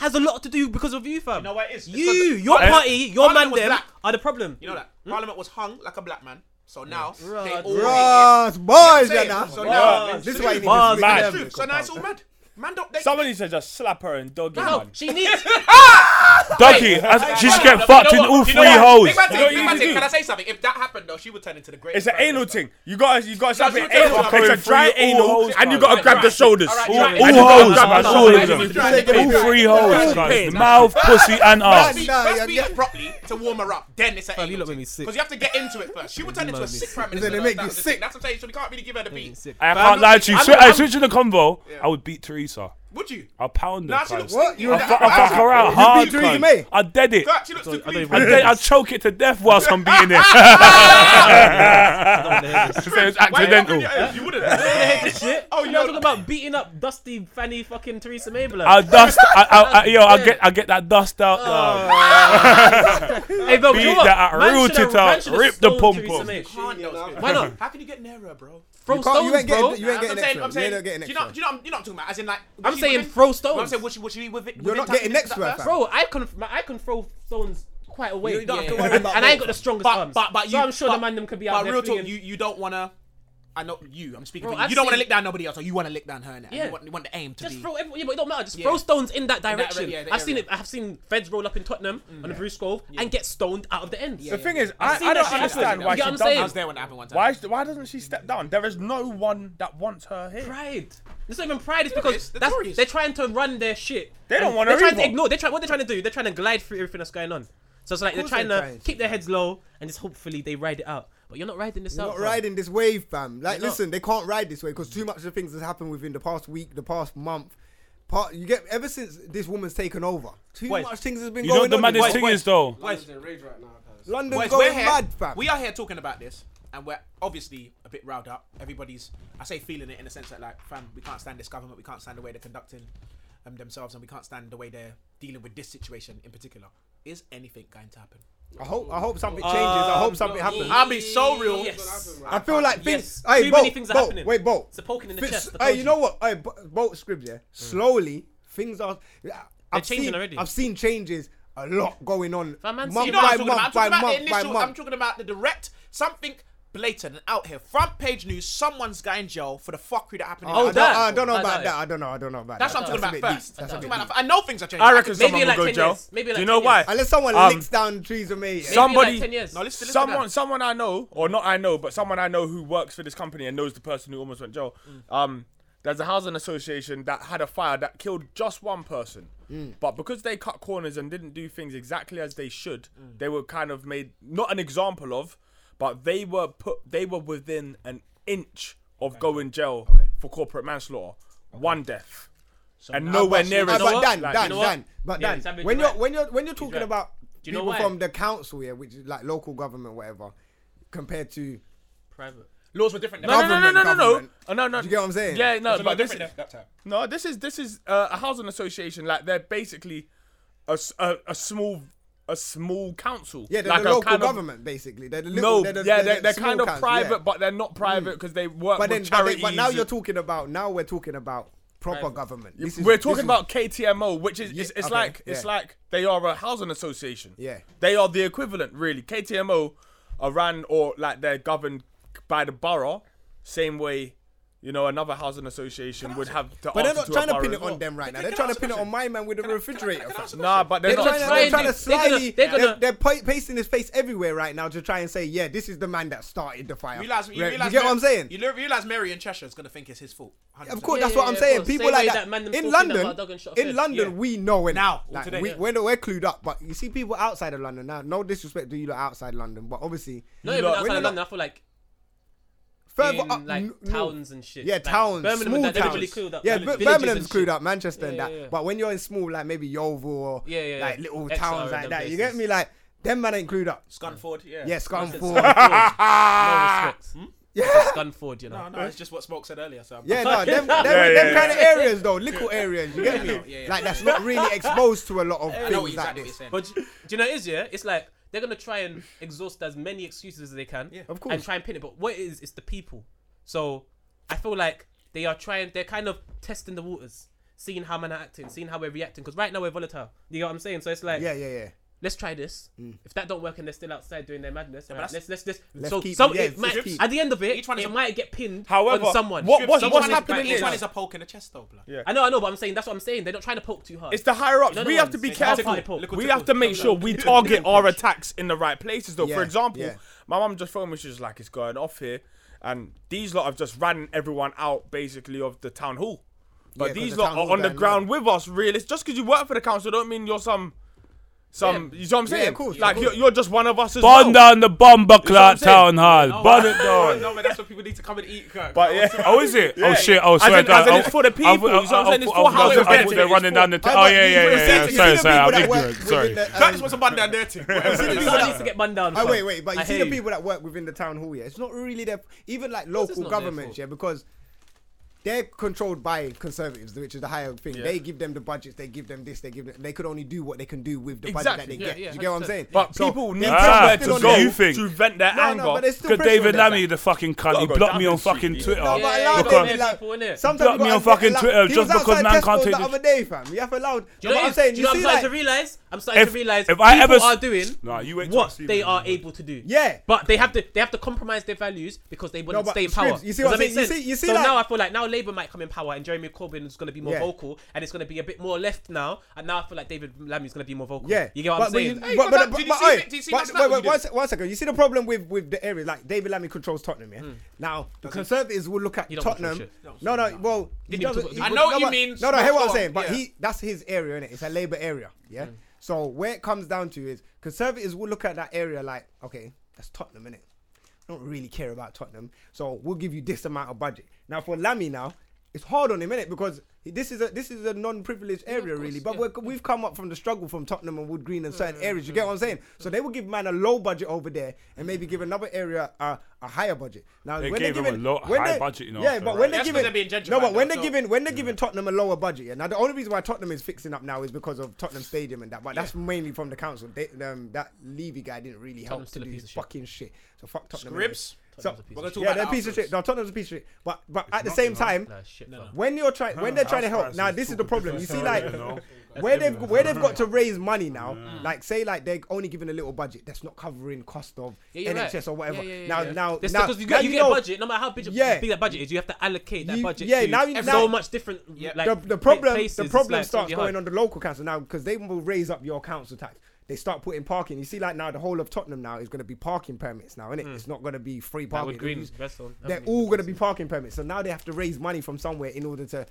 S3: has a lot to do because of you, fam.
S4: know what it is? It's
S3: You,
S4: 'cause the-
S3: your
S4: Parliament-
S3: party, your
S4: Parliament was
S3: mandem
S4: black.
S3: are the problem.
S4: You know that Parliament was hung like a black man, so now they
S3: Bruh,
S4: all hate
S5: Ross, boys,
S4: it. Same.
S5: yeah, nah.
S4: So
S3: Bruh.
S4: now,
S5: This is why you need
S3: Bars,
S5: to
S3: man.
S5: speak
S4: It's true.
S5: them.
S4: So now it's all mad. Man, don't they?
S8: Somebody should just slap her and dog it.
S3: No,
S8: man.
S3: she needs.
S10: Dougie, I- she should
S4: No,
S10: get
S4: no,
S10: fucked
S4: you
S10: in
S4: know
S10: all
S4: what?
S10: three
S4: You know what?
S10: holes.
S4: Big man
S8: You know
S4: thing,
S8: what
S4: big
S8: you
S4: man
S8: need
S4: thing.
S8: to
S4: Can I
S8: do?
S4: say something? If that happened, though, she would turn into the greatest.
S8: It's an
S4: prime
S8: anal
S4: minister.
S8: thing. You got to you got to slap
S4: No,
S8: an
S4: she was
S8: anal.
S4: talking
S8: It's
S10: about
S8: a dry
S10: three
S8: anal,
S10: holes,
S8: and you
S10: guys.
S8: got to grab the shoulders.
S4: All right,
S10: All,
S4: all
S8: And
S4: right.
S8: you
S4: All
S10: holes,
S8: got to grab
S10: man.
S8: the
S10: All
S8: shoulders.
S10: of them.
S4: All right,
S10: All three holes, guys. Mouth, pussy, and
S4: First
S10: ass.
S4: beat-
S5: Nah,
S4: first
S5: yeah,
S4: beat
S5: yeah.
S4: it properly to warm her up. Then it's an
S3: you
S4: anal
S3: lot made me sick.
S4: because you have to get into it first. She would turn into a sick prime minister.
S5: Then they
S4: though,
S5: make
S4: that
S5: you
S4: was the thing.
S5: sick.
S4: That's what I'm saying. So you can't really give her the beat.
S10: I can't lie to you. Swi- hey, Switching the convo, I would beat Teresa.
S4: Would you?
S10: I'll pound her.
S4: Nah, she
S10: cuz.
S4: looks
S5: What? You
S10: I'll,
S5: would-
S10: fu- I'll fuck her out
S5: Would you
S10: hard.
S5: beat Theresa
S10: cuz.
S5: May?
S10: I dead it.
S4: She looks too clean.
S10: I dead, I'll choke it to death whilst I'm beating it. so it's
S4: Why you
S10: accidental.
S4: not gonna- You wouldn't.
S3: Shit.
S4: Oh,
S3: Oh,
S4: you
S3: you
S4: know-
S3: know, talking about beating up Dusty Fanny fucking Theresa May, blood.
S10: I'll dust. I, I, I, yo, I'll
S3: Yeah.
S10: get, I'll get that dust out. love.
S4: Uh,
S3: Hey, bro, but you
S10: beat
S3: know what?
S10: that,
S3: Man
S10: root
S3: should've-
S10: it out,
S3: man should've
S10: rip the
S3: stoned
S10: pom
S3: Theresa
S10: pom.
S3: May.
S4: Why
S3: Why not?
S4: How can you get nearer, bro?
S3: Throw
S5: can't- you
S3: stones,
S5: ain't getting-
S3: bro.
S5: you ain't
S4: I'm
S5: getting
S4: saying, I'm
S5: next.
S4: saying,
S5: You're not getting
S4: do you know,
S5: next.
S4: do you know, you know what I'm talking about? As in, like, would
S3: I'm
S4: she
S3: saying
S4: within-
S3: throw
S4: No, I'm
S3: stones.
S4: saying, would she, would she be with it?
S5: You're not getting next to her, fam.
S3: Bro, I can my- I can throw stones quite away.
S4: You don't have to
S3: Yeah.
S4: worry about
S3: And I ain't
S4: both.
S3: got the strongest
S4: But,
S3: arms.
S4: but, but you,
S3: so I'm sure
S4: but,
S3: the man them could be out
S4: But
S3: there.
S4: real talk,
S3: flinging-
S4: you, you don't wanna. I know you. I'm speaking.
S3: Bro,
S4: for you.
S3: I've
S4: you don't want to
S3: seen-
S4: lick down nobody else. Or you want to lick down her. Now.
S3: Yeah.
S4: You, want, you want the aim to
S3: just
S4: be.
S3: throw every, yeah, but it don't matter. Just
S4: Yeah.
S3: throw stones in that
S4: that
S3: direction.
S4: area, that
S3: I've seen
S4: area. Mm.
S3: it. I've seen feds roll up in Tottenham on the Bruce Grove and get stoned out of the end.
S8: The thing is, I,
S3: I've seen that
S8: I don't
S3: shit
S8: understand
S3: happen.
S8: why
S3: You
S8: she
S3: get what I'm
S8: does
S3: saying?
S4: I
S8: that.
S4: was there when it happened one time.
S8: Why, is- why doesn't she step down? There is no one that wants her here.
S3: Pride. It's not even pride. It's
S4: it's
S3: because
S4: the
S3: that's,
S4: Tories.
S3: they're trying to run their shit.
S8: They don't
S3: And
S8: want her
S3: They're trying
S8: either.
S3: to ignore. They're trying. What they're trying to do? They're trying to glide through everything that's going on. So it's like they're
S5: course
S3: trying
S5: they're
S3: to
S5: trying to.
S3: keep their heads low and just hopefully they ride it out. But you're not riding this out.
S5: Not
S3: bro.
S5: riding this wave, fam. Like,
S3: They're not.
S5: listen, they can't ride this way because too much of the things that's happened within the past week, the past month. Part you get ever since this woman's taken over. Too
S4: Wait.
S5: much things has been
S10: You know
S5: going
S10: what the
S5: on.
S10: maddest
S5: Wait,
S10: thing
S5: wait.
S10: is though?
S4: Boys,
S5: London's
S4: boys, we're
S5: going
S4: here.
S5: mad, fam.
S4: We are here talking about this, and we're obviously a bit riled up. Everybody's, I say, feeling it in the sense that, like, fam, we can't stand this government. We can't stand the way they're conducting um, themselves, and we can't stand the way they're dealing with this situation in particular. Is anything going to happen?
S5: I hope I hope something changes. I hope something happens.
S4: I'll be so real.
S3: Yes.
S5: I feel like things.
S3: Yes.
S5: Hey,
S3: Too
S5: Bolt,
S3: many things are
S5: Bolt,
S3: happening.
S5: Wait, Bolt.
S3: It's a poking in the
S5: Fits-
S3: chest, I
S5: Hey,
S3: told
S5: you
S3: you.
S5: know what? Hey, Bo- Bolt scribs. Yeah, slowly things are. I've
S11: changing
S5: seen,
S11: already.
S5: I've seen changes. A lot going on.
S11: Fam, man,
S5: month
S11: see-
S5: by
S11: You
S4: You know what I'm talking
S5: month
S4: about.
S5: by
S4: I'm talking about the
S5: month by
S4: initial. I'm
S5: month.
S4: talking about the direct something blatant and out here. Front page news. Someone's got in jail for the fuckery that
S8: Oh,
S4: happened. in
S5: I don't-
S3: that.
S5: I don't know
S3: I
S5: about
S3: know.
S5: that. I don't know. I don't know about
S4: That's
S5: that.
S4: what I'm talking
S5: a
S4: about
S5: bit
S4: first.
S5: deep. Oh, That's
S4: I'm
S5: a
S4: talking
S5: bit
S4: about.
S5: deep.
S4: I know things are changing.
S8: I reckon
S3: Maybe
S8: someone
S3: like
S8: will go
S3: 10
S8: jail.
S3: years. Maybe like
S8: Do you
S3: 10
S8: know why?
S3: years.
S5: Unless someone
S8: Um,
S5: licks down trees with me. yeah.
S8: Some- Somebody-
S3: Maybe like 10 years.
S4: No, listen, listen. to
S8: someone,
S4: that.
S8: someone I know, or not I know, but someone I know who works for this company and knows the person who almost went jail.
S5: Mm.
S8: Um, there's a housing association that had a fire that killed just one person,
S5: Mm.
S8: but because they cut corners and didn't do things exactly as they should,
S5: Mm.
S8: they were kind of made not an example of, but they were put they were within an inch of going jail for corporate manslaughter. One death, and nowhere
S5: but-
S8: near
S5: but
S8: it.
S5: but Dan,
S8: Like,
S5: Dan,
S8: you know
S5: Dan, but
S3: Yeah,
S5: Dan,
S3: Sam,
S5: when
S3: you're
S5: you're when you're when you're talking
S3: right.
S5: about
S3: Do you know
S5: people
S3: why?
S5: from the council here, which is like local government, whatever, compared to
S3: Private.
S4: Laws were different.
S8: No, no, no, no, no,
S5: government,
S8: no,
S5: government.
S8: Uh, no, no.
S5: Do you get what I'm saying?
S8: Yeah, no, but this,
S12: different that, that time.
S8: No, this is this is uh, a housing association. Like they're basically a, s- a- a small a small council.
S5: yeah, they're
S8: like
S5: the
S8: a
S5: local
S8: kind of-
S5: government basically. They're the little,
S8: no,
S5: they're the,
S8: yeah,
S5: they're,
S8: they're,
S5: the
S8: they're,
S5: small
S8: kind of
S5: council, yeah. Mm.
S8: private, but they're not private because they work
S5: But then,
S8: with
S5: but,
S8: charities.
S5: then but now
S8: and-
S5: you're talking about now we're talking about proper government. This is-
S8: We're
S5: this
S8: talking
S5: is-
S8: about KTMO, which is it's, it's
S5: okay,
S8: like it's
S5: yeah.
S8: like they are a housing association.
S5: Yeah.
S8: they are the equivalent, really. KTMO are ran or like they're governed by the borough, same way. You know, another housing association would have to.
S5: But they're
S8: answer
S5: not
S8: to a
S5: trying to
S8: borough
S5: pin
S8: as
S5: it on
S8: well.
S5: them right now.
S4: Can-
S5: They're
S4: can I
S5: trying to
S4: ask a
S5: pin it on
S4: question?
S5: my man with the refrigerator. fam.
S8: Nah, but they're,
S5: They're
S8: not
S5: trying, to,
S11: trying
S5: they're trying to
S11: it. They're
S5: slyly.
S11: gonna-
S5: They're,
S11: they're gonna-
S5: they're pa- pasting his face everywhere right now to try and say, yeah, this is the man that started the fire.
S4: You realize, you,
S5: Right,
S4: realize
S5: get what
S4: Mar-
S5: I'm saying?
S4: You realize Mary in Cheshire is gonna think it's his fault. 100%.
S5: Of course,
S3: Yeah,
S5: that's
S3: yeah,
S5: what I'm
S3: yeah, of
S5: saying.
S3: course.
S5: People
S3: Same
S5: like
S3: way
S5: that,
S3: that man them
S5: in
S3: talking
S5: London.
S3: about dog and shot
S5: In
S3: fed.
S5: London,
S4: Yeah.
S5: we know it.
S4: Now,
S5: like,
S4: today,
S5: we,
S4: yeah.
S5: we're, we're clued up. But you see, people outside of London now. No disrespect to you, lot outside London, but obviously,
S3: Not even
S5: when
S3: outside
S5: you're
S3: of
S5: not-
S3: London. I feel like
S5: further
S3: in
S5: up,
S3: like
S5: n- no.
S3: towns and shit.
S5: Yeah,
S3: Like,
S5: towns,
S3: Birmingham
S5: small
S3: and that,
S5: towns.
S3: everybody clued up.
S5: yeah,
S3: Like,
S5: Bir-
S3: villages and
S5: Birmingham's
S3: shit.
S5: clued up, Manchester and
S3: Yeah,
S5: that.
S3: yeah, yeah.
S5: But when you're in small, like maybe Yeovil or
S3: Yeah, yeah, yeah.
S5: like little
S3: Exeter
S5: towns
S3: and
S5: like
S3: them
S5: that, you get
S3: places.
S5: me? Like them man ain't clued up.
S4: Scunford, yeah.
S5: Yeah, Scunthorpe. Ah.
S11: no respect.
S5: Hmm? Yeah.
S11: Gunford,
S5: Ah.
S11: you know.
S4: No, no, it's just what Smoke said earlier. So I'm
S5: Yeah, no, them, them,
S8: yeah,
S5: them
S8: yeah.
S5: kind of areas though, little areas, you get me?
S4: no, yeah, yeah.
S5: Like that's not really exposed to a lot of
S4: I know
S5: things
S4: exactly
S5: like
S4: what you're
S5: this.
S4: saying.
S3: But do do you know what it is yeah? It's like they're gonna try and exhaust as many excuses as they can. Yeah,
S5: Of
S3: And
S5: course.
S3: try and pin it. But what it is, it's the people. So I feel like they are trying. They're kind of testing the waters, seeing how men are acting, seeing how we're reacting. Because right now we're volatile. You know what I'm saying? So it's like,
S5: Yeah, yeah, yeah.
S3: let's try this. If that don't work and they're still outside doing their madness, alright,
S4: that's-
S3: let's let's let's.
S5: Let's
S3: so
S5: keep-
S3: some
S5: yeah,
S3: it
S5: let's
S3: might,
S5: keep-
S3: at the end of it,
S4: Each one is
S3: it
S4: a-
S3: might get pinned
S8: However,
S3: on someone.
S8: what- what's-
S3: Each
S8: what's
S3: one is-
S8: happening
S4: Each
S8: is-
S4: one is a poke in the chest, though, blood.
S8: Yeah.
S3: I know, I know, but I'm saying that's what I'm saying. They're not trying to poke too hard.
S8: It's the higher ups.
S3: No, no
S8: we have
S3: one's-
S8: to be
S3: it's half
S8: careful.
S3: high pole.
S8: We
S4: Liquid
S8: have to
S4: tickle.
S8: make sure we target
S3: tickle.
S8: our attacks in the right places, though.
S5: Yeah,
S8: For example,
S5: yeah.
S8: my mum just phoned me. She's like, "It's going off here," and these lot have just ran everyone out basically of the town hall.
S5: Yeah,
S8: But
S5: 'cause
S8: these
S5: the
S8: lot
S5: town
S8: are
S5: hall
S8: on the
S5: going
S8: ground with us. Realist, just because you work for the council, don't mean you're some, some. You know what I'm saying?
S5: of course,
S8: like
S5: of course.
S8: You're, you're just one of us as
S10: Burn
S8: well.
S10: down the bomber
S8: I'm
S10: clock
S8: saying.
S10: town hall. Burn it
S4: No,
S10: down.
S4: no, but that's what people need to come and eat. Kirk.
S8: But yeah,
S10: Oh, is it? Oh
S8: Yeah.
S10: shit! Oh,
S8: As
S10: sorry.
S8: in-
S10: Dan.
S8: as in
S10: Oh,
S8: it's for the people,
S10: I thought-
S8: you know what I'm
S10: I
S8: saying? It's
S10: thought-
S8: for
S10: I thought-
S8: how it
S10: I thought
S8: benefits.
S10: They're running down the.
S5: Hey,
S10: town. Oh
S5: but
S10: yeah,
S5: you-
S10: yeah,
S5: you see-
S10: yeah.
S5: you
S10: yeah.
S5: see
S10: Sorry,
S5: the
S10: sorry.
S5: people
S10: I'm
S5: that work
S10: ignorant. Sorry.
S5: within the,
S4: Kirk
S5: um,
S4: just wants a man down there too.
S5: the
S3: Someone
S5: people
S3: needs to
S5: that-
S3: get man down.
S5: Oh
S3: fam.
S5: wait, wait, but you
S3: I
S5: see
S3: hear
S5: the
S3: you.
S5: people that work within the town hall, yeah. It's not really their even like
S3: it's
S5: local
S3: not their
S5: governments,
S3: fault.
S5: yeah, because they're controlled by conservatives, which is the higher thing. They give them the budgets, they give them this, they give them. They could only do what they can do with the budget that they
S8: Exactly.
S5: get.
S3: yeah,
S5: you get what I'm
S3: 100%.
S5: saying?
S8: But
S5: So
S8: people
S5: they're
S8: need
S5: still
S10: Ah,
S8: somewhere
S5: still
S8: to
S5: on
S10: go.
S5: their-
S10: You think-
S8: go to vent their
S5: No, no, but
S8: anger.
S5: there's still
S10: Because
S5: pressure
S10: David
S5: on them,
S10: Lammy,
S5: like-
S10: the fucking cunt, he
S8: Gotta go
S10: blocked me
S8: down
S10: on
S8: the
S10: fucking
S8: street,
S10: Twitter.
S5: No, but
S3: Yeah,
S5: allow
S3: yeah,
S5: them,
S3: yeah,
S5: like-
S3: people, innit?
S5: Sometimes
S10: Block me
S5: you
S10: on
S5: gotta
S10: fucking
S5: allow-
S10: Twitter
S5: he
S10: just
S5: was
S10: because
S5: outside
S10: man can't
S5: Tesco's
S10: take
S5: the
S10: the-
S5: other day, fam. You have
S3: Do
S5: allowed. you know
S3: it
S5: what I'm
S3: is?
S5: saying?
S3: Do
S5: You
S3: know
S5: see,
S3: what I'm starting
S5: like,
S3: to realize? I'm starting
S10: If-
S3: to realize
S10: if I
S3: people
S10: ever s-
S3: are doing
S10: Nah, you wait till I
S3: what
S10: see
S3: they
S10: them.
S3: are able to do.
S5: Yeah.
S3: but they have to they have to compromise their values because they want
S5: No,
S3: to
S5: but
S3: stay in
S5: Scribs,
S3: power.
S5: you see
S3: Does
S5: what
S3: that make
S5: I'm saying? You
S3: sense?
S5: see- you see,
S3: so
S5: like-
S3: now I feel like now Labour might come in power and Jeremy Corbyn is going to be more
S5: Yeah.
S3: vocal and it's going to be a bit more left now. And now I feel like David Lammy is going to be more vocal.
S5: Yeah,
S3: you get what
S5: but,
S3: I'm
S5: but
S3: saying?
S5: you-
S4: Hey, but
S5: but- but-
S4: that-
S5: but-
S4: did you
S5: but,
S4: see-
S5: oi,
S4: did you see
S5: but-
S4: my snap
S5: wait,
S4: when
S5: wait,
S4: you
S5: one
S4: did
S5: sec- one second. You see the problem with with the area, like David Lammy controls Tottenham.
S3: Hmm.
S5: Yeah. Now the Conservatives will look at
S3: don't control
S5: Tottenham.
S3: shit.
S5: No, no. Well, he
S3: Didn't even
S5: doesn't.
S3: talk
S5: he-
S3: about
S4: I know
S5: no,
S4: what you
S5: but-
S4: mean,
S5: No, no. Hear what I'm
S4: smash
S5: saying.
S4: on,
S5: But
S4: yeah.
S5: he that's his area, innit? It's a Labour area.
S4: Mm.
S5: Yeah. So where it comes down to is Conservatives will look at that area like, okay, that's Tottenham, innit? don't really care about Tottenham, so we'll give you this amount of budget. Now for Lammy now, it's hard on him, innit? Because he- this is a this is a non-privileged area, really. But we're, we've come up from the struggle from Tottenham and Wood Green
S4: Mm,
S5: and certain areas. You get what I'm saying? So they will give man a low budget over there, and maybe give another area a, a higher budget. Now
S10: They
S5: when
S10: gave
S5: they
S10: him
S5: giving,
S10: a low-
S5: when
S10: high
S5: they-
S10: budget, you know,
S5: Yeah,
S10: after,
S5: but
S10: right?
S5: when
S4: That's
S5: they're
S4: 'cause
S5: giving
S4: they're being gentrified
S5: no, but when
S4: now,
S5: they're
S4: so-
S5: giving when they're giving Tottenham a lower budget, yeah. Now the only reason why Tottenham is fixing up now is because of Tottenham Stadium and that. But that's mainly from the council. They, um, that Levy guy didn't really help
S3: Tottenham's
S5: to
S3: still a
S5: do
S3: piece
S5: his
S3: of shit.
S5: fucking shit. So fuck Tottenham.
S4: Scribs?
S5: So,
S3: piece
S4: We're gonna talk
S5: yeah,
S4: about
S5: they're a
S4: that
S5: piece of shit.
S4: afterwards.
S5: No, Tottenham's a piece of shit. But but at the same time,
S3: Nah, shit. fam.
S5: when you're trying, when they're trying to help,
S10: prices
S5: now this is the
S10: fucking
S5: problem. You
S10: just
S5: see,
S10: high,
S5: like
S10: you know?
S5: where they've where they've got to raise money now, like say like they're only given a little budget that's not covering cost of
S3: you're
S5: NHS
S3: right.
S5: or
S3: Yeah,
S5: whatever.
S3: yeah, yeah,
S5: now
S3: yeah.
S5: now
S3: That's
S5: now
S3: because you
S5: now
S3: get, you
S5: you
S3: get
S5: know-
S3: a budget, no matter how big,
S5: Yeah.
S3: big that budget is, you have to allocate that
S5: You-
S3: budget.
S5: yeah,
S3: to
S5: now you-
S3: so
S5: now-
S3: much different.
S4: Yeah.
S3: Like,
S5: the, the problem
S3: places,
S5: the
S3: it's
S5: problem
S3: like, it's gonna
S5: starts
S3: be
S5: going
S3: hard.
S5: on the local council now because they will raise up your council tax. They start putting parking. You see, like now the whole of Tottenham now is going to be parking permits now, innit?
S4: Mm.
S5: It's not going to be free parking.
S3: Wood Green,
S5: It's-
S3: Bristol,
S5: they're
S3: Avenue.
S5: all going to be parking permits. So now they have to raise money from somewhere in order to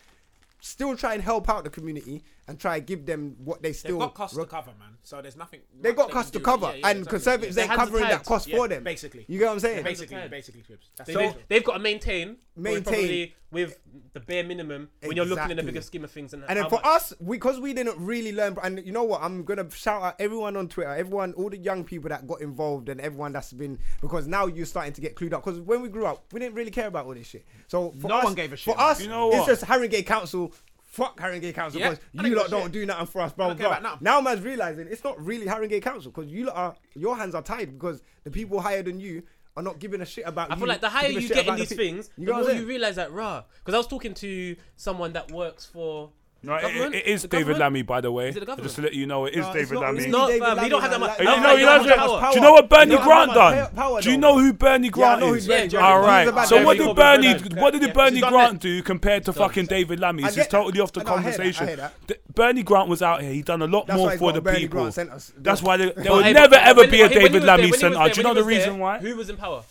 S5: still try and help out the community and try and give them what they
S4: They've
S5: still
S4: got cost to
S5: re-
S4: cover, man. So there's nothing.
S5: They've
S4: much
S5: got
S4: they
S5: cost
S4: can
S5: to
S4: do.
S5: cover,
S4: Yeah, yeah,
S5: and
S4: exactly.
S5: conservatives
S3: Yeah,
S5: ain't
S3: their hands are
S5: covering that
S3: tied.
S5: cost
S4: Yeah,
S5: for them.
S4: basically.
S5: you get what I'm saying?
S4: Basically,
S3: Basically.
S4: basically, Cribs. That's
S3: They,
S4: it.
S3: they've, they've got to maintain,
S5: Maintain.
S3: maintain probably with the bare minimum when you're looking in the
S5: Exactly.
S3: bigger scheme of things. And,
S5: And then
S3: how
S5: for
S3: much-
S5: us, because we didn't really learn, and you know what, I'm gonna shout out everyone on Twitter, everyone, all the young people that got involved, and everyone that's been because now you're starting to get clued up. Because when we grew up, we didn't really care about all this shit. So for
S13: No
S5: us,
S13: one gave a shit,
S5: For
S13: man.
S5: us,
S10: You know
S5: it's
S10: what?
S5: just Harringay Council. Fuck Harringay Council
S4: Yeah,
S5: because
S4: I don't
S5: you
S4: give a
S5: lot don't
S4: shit.
S5: do nothing for us, blah
S4: don't
S5: blah.
S4: care
S5: blah.
S4: about
S5: Now man's realizing it's not really Harringay Council because you lot are your hands are tied because the people higher than you are not giving a shit about.
S3: I
S5: you
S3: feel like the
S5: to
S3: higher
S5: give a
S3: you
S5: shit
S3: get in
S5: about
S3: these
S5: pe-
S3: things,
S5: you
S3: the
S5: know what I'm
S3: more
S5: saying?
S3: you realize that, rah. Because I was talking to someone that works for.
S10: No,
S3: the
S10: it- it,
S3: government?
S10: it is
S3: The
S10: David
S3: government?
S10: Lammy, by the way.
S3: Is it the
S10: Just
S3: government?
S10: to let you know, it is
S5: No, it's
S10: David
S5: not
S10: Lammy.
S5: really
S3: No,
S5: David
S3: fam, you don't have that
S5: Lammy,
S3: much.
S5: like-
S10: And you
S3: no,
S10: know,
S3: you don't
S10: you know,
S3: have
S10: what-
S3: that much power.
S10: do you know what Bernie
S5: They don't
S10: Grant
S5: have that much
S10: done?
S5: pa- power,
S10: do you
S5: though.
S10: know who Bernie Grant
S5: know who
S10: is?
S5: Bernie Grant is.
S10: All
S5: He's a
S10: right.
S5: bad
S10: So
S5: guy.
S10: what
S5: He's
S10: did
S5: a bad
S10: Bernie?
S5: guy.
S10: What did the
S5: Yeah.
S10: Bernie
S5: He's done
S10: Grant do compared to fucking David Lammy? It's
S5: get
S10: just totally
S5: that.
S10: off the
S5: No, I hear that, I
S10: conversation.
S5: hear that.
S10: D- Bernie Grant was out here. He done a lot
S5: That's why
S10: more
S5: he's
S10: for
S5: got
S10: the
S5: a Bernie
S10: people.
S5: Grant sentence.
S10: That's why there there
S3: But
S10: will
S3: hey,
S10: never
S3: but
S10: ever
S3: when-
S10: be a
S3: when he
S10: David
S3: was there-
S10: Lammy
S3: when he was
S10: sent
S3: there-
S10: out. Do you
S3: when
S10: know
S3: he
S10: the
S3: was there,
S10: reason why?
S3: Who was in power?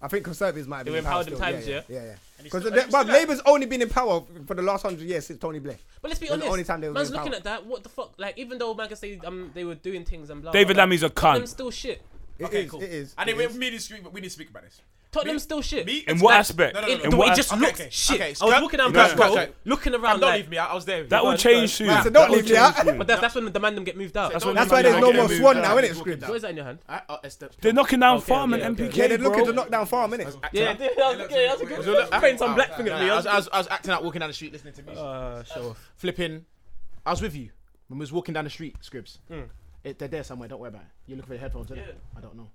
S5: I think conservatives might have
S3: They
S5: been
S3: were
S5: in power
S3: empowered in
S5: still,
S3: times,
S5: yeah,
S3: yeah?
S5: yeah, yeah.
S4: it's
S5: Because
S4: still-
S5: the-
S4: it's
S5: but
S4: still that.
S5: Labour's only been in power for the last hundred years since Tony Blair.
S3: But let's be
S5: That's the
S3: honest.
S5: only time they were
S3: man's
S5: in
S3: looking
S5: power.
S3: at that. What the fuck? Like, even though man can say um, they were doing things and blah.
S10: David
S3: blah, blah,
S10: Lammy's a
S3: Tottenham's
S10: cunt.
S3: still shit.
S5: It is.
S4: Okay, cool.
S5: It is.
S4: I
S5: it
S4: think we
S5: is.
S4: we need to speak. We need to speak about this.
S3: Tottenham's still shit.
S4: Me,
S10: In
S4: it's
S10: what
S4: like-
S10: aspect?
S4: No, no,
S3: It,
S4: no,
S10: In
S3: the
S4: no.
S10: what
S3: way it
S10: as-
S3: just
S4: okay,
S3: looks
S4: okay,
S3: shit.
S4: okay,
S3: I was
S4: scrap-
S3: walking down
S4: no,
S3: Bristol,
S4: no, no.
S3: looking
S4: Fam,
S3: around
S4: Don't
S3: like
S4: leave me. I I was there.
S10: That
S4: Go
S10: will
S4: on,
S10: change
S4: go
S10: soon.
S4: on.
S5: so don't
S10: That will
S5: leave me out.
S10: change soon.
S3: But that's, that's when the man them get moved out. That's
S4: That's what-
S3: what,
S5: That's why there's no
S10: Okay,
S5: more
S10: move
S5: Swan
S10: down,
S5: now,
S10: move
S5: innit, Scribs?
S4: down.
S3: is that in your hand?
S4: I- oh, it's the-
S10: They're knocking down
S3: Okay,
S10: farm
S3: okay,
S10: and
S3: okay.
S10: MPK.
S5: Yeah, they're looking to
S10: bro.
S5: knock down farm, innit?
S4: acting
S3: Yeah,
S4: out.
S3: yeah, that was okay, that was
S4: It was
S3: good.
S4: all-
S3: Praying some black
S4: Ah,
S3: thing
S4: no,
S3: at
S4: no,
S3: me.
S4: I was, I was, I was acting out walking down the street listening to music.
S3: Uh, show off.
S4: Flipping. I was with you when we was walking down the street, Scribs. It, they're there somewhere. Don't worry about it. You're looking for your headphones, innit? I don't know.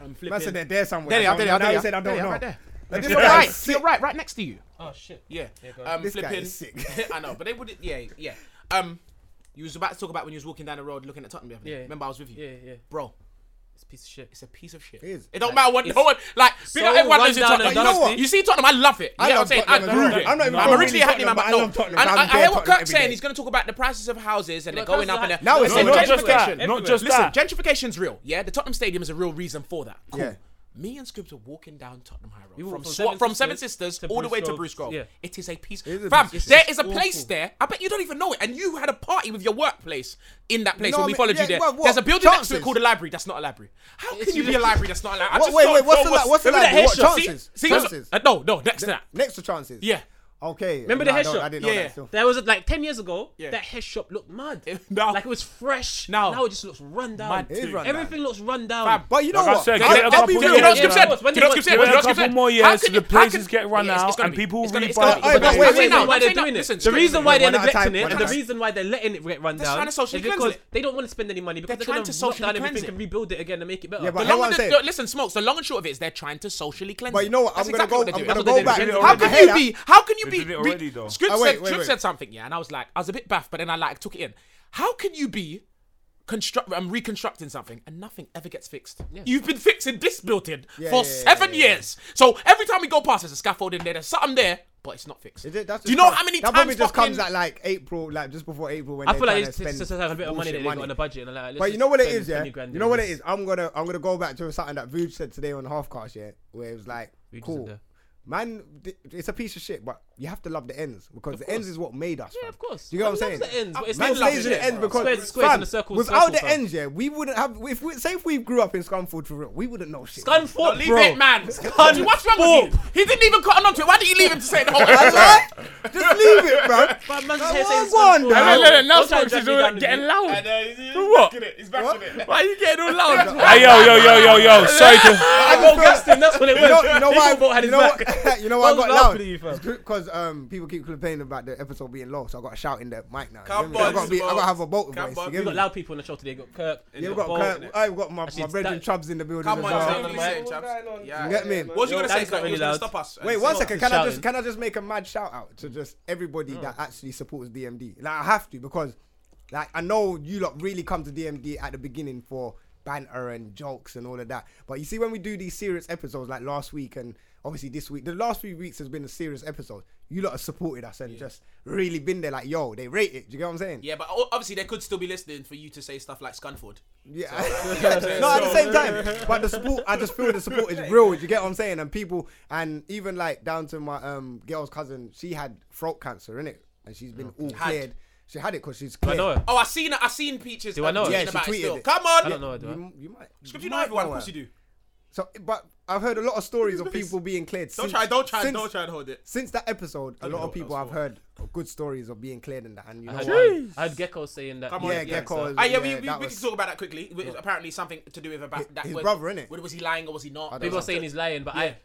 S4: I'm flipping.
S5: Man said they're there somewhere.
S4: There they
S5: I
S4: are. There they are.
S5: don't know. Now
S4: there
S5: he
S4: they
S5: said I
S4: are,
S5: don't
S4: there they are,
S5: know.
S4: Right there.
S5: Like, this
S4: To your
S5: guy
S4: right,
S5: is
S4: to your
S5: sick.
S4: right, right next to you.
S3: Oh shit.
S4: Yeah.
S3: Uh,
S4: Um,
S5: This guy
S4: flipping.
S5: is sick.
S4: I know, but they wouldn't. Yeah, yeah. Um, you was about to talk about when you was walking down the road looking at Tottenham. the other day.
S3: Yeah.
S4: Remember, I was with you.
S3: Yeah, yeah.
S4: Bro,
S3: It's a piece of shit.
S4: it's a piece of shit.
S5: It is.
S4: It don't matter what no
S3: it's
S4: one like.
S3: so
S4: Big up everyone lives in
S3: run down
S4: Tottenham.
S3: and
S4: You know what?
S5: dusty.
S4: You see Tottenham, I love it.
S5: I
S4: you know what
S5: love
S4: I'm saying?
S5: Tottenham as well.
S4: I,
S5: I'm not even
S4: I'm
S5: really
S4: originally hating him, but
S5: Tottenham, but I
S4: no.
S5: love Tottenham.
S4: And
S5: I'm
S4: I, I
S5: there
S4: hear what
S5: Tottenham
S4: Kirk's
S5: every
S4: saying.
S5: day.
S4: He's going to talk about the prices of houses and
S3: Yeah,
S4: they're going up
S3: prices
S4: and
S3: are-
S4: they're-
S5: Now it's
S10: No,
S4: Listen,
S10: not
S5: Everywhere.
S10: just that.
S4: gentrification-
S10: Not just
S4: Listen,
S10: that.
S4: gentrification's real. Yeah, the Tottenham Stadium is a real reason for that. Cool.
S5: Yeah.
S4: Me and Scribs are walking down Tottenham High Road
S3: walk
S4: from
S3: from
S4: Swa-
S3: Seven
S4: from Seven
S3: Sisters
S4: Sisters
S3: to
S4: all the
S3: Bruce
S4: way to
S3: Grove.
S4: Bruce Grove.
S3: Yeah.
S4: It is a piece.
S5: is a
S4: Fam,
S5: piece of
S4: there
S5: shit.
S4: is a place there. I bet you don't even know it, and you had a party with your workplace in that place
S5: No,
S4: when
S5: I
S4: we
S5: mean,
S4: followed
S5: yeah,
S4: you there.
S5: what- what?
S4: There's a building next to it
S5: Chances.
S4: called a library. That's not a library. How can you be a library that's not a library? I
S5: What-
S4: just
S5: wait,
S4: don't
S5: wait, what's
S4: know
S5: the li- what's the
S4: Remember
S5: library?
S4: that
S5: What,
S4: headshot? See-
S5: Chances?
S4: see-
S5: Chances?
S4: uh, no, no, next to that.
S5: Next to chances.
S4: Yeah.
S5: Okay.
S3: Remember the
S5: no, I don't-
S3: headshot?
S5: I didn't know
S4: Yeah,
S5: that
S4: yeah.
S5: still.
S3: There was like ten years ago.
S4: Yeah.
S3: That head shop looked mud.
S4: Now-
S3: like it was fresh.
S4: Now-
S3: now it just looks run down.
S4: Mad
S5: It is
S4: too.
S5: run down.
S3: Everything looks run down.
S4: Fam,
S5: But you know
S10: Like I
S5: what?
S10: said,
S5: I'll-
S10: get a
S5: I'll be
S10: couple
S5: real.
S10: years
S4: You know what
S10: ago.
S4: Skip said?
S3: When
S4: You know what Skip
S3: did-
S4: said?
S3: when
S4: You know what
S10: did
S4: Skip
S10: a
S4: said?
S10: couple more
S4: How
S10: years,
S4: can
S10: the
S4: it- how
S10: places
S4: can it-
S10: get run
S4: yeah, it's
S10: out
S4: gonna
S10: and
S4: be.
S10: people
S4: It's gonna- it's
S10: rebuy.
S4: gonna be.
S5: Wait,
S4: But
S5: wait,
S4: the
S5: wait,
S4: reason
S5: wait,
S4: now-
S5: wait,
S3: why
S4: the
S3: they're
S4: reason now-
S3: doing it,
S4: listen,
S3: the reason why they're
S4: one at a time,
S3: neglecting it, and
S4: one at
S3: the
S4: a time.
S3: reason why they're letting it get run
S4: They're
S3: down
S4: trying to socially
S3: is because
S4: cleanse it.
S3: they don't want to spend any money because
S4: They're
S3: they're, going
S4: trying to
S3: to knock
S4: socially
S3: down
S4: cleanse
S3: everything
S4: it.
S3: and rebuild it again and make it better.
S5: Yeah, but
S4: The
S5: I hear
S4: long
S5: what
S4: and
S5: I'm
S4: the,
S5: saying.
S4: no, listen, smokes. The long and short of it is they're trying to socially cleanse.
S5: But
S4: it.
S5: you know what?
S4: That's
S5: I'm gonna
S4: exactly
S5: go-
S4: they're
S5: I'm
S4: doing.
S5: gonna
S4: That's what
S5: go
S4: they're doing.
S10: back.
S4: How
S10: They
S4: can you
S5: did
S4: be?
S5: it
S4: How can you
S10: They
S4: be?
S10: did it
S4: re-
S10: already, though.
S4: Scrib
S5: Oh, wait,
S4: said,
S5: wait,
S4: Scrib
S5: wait.
S4: said something, yeah, and I was like, I was a bit baffed, but then I like took it in. How can you be? Construct. I'm reconstructing something, and nothing ever gets fixed. You've been fixing this building
S5: Yeah,
S4: for
S5: yeah, yeah,
S4: seven
S5: yeah, yeah.
S4: years. So every time we go past, there's a scaffolding there. There's something there, but it's not fixed.
S5: Is it- that's
S4: Do you
S5: just
S4: know
S5: come-
S4: how many
S5: that
S4: times
S5: probably just comes
S4: fucking-
S5: at like April, like just before April when
S3: I
S5: they're
S3: feel like
S5: trying to
S3: it's, it's
S5: spend
S3: just like a bit of money
S5: bullshit
S3: that they got on the budget. And they're like, let's
S5: But you
S3: just
S5: know what it
S3: spend
S5: is, yeah.
S3: 20 grand
S5: You know what
S3: on
S5: it is. I'm gonna I'm gonna go back to something that Vuj said today on Halfcast, yeah, where it was like,
S3: Vuj isn't
S5: cool,
S3: there.
S5: man, th- it's a piece of shit, but you have to love the ends because the ends is what made us.
S3: Yeah,
S5: fam.
S3: of course.
S5: Do you get what
S3: Man
S5: I'm saying?
S3: loves the ends, but it's
S5: man
S3: still love
S5: stays
S3: the
S5: in the
S3: shit,
S5: ends
S3: bro.
S5: because
S3: Squares- squares
S5: fam,
S3: and the circles,
S5: Without
S3: circles,
S5: the
S3: fam.
S5: ends, yeah, we wouldn't have. If we, say if we grew up in Scunthorpe for real, we wouldn't know shit.
S3: Scunthorpe,
S4: Leave
S3: bro.
S4: it, man. What's wrong with you? He didn't even cotton onto it. Why did you leave him to say the whole
S5: That's right. Just leave it, bro.
S3: But man's
S5: Come
S3: here
S5: on,
S3: saying this
S5: go
S3: man's
S5: on,
S3: full.
S5: dog.
S3: Don't try
S5: And then
S3: and
S8: now
S3: drag me
S8: Smokes is
S3: doing
S8: all getting loud.
S14: And, uh, he's, he's
S8: For what?
S14: back in it. He's back
S5: What?
S14: in it.
S8: Why are you getting all loud?
S10: Hey, yo, yo, yo, yo, yo. Sorry to.
S5: I
S3: Bo
S5: just feel-
S3: Gaston, that's what it
S5: You
S3: was.
S5: know, you know why?
S3: People vote had his
S5: you know
S3: back.
S5: what- you know why I
S3: Both
S5: got
S3: laugh
S5: loud?
S3: for you, fam.
S5: Because um, people keep complaining about the episode being low, so I got to shout in the mic now.
S4: Come
S5: I
S4: on,
S5: got to be, I got to have a boat
S4: Come
S5: voice.
S4: on,
S5: you
S4: we
S5: get
S3: We've got
S5: me?
S3: loud people in the show today. We've got Kirk.
S5: Yeah,
S3: we've
S5: we got
S3: Bo,
S5: Kirk.
S3: innit?
S5: I've got my, my
S3: Actually,
S5: brethren
S3: that-
S5: Chubbs in the building.
S4: Come
S5: as
S4: on,
S5: well.
S4: tell them what you're saying, chaps.
S5: You
S4: Yeah.
S5: get me?
S4: What was you gonna say?
S3: That's not
S4: Scott? He
S3: really
S4: was gonna
S3: loud.
S4: stop us.
S5: Wait, one
S3: Stop
S5: second. Can I
S3: shouting.
S5: just can I just make a mad shout out to just everybody that actually supports DMD? Like I have to because, like I know you lot really come to DMD at the beginning for banter and jokes and all of that. But you see, when we do these serious episodes like last week and obviously this week, the last few weeks has been a serious episode. You lot have supported us and just really been there. Like yo, they rate it. Do you get what I'm saying?
S4: Yeah, but o- obviously they could still be listening for you to say stuff like Scunford.
S5: Yeah. no, at the same time, but the support, I just feel the support is real. You get what I'm saying? And people, and even like down to my um girl's cousin, she had throat cancer in it, and she's been all
S4: Oh, Had.
S5: cleared. She had it because she's cleared.
S3: know her?
S4: Oh, I seen I seen peaches.
S3: Do I know it?
S4: um, tweeting
S5: Yeah, she
S4: about
S5: tweeted
S4: still.
S5: it.
S4: Come on.
S3: I don't know her, do I?
S5: You, you might.
S4: Script, you know
S5: might
S4: everyone. Of
S5: her.
S4: course you do.
S5: So, but I've heard a lot of stories of people being cleared.
S4: Don't
S5: since-
S4: try. Don't try.
S5: since-
S4: Don't try and hold it.
S5: Since that episode, a lot
S4: know
S5: of
S4: what that
S5: people
S4: was
S5: I've
S4: for.
S5: heard good stories of being cleared in that, and you
S3: I
S5: know,
S3: had,
S5: what?
S3: one- I had Gecko saying that.
S4: Come
S5: yeah,
S4: yeah,
S5: Gecko.
S4: Ah, yeah, we, we,
S5: that
S4: we
S5: was-
S4: can talk about that quickly. It was apparently something to do with about that.
S5: his
S4: was-
S5: brother, innit?
S4: Was he lying or was he not?
S5: don't
S3: People
S5: know.
S3: are saying he's lying, but I.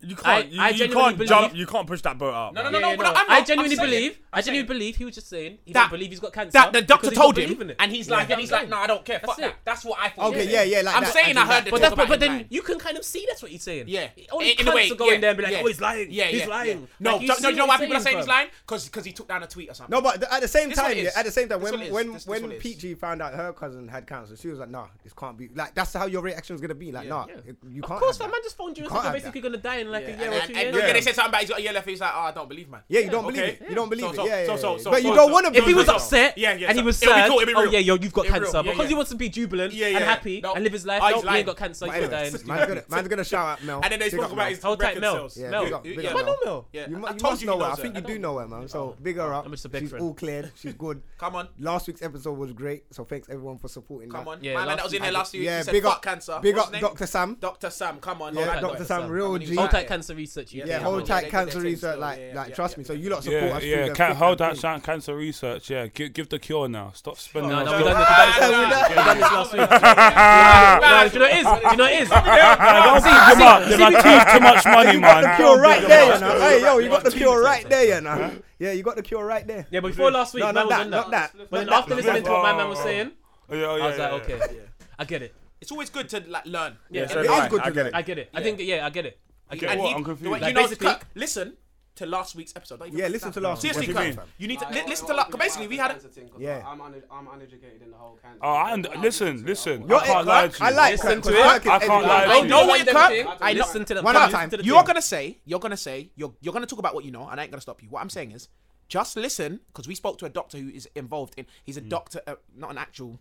S8: You can't.
S3: I-
S8: you,
S3: I
S8: you
S3: genuinely
S8: can't jump.
S3: believe-
S8: You can't push that boat out.
S4: No, no,
S8: man.
S4: no,
S3: Yeah,
S4: no.
S3: yeah,
S4: but
S3: no.
S4: I'm not-
S3: I
S4: I'm
S3: genuinely
S4: saying-
S3: believe. I
S4: I'm
S3: genuinely
S4: saying
S3: believe he was just saying he
S4: That-
S3: didn't believe he's got cancer.
S4: That the
S3: because
S4: doctor
S3: he don't
S4: told
S3: believe in
S4: him,
S3: it.
S4: and he's
S3: Yeah.
S4: like, and he's like, no, I don't care.
S3: That's
S4: Fuck
S3: it.
S4: that. That's what I thought.
S5: Okay,
S4: he
S5: yeah,
S4: said.
S5: yeah, like
S4: I'm
S5: that.
S4: saying
S5: And
S4: I
S5: he's
S4: heard
S5: like-
S4: the
S3: But
S4: talk
S3: that's
S4: about
S3: but, but
S4: him
S3: then
S4: lying.
S3: you can kind of see that's what he's saying.
S4: Yeah.
S3: Only
S4: In- in a way,
S3: cunts are going
S4: yeah,
S3: there and be like,
S4: yeah.
S3: oh, he's lying.
S4: Yeah,
S3: he's
S4: yeah,
S3: lying.
S4: yeah. No,
S3: Like,
S4: do you
S3: see
S4: know- do you know
S3: what
S4: why
S3: he's
S4: people are saying he's
S3: fam.
S4: lying? Because he took down a tweet or something.
S5: No, but th- at the same
S4: This
S5: time,
S4: what it
S5: yeah,
S4: is.
S5: at the same time,
S4: This
S5: when
S4: what it is.
S5: when
S4: This- this
S5: when
S4: what it is.
S5: Peachy found out her cousin had cancer, she was like, "Nah, this can't be like that's how your reaction's gonna be like, nah, it- you can't."
S3: Of course, that
S5: have that.
S3: man just phoned you and
S5: can't
S3: said you're
S5: have
S3: basically gonna die in like a year or
S4: And,
S3: two
S4: and, and then
S8: Yeah.
S4: they
S3: years.
S4: said something about he's got a year left. He's like, oh, I don't believe, man.
S5: Yeah, you don't
S8: okay.
S5: believe it. You don't believe
S4: So-
S5: it.
S4: so-
S5: Yeah, yeah,
S4: so- so-
S5: yeah.
S4: so-
S5: but you
S4: so-
S5: don't
S4: so-
S5: want to.
S3: If he was
S4: Yeah,
S3: upset
S4: yeah, yeah,
S3: and he
S4: so-
S3: was
S4: it'll be
S3: sad,
S4: cool, it'll be
S3: oh
S4: real.
S3: yeah, yo, you've got
S4: It'll be
S3: cancer.
S4: real, yeah,
S3: because
S4: yeah.
S3: he wants to be jubilant
S4: Yeah, yeah,
S3: and
S4: yeah.
S3: happy
S4: No.
S3: and live his life,
S4: Oh, he's
S3: no, you
S4: lying.
S3: ain't got cancer,
S5: But
S3: you're dying.
S5: anyway, man's gonna man's gonna shout out Mel.
S4: And then they
S5: Big
S4: spoke
S5: up
S4: about
S5: Mel.
S4: his
S3: Hold tight,
S4: record
S3: Mel.
S4: sales.
S5: Yeah,
S3: Mel,
S5: big up,
S4: you-
S5: big
S4: yeah.
S5: up
S3: I know
S5: Mel.
S3: Mel.
S4: Yeah,
S5: You, mu-
S4: I
S5: you
S4: told
S5: must
S4: you
S5: know
S4: he
S5: her. I
S4: knows
S5: think
S4: her.
S5: you do know her, man. So big her up.
S3: I'm just a big
S5: She's
S3: friend.
S5: all cleared. She's good.
S4: Come on,
S5: Last week's episode was great, so thanks everyone for supporting.
S4: come
S5: that.
S4: on.
S3: Yeah,
S4: My man
S3: last
S4: that was in
S3: week.
S4: there last year.
S5: Yeah,
S4: he said,
S5: big
S4: fuck
S5: up,
S4: cancer.
S5: big
S4: What's
S5: up,
S4: his name?
S5: Dr. Sam.
S4: Dr. Sam, come on.
S5: Yeah,
S4: Hold tight,
S5: Dr. Sam, real
S4: Come on, he
S5: G.
S4: was
S5: Yeah.
S3: Hold
S4: out
S3: tight,
S4: there.
S3: cancer research. you
S5: Yeah,
S3: do.
S5: hold
S4: yeah,
S5: tight,
S4: yeah,
S5: cancer
S4: yeah,
S5: research.
S4: yeah,
S5: Like,
S4: yeah,
S5: like,
S4: yeah,
S5: trust
S4: yeah,
S5: me. So you lot support
S10: Yeah,
S5: us.
S10: yeah.
S5: through the
S10: Can,
S5: thick
S10: hold
S5: and
S10: that
S5: thin.
S10: shan- cancer research. Yeah, give, give the cure now. Stop spending.
S3: No,
S10: on
S3: no, we
S10: stuff.
S3: done this- we done this- we done this last week. No, do you know it is? Do you know it is?
S10: don't
S3: See,
S10: give
S3: see,
S10: my,
S3: see,
S10: give my teeth too much money, man.
S5: the cure right there, you know. Hey, yo, you got the cure right there, you know. Yeah, you got the cure right there.
S3: Yeah, before last week,
S5: No,
S3: man
S5: not
S3: was
S5: that,
S3: on
S5: not
S3: that.
S5: that.
S3: But then
S5: not
S3: after
S5: that.
S3: listening to what my man was saying,
S10: Oh, yeah, oh, yeah,
S3: I was like,
S10: yeah, yeah.
S3: okay, I get it.
S4: It's always good to like learn.
S3: Yeah,
S8: So
S3: I
S8: do
S3: get it.
S8: I.
S5: good
S8: I
S5: to
S8: get
S5: know.
S8: it.
S3: I get it. I think, yeah, I get it. I get
S4: And
S10: What?
S4: he,
S10: I'm
S4: the way-
S10: confused.
S4: you
S3: Like,
S4: know, the
S3: basically-
S4: Kirk, listen to last week's episode. Don't even-
S5: Yeah, listen to last.
S4: Seriously,
S5: one.
S4: Kirk, you need to li- listen to. la- Basically, we had. a-
S5: Yeah.
S15: I'm, un- I'm uneducated in the whole cancer.
S10: Oh, I und- listen, listen.
S5: You're
S10: I can't
S5: it,
S10: lie
S5: Kirk.
S10: to you.
S5: I like
S3: Listen
S5: Kirk,
S3: to
S5: 'cause
S3: it.
S5: Kirk is
S10: I can't
S5: educated.
S10: lie to
S4: I
S10: you.
S4: know what you
S3: Them
S4: can't.
S3: things.
S4: I know-
S3: listen to the
S5: One at a
S3: listen
S5: time.
S3: to the
S4: You're
S3: thing.
S4: gonna say. You're gonna say. You're you're gonna talk about what you know, and I ain't gonna stop you. What I'm saying is, just listen, because we spoke to a doctor who is involved in. He's
S3: Hmm.
S4: a doctor, uh, not an actual.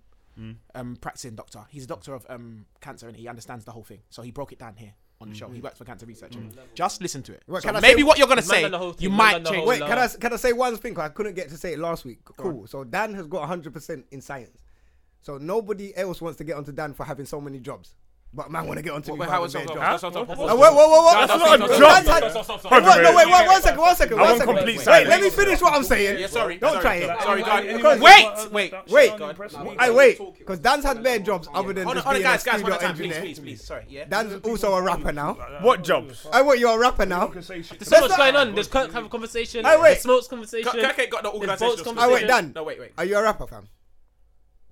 S4: Um, practicing doctor. He's a doctor of um cancer, and he understands the whole thing. So he broke it down here on the show.
S3: Hmm.
S4: He works for cancer research. Just listen to it.
S5: Well,
S4: So
S5: can I
S4: maybe
S5: say-
S4: what you're gonna
S3: Man
S4: say,
S3: done the whole thing,
S4: you
S3: man
S4: might
S3: done the whole
S4: change.
S5: Wait,
S3: Lord.
S5: can I can I say one thing? 'Cause I couldn't get to say it last week. Cool. So Dan has got 100% in science. So nobody else wants to get onto Dan for having so many jobs. But man, want to get onto me. for
S4: How
S5: having
S4: was
S5: many jobs.
S4: Whoa, whoa,
S5: Uh, whoa, whoa, whoa, whoa!
S8: That's
S5: Dan's
S8: not a
S5: had-
S8: job.
S5: Dan's had-
S8: Stop, stop, stop.
S5: Hold on, No, wait,
S8: Wait,
S5: wait, one second, one second,
S8: I
S5: one
S8: want
S5: second.
S8: complete
S5: Wait,
S8: silence.
S5: let me finish what I'm saying.
S4: Yeah, sorry.
S5: Don't
S4: sorry,
S5: try
S4: sorry,
S5: it.
S4: Sorry,
S5: Wait,
S4: guys.
S5: because-
S4: Wait, wait,
S5: Wait,
S4: wait.
S5: I wait, because Dan's had bare jobs other than
S4: Hold on,
S5: just
S4: hold on,
S5: being a
S4: guys, guys, one
S5: studio
S4: at a time, please,
S5: engineer.
S4: please, please. Sorry, yeah.
S5: Dan's also a rapper now.
S8: What jobs?
S5: I want you're a rapper now.
S3: There's
S5: Let's
S3: so much
S5: not-
S3: going on. There's Kirk have a conversation.
S5: Hey, wait.
S3: There's Smokes conversation.
S4: Kirk- Kirk ain't got no
S3: There's
S4: organisational
S3: Bolt's
S4: skills.
S5: I
S3: conversation.
S5: Oh, wait, Dan.
S4: No, wait, wait.
S5: Are you a rapper, fam?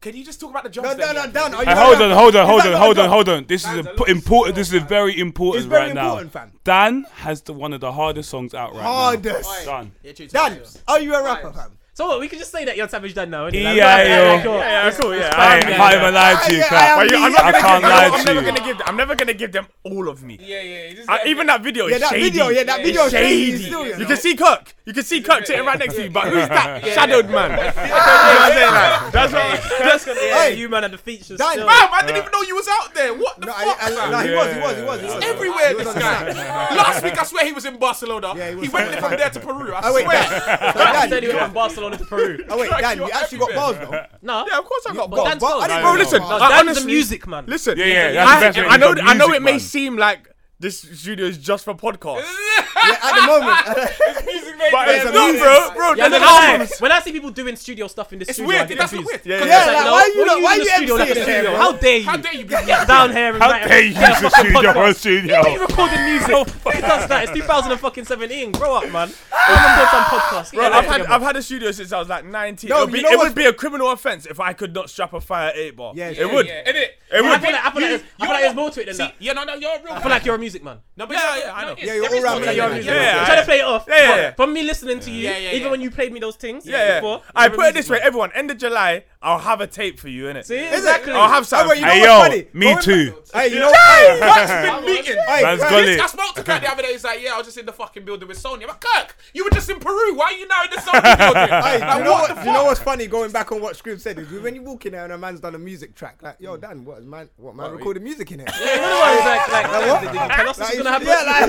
S4: Can you just talk about the jobs?
S5: No,
S4: that
S5: no,
S4: he
S5: no,
S4: had?
S5: Dan. Are you
S10: Hey,
S5: a
S10: hold
S5: rapper?
S10: on, hold on,
S5: Is
S10: hold
S5: that not
S10: on, hold
S5: a
S10: on,
S5: job?
S10: hold on. This is
S14: Man's a
S10: a
S14: lot
S10: p- important. This is very important
S5: It's very
S10: right
S5: important,
S10: now.
S5: fam.
S10: Dan has the, one of the hardest songs out right
S5: Hardest.
S10: now. Done.
S4: Yeah, true,
S5: Dan,
S4: true.
S5: are you a rapper, fam?
S3: So what? We can just say that you're savage Dan now.
S10: Yeah,
S3: innit? Like, we don't have to act like
S10: yeah,
S3: you're-
S8: Yeah, that's cool. Yeah,
S10: I, I
S8: yeah,
S10: can't
S8: yeah.
S10: even lie to you,
S5: I- I
S10: Kat.
S5: am
S8: But you- I'm
S5: the-
S8: not
S10: I
S8: gonna
S10: can't
S8: give-
S10: lie
S8: I'm
S10: to
S8: never
S10: you.
S8: gonna give. them- I'm never gonna give them all of me.
S14: Yeah, yeah. Just
S8: Uh, even that video is
S5: Yeah, that
S8: shady.
S5: video, yeah, that video is shady
S8: Shady.
S5: still, you know.
S8: can see Kirk. You can see Kirk sitting right next to you. But who's that shadowed man? You know what I'm saying? Like, That's what.
S3: That's gonna be
S5: Hey.
S3: you man at the features.
S5: Dan,
S3: still.
S4: Fam, I didn't even know you was out there. What the
S5: No, I,
S4: fuck?
S5: I,
S4: fam?
S5: no, he was, he was, he was. He was.
S4: Everywhere,
S5: He was
S4: this
S5: on
S4: guy.
S5: Snap.
S4: Last week, I swear he was in Barcelona.
S5: Yeah, he
S4: he,
S5: was
S4: went
S5: there.
S4: from there to Peru. I
S5: Oh wait,
S4: swear.
S3: I said he went
S5: Dan.
S3: from Barcelona to Peru.
S5: Oh wait, Dan, you
S4: You're
S5: actually got bars though.
S3: No,
S8: Yeah, of course I got.
S5: got
S3: Dan's
S5: bars.
S3: got-
S5: I didn't
S8: Bro,
S5: know
S8: listen.
S5: bars.
S3: Dan's
S8: I
S3: the
S8: honestly-
S3: music man.
S8: Listen,
S10: Yeah, yeah, that's the
S8: I,
S10: best way
S8: I know,
S10: to put
S8: I know,
S10: music,
S8: it may
S10: man.
S8: seem like this studio is just for podcasts.
S5: yeah, at the moment.
S8: but
S5: There's
S8: it's
S5: a
S8: not,
S5: reason.
S8: bro, bro.
S3: Yeah,
S8: there's
S3: when,
S8: an
S3: I,
S8: album.
S3: when I see people doing studio stuff in the studio,
S8: weird,
S3: I get
S8: that's
S3: confused.
S8: weird. Yeah,
S3: 'Cause
S8: yeah.
S3: it's
S5: Yeah, like, why you
S3: what
S5: not-
S3: in
S5: why
S3: the
S5: you
S3: studio like
S5: MCing
S3: a
S5: here,
S3: studio?
S5: bro?
S3: How dare you?
S16: How dare you be
S3: Get down here and
S10: How
S3: write a-
S10: dare you
S3: get a
S10: use the
S3: fucking podcast.
S10: studio for studio?
S3: Why are you recording
S8: Oh,
S3: music? Who does that? It's 2017. Grow up, man. I'm record some podcast.
S8: Bro, I've had I've had a studio since I was like 19.
S5: No,
S8: it would, be,
S5: you know
S8: it would
S5: what's-
S8: be a criminal offense if I could not strap a fire at eight bar.
S5: Yeah,
S8: it
S5: yeah,
S8: would.
S4: yeah.
S8: It would.
S3: I feel like, I feel like, there's- I feel like there's more to it than
S4: See,
S3: that.
S4: yeah, no, no, you're a real.
S3: I feel like you're a music man.
S4: no, but
S8: Yeah,
S4: yeah,
S8: yeah, I
S4: I
S8: know.
S4: know.
S5: Yeah, you're all round.
S3: Yeah, you're a
S5: Yeah,
S3: music
S8: yeah,
S3: man.
S8: yeah.
S3: I'm trying to play it off.
S8: Yeah,
S3: but
S8: yeah.
S3: From me listening to you,
S4: Yeah, yeah, yeah.
S3: even when you played me those things
S8: yeah, yeah.
S3: before,
S8: I
S3: you're a
S8: put it
S3: music
S8: this way,
S3: man.
S8: everyone. End of July, I'll have a tape for you innit?
S3: See,
S5: it?
S3: exactly.
S8: I'll have
S5: Oh,
S8: some.
S5: but you know
S10: Hey,
S5: what's
S10: yo,
S5: funny?
S10: me too.
S5: Hey, you know what?
S4: I've been meeting.
S5: Hey,
S10: Man's
S5: Kirk,
S10: got it.
S4: I spoke to Kirk the other day. He's like, "Yeah, I was just in the fucking building with Sony." I'm like, "Kirk, you were just in Peru. Why are you now in the Sony building?"
S5: Hey, do
S4: Like,
S5: you know
S4: what
S5: what?
S4: the
S5: Do you know
S4: fuck?
S5: what's funny? Going back on what Scrib said is when you walk in there and a man's done a music track, like,
S4: Mm.
S5: yo, Dan, what is man? What man recording music in here?
S3: Otherwise, like, like,
S5: what?
S3: did you tell us this
S5: Like,
S3: was gonna happen?
S5: yeah, like,
S3: How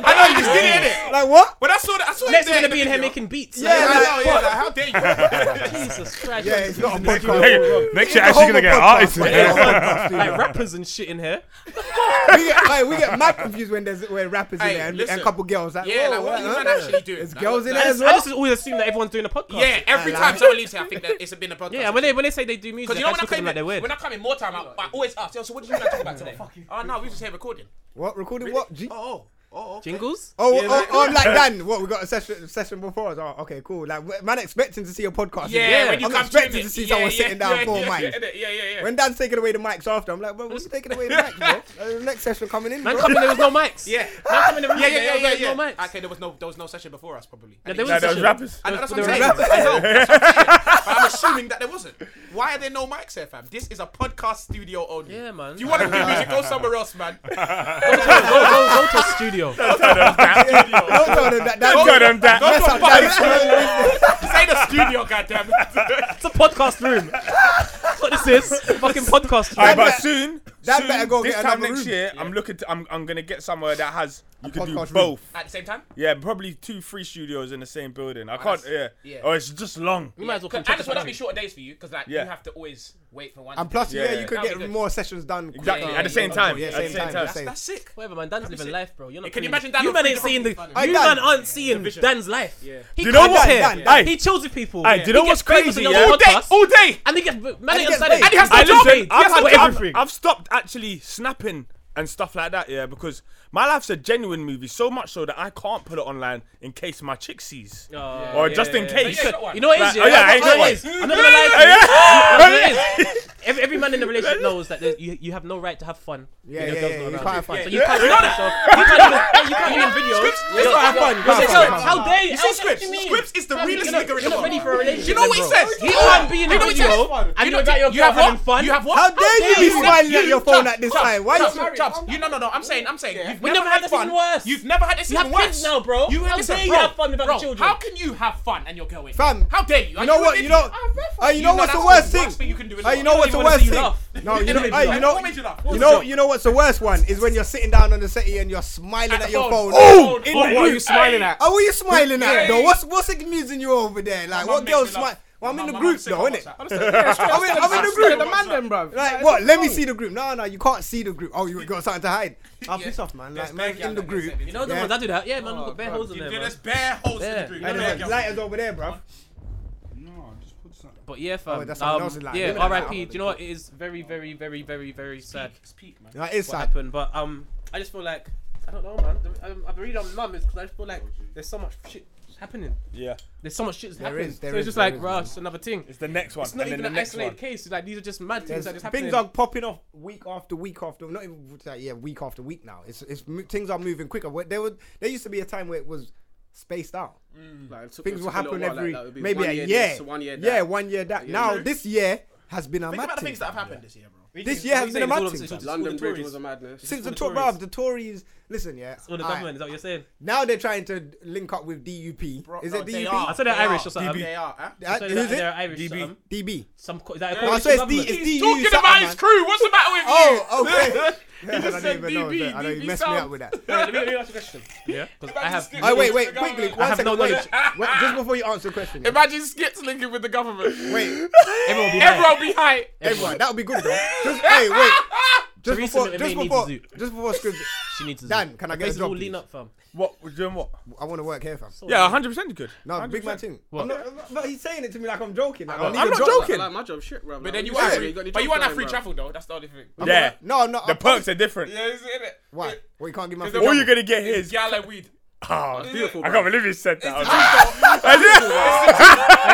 S3: dare
S4: I know you just
S3: you?
S4: did it. innit?
S5: Like what?
S4: When I saw that, I saw
S3: Next,
S4: that
S3: we're gonna
S4: in
S3: be in
S4: the
S3: here
S4: video.
S3: making beats.
S5: Yeah,
S4: I know,
S5: like,
S4: yeah,
S5: what?
S4: like, how dare you?
S3: Jesus Christ.
S5: Yeah, it's not a podcast.
S10: Next- Next year,
S5: It's a
S10: actually gonna
S5: whole
S10: get
S5: podcast.
S10: artists in
S5: Yeah,
S10: here.
S5: it's a podcast, you know.
S3: like rappers and shit in here.
S5: we get like, we get mad confused when there's when rappers
S4: Hey,
S5: in there and,
S4: listen.
S5: and couple girls. Like,
S4: Yeah,
S5: whoa,
S4: like, what are you
S5: huh?
S4: man actually doing?
S5: There's
S4: Like,
S5: girls in
S4: like,
S3: I
S5: there as
S3: just, I
S5: well.
S3: just always assume that everyone's doing a podcast.
S4: Yeah, every
S5: Like-
S4: time someone leaves here, I think that it's been a podcast.
S3: Yeah, when they when they say they do music,
S4: Because you
S3: I
S4: know when
S3: just
S4: I
S3: look at them
S4: came in,
S3: like they're weird.
S4: when I come in more time, I, I always ask, yo, so what did you guys talk about today? Oh, no, we were just here recording.
S5: What recording? What? G- oh,
S4: Oh, oh, okay.
S3: Jingles?
S5: oh,
S4: Yeah, like-
S5: oh, I'm like Dan. What we got a session session before us? Oh, okay, cool. Like, wh- man, expecting to see a podcast.
S4: Yeah, when you
S5: I'm
S4: come
S5: expecting
S4: in
S5: to
S4: it,
S5: see
S4: yeah,
S5: someone
S4: yeah,
S5: sitting down
S4: yeah,
S5: for
S4: yeah,
S5: mics.
S4: Yeah, yeah, yeah.
S5: When Dan's taking away the mics after, I'm like, well, what's taking away the mics, bro? Uh, the next session coming in,
S3: Man
S5: bro.
S3: coming, there was no mics.
S4: Yeah.
S3: Man coming, there was
S4: Yeah, yeah, yeah, yeah,
S3: there was no
S4: yeah.
S3: mics.
S4: Okay, there was no, there was no session before us, probably.
S3: Yeah, there
S8: Nah,
S3: was
S8: there was
S3: session.
S8: rappers.
S4: I know, that's what I'm
S3: There
S4: saying.
S3: was
S4: I know, that's what I'm saying. But I'm assuming that there wasn't. Why are there no mics here, fam? This is a podcast studio only.
S3: Yeah, man.
S4: If you want to do music, go somewhere else, man.
S3: go, go, go to a studio.
S5: Don't tell them that.
S8: Don't
S5: Don't
S8: tell them that.
S4: Go
S5: Mess
S4: to a
S5: up Dan's
S4: fucking
S5: story.
S4: Say the studio, goddamn.
S3: It's a podcast room. That's what this is. A fucking podcast room.
S8: Alright, but
S5: better-
S8: soon,
S5: that
S8: soon,
S5: better go
S8: this
S5: get
S8: time
S5: another
S8: next
S5: room.
S8: year, I'm looking. To, I'm I'm gonna get somewhere that has you can do
S5: podcast room.
S8: both.
S4: At the same time?
S8: Yeah, probably two, three studios in the same building. I can't. Yeah.
S4: that's- yeah.
S8: Oh, it's just long.
S3: You might as well come
S4: I just
S3: check
S4: want
S3: us
S4: to be
S3: out.
S4: shorter days for you because like
S8: Yeah.
S4: you have to always wait for one.
S5: And plus,
S8: Yeah,
S5: yeah,
S8: yeah.
S5: you could
S4: That'd be
S5: get
S4: good.
S5: more sessions done.
S8: Exactly.
S5: quicker.
S8: At the same
S5: Yeah,
S8: time.
S5: yeah,
S8: At the
S5: same
S8: same
S5: time.
S8: time.
S5: That's-
S4: that's sick.
S3: Whatever, man. Dan's living life, bro. You're not.
S4: Can you
S3: feeling
S4: imagine
S3: it.
S4: Dan
S3: You
S4: on
S3: man ain't seeing
S4: freedom
S3: the.
S4: from
S3: You
S5: Hey,
S3: man
S5: Dan.
S3: aren't seeing Dan's life. He
S8: Do you know
S3: comes
S8: what?
S3: here,
S5: Dan,
S8: Dan.
S3: He chills with people.
S8: Hey, do you know
S3: He
S8: what's
S3: gets famous
S8: crazy,
S3: on
S8: yeah?
S3: your
S8: All day,
S3: podcast,
S8: all day.
S3: And he gets man
S5: he
S3: ain't
S5: gets
S3: excited.
S5: paid. And he
S8: I listen, I've,
S3: for
S8: had-
S3: everything.
S8: I've, I've stopped actually snapping and stuff like that, yeah, because my life's a genuine movie, so much so that I can't put it online in case my chick sees.
S3: Oh,
S8: or
S3: yeah,
S8: just in
S3: yeah, yeah.
S8: case.
S4: But you got one.
S3: You know what it
S8: Like,
S3: is, yeah?
S8: oh, yeah, I ain't
S3: You know
S8: got
S3: what it is? I'm not gonna lie to you. You know what it is? Every, every man in a relationship knows that there's- you, you have no right to have fun. when
S5: Yeah, yeah,
S3: your girl's not
S5: yeah. You
S3: around.
S5: can't find.
S3: So you can't do that. You can't even, you can't even video.
S5: Let's not have fun.
S3: You're
S5: Can't
S3: like,
S5: find.
S3: yo, how dare you? how-
S4: You see
S3: what
S4: Scripps?
S3: do you mean?
S4: Scripps is the
S3: Fam,
S4: realest
S3: you're not-
S4: nigga in the
S3: You're not
S4: world.
S3: ready for a relationship.
S4: You know what he
S3: bro.
S4: says?
S3: You
S4: He
S3: can't
S4: can't
S3: be in
S4: You
S3: a video
S4: know what he says?
S3: and
S4: You
S3: you're
S4: know-
S3: about your girl
S4: you have what?
S3: having fun.
S4: You have what?
S5: How dare you be smiling at your phone
S4: Chubbs,
S5: at this
S4: Chubbs,
S5: time? Why
S4: Chubbs,
S5: you?
S4: Chubbs, you no no no. I'm saying I'm saying you've
S3: We never had this
S4: fun.
S3: even worse.
S4: You've never had this
S3: You have
S4: even worse.
S3: kids now, bro.
S4: You
S3: How
S4: listen,
S3: dare you
S4: bro,
S3: have fun without
S4: bro,
S3: your children?
S4: How can you have fun and your girl ain't?
S5: Fam,
S4: how dare you?
S5: You know what? You know. Oh, you know what's the worst
S4: thing
S5: thing?
S4: you can do in the
S5: Oh, you
S4: world.
S5: know what's the
S3: even wanna
S5: worst
S3: see you
S5: thing?
S3: laugh.
S5: No, you know.
S3: What
S5: Hey, you know.
S4: What made you laugh?
S5: You know, you know what's the worst one is when you're sitting down on the settee and you're smiling at,
S4: the
S5: your
S4: phone.
S5: phone.
S4: Oh,
S5: in
S4: oh,
S5: the
S4: what are
S5: group.
S4: you smiling at?
S5: Oh, what are you smiling
S4: Yeah.
S5: at though? What's what's amusing you over there? Like,
S4: My
S5: what
S4: mum makes
S5: girl
S4: me
S5: smile?
S4: laugh.
S5: Well, I'm
S4: My
S5: in the
S4: mum
S5: group
S4: upset
S5: though,
S4: on
S5: innit?
S4: WhatsApp.
S5: I'm in, I'm in the group.
S4: the man then,
S15: bruv.
S5: Like, what? Let me see the group. No, no, you can't see the group. Oh, you got something to hide. I'll piss off, man. Like, man, in the group.
S3: You know the
S5: Yeah.
S3: ones that do that? Yeah, man, we've got bare holes in there. man.
S4: There's bare holes in
S3: Yeah.
S4: the group.
S5: And
S4: Yeah,
S5: there's
S4: yeah.
S5: lighters over there, bruv.
S17: No, I just put some.
S3: But yeah, fam.
S5: Oh, that's someone
S3: um,
S5: else's line. Leave it
S3: yeah,
S5: at
S3: RIP.
S5: that.
S3: Do you know what? It is very, very, very, very, very sad
S4: It's peak, man.
S5: That is
S3: what
S5: sad.
S3: happened. But um, I just feel like I don't know, man. The- I'm, I'm really on numb because I just feel like there's so much shit happening.
S8: Yeah.
S3: There's so much shit that's
S5: There
S3: happening.
S5: is, there
S3: so it's
S5: is,
S3: just
S5: there
S3: like,
S5: is,
S3: bruh,
S5: man.
S3: it's another thing.
S8: It's the next one.
S3: It's not
S8: and
S3: even
S8: then
S3: an
S8: the next
S3: isolated
S8: one.
S3: case. It's like these are just mad things
S5: There's-
S3: that just happen.
S5: things are popping off week after week after not even it's like, yeah week after week now. It's it's mo- things are moving quicker. Where There would there used to be a time where it was spaced out. Things will happen every maybe a year. yeah, one year that. Now this year has been a
S4: Think about
S5: mad
S4: the
S5: thing.
S4: things that have happened this year, bro.
S5: This year has been a mad thing. fam.
S15: London
S3: the
S15: Bridge
S3: Tories.
S15: was a madness.
S5: Since the,
S3: the
S5: Tories,
S3: Tories.
S5: bruv, the Tories. Listen, yeah.
S3: Or the
S5: alright.
S3: government, is that what you're saying?
S5: Now they're trying to link up with DUP. is
S4: no,
S5: it
S4: they
S5: DUP?
S4: are.
S3: I said they're
S4: They
S3: Irish
S4: are.
S3: or something.
S5: DB.
S4: They are. huh?
S5: That-
S3: So
S5: who
S3: they're-
S5: is
S3: They're
S5: it?
S3: Irish.
S8: DB.
S3: something.
S5: DB.
S3: Some co- is that a
S5: Oh,
S3: coalition
S5: so it's D,
S3: government?
S5: it's DU.
S4: He's talking
S5: something,
S4: about
S5: man.
S4: his crew. What's the matter with you?
S5: Oh, okay. I
S4: just
S5: don't
S4: said
S5: even know.
S4: DB,
S5: I know you
S4: DB
S5: messed me up
S4: sound.
S5: with that.
S3: Wait, let me, let me ask you a question. Yeah, because I have.
S5: Oh, wait, wait, quickly.
S3: I
S5: One
S3: have no
S5: second,
S3: knowledge.
S5: wait. Wait, Just before you answer the question. yeah.
S4: Imagine Skips linking with the government.
S5: Wait,
S3: Everyone will be
S4: Everyone be high.
S5: everyone, that would be good though. Just, hey, wait. Just
S3: Teresa
S5: before,
S3: May-
S5: just
S3: May needs
S5: before,
S3: a zoo.
S5: just before scripts.
S3: She needs a
S5: Dan,
S3: zoo.
S5: can I
S3: Her
S5: get
S3: face
S5: a
S3: is
S5: job?
S3: all
S5: please?
S3: lean up, fam.
S8: What we're doing? What?
S5: I want to work here, fam.
S8: Yeah, hundred percent you could.
S5: No, big man thing.
S8: What?
S5: I'm not, but he's saying it to me like I'm joking. Like,
S8: I'm
S5: need
S8: not
S5: a job.
S8: joking.
S15: Like my job, shit, bro.
S5: But then you
S15: are.
S5: are-
S4: But you want that free travel though. That's the only thing.
S5: I'm
S8: Yeah.
S5: not- No, no.
S8: The
S5: I'm-
S8: perks are different.
S4: Yeah, is it?
S5: Why? Well, you can't give my.
S8: All you're gonna get here is
S4: Gala weed.
S8: Ah,
S4: beautiful,
S8: I
S4: bro.
S8: can't believe you said that.
S3: Wait,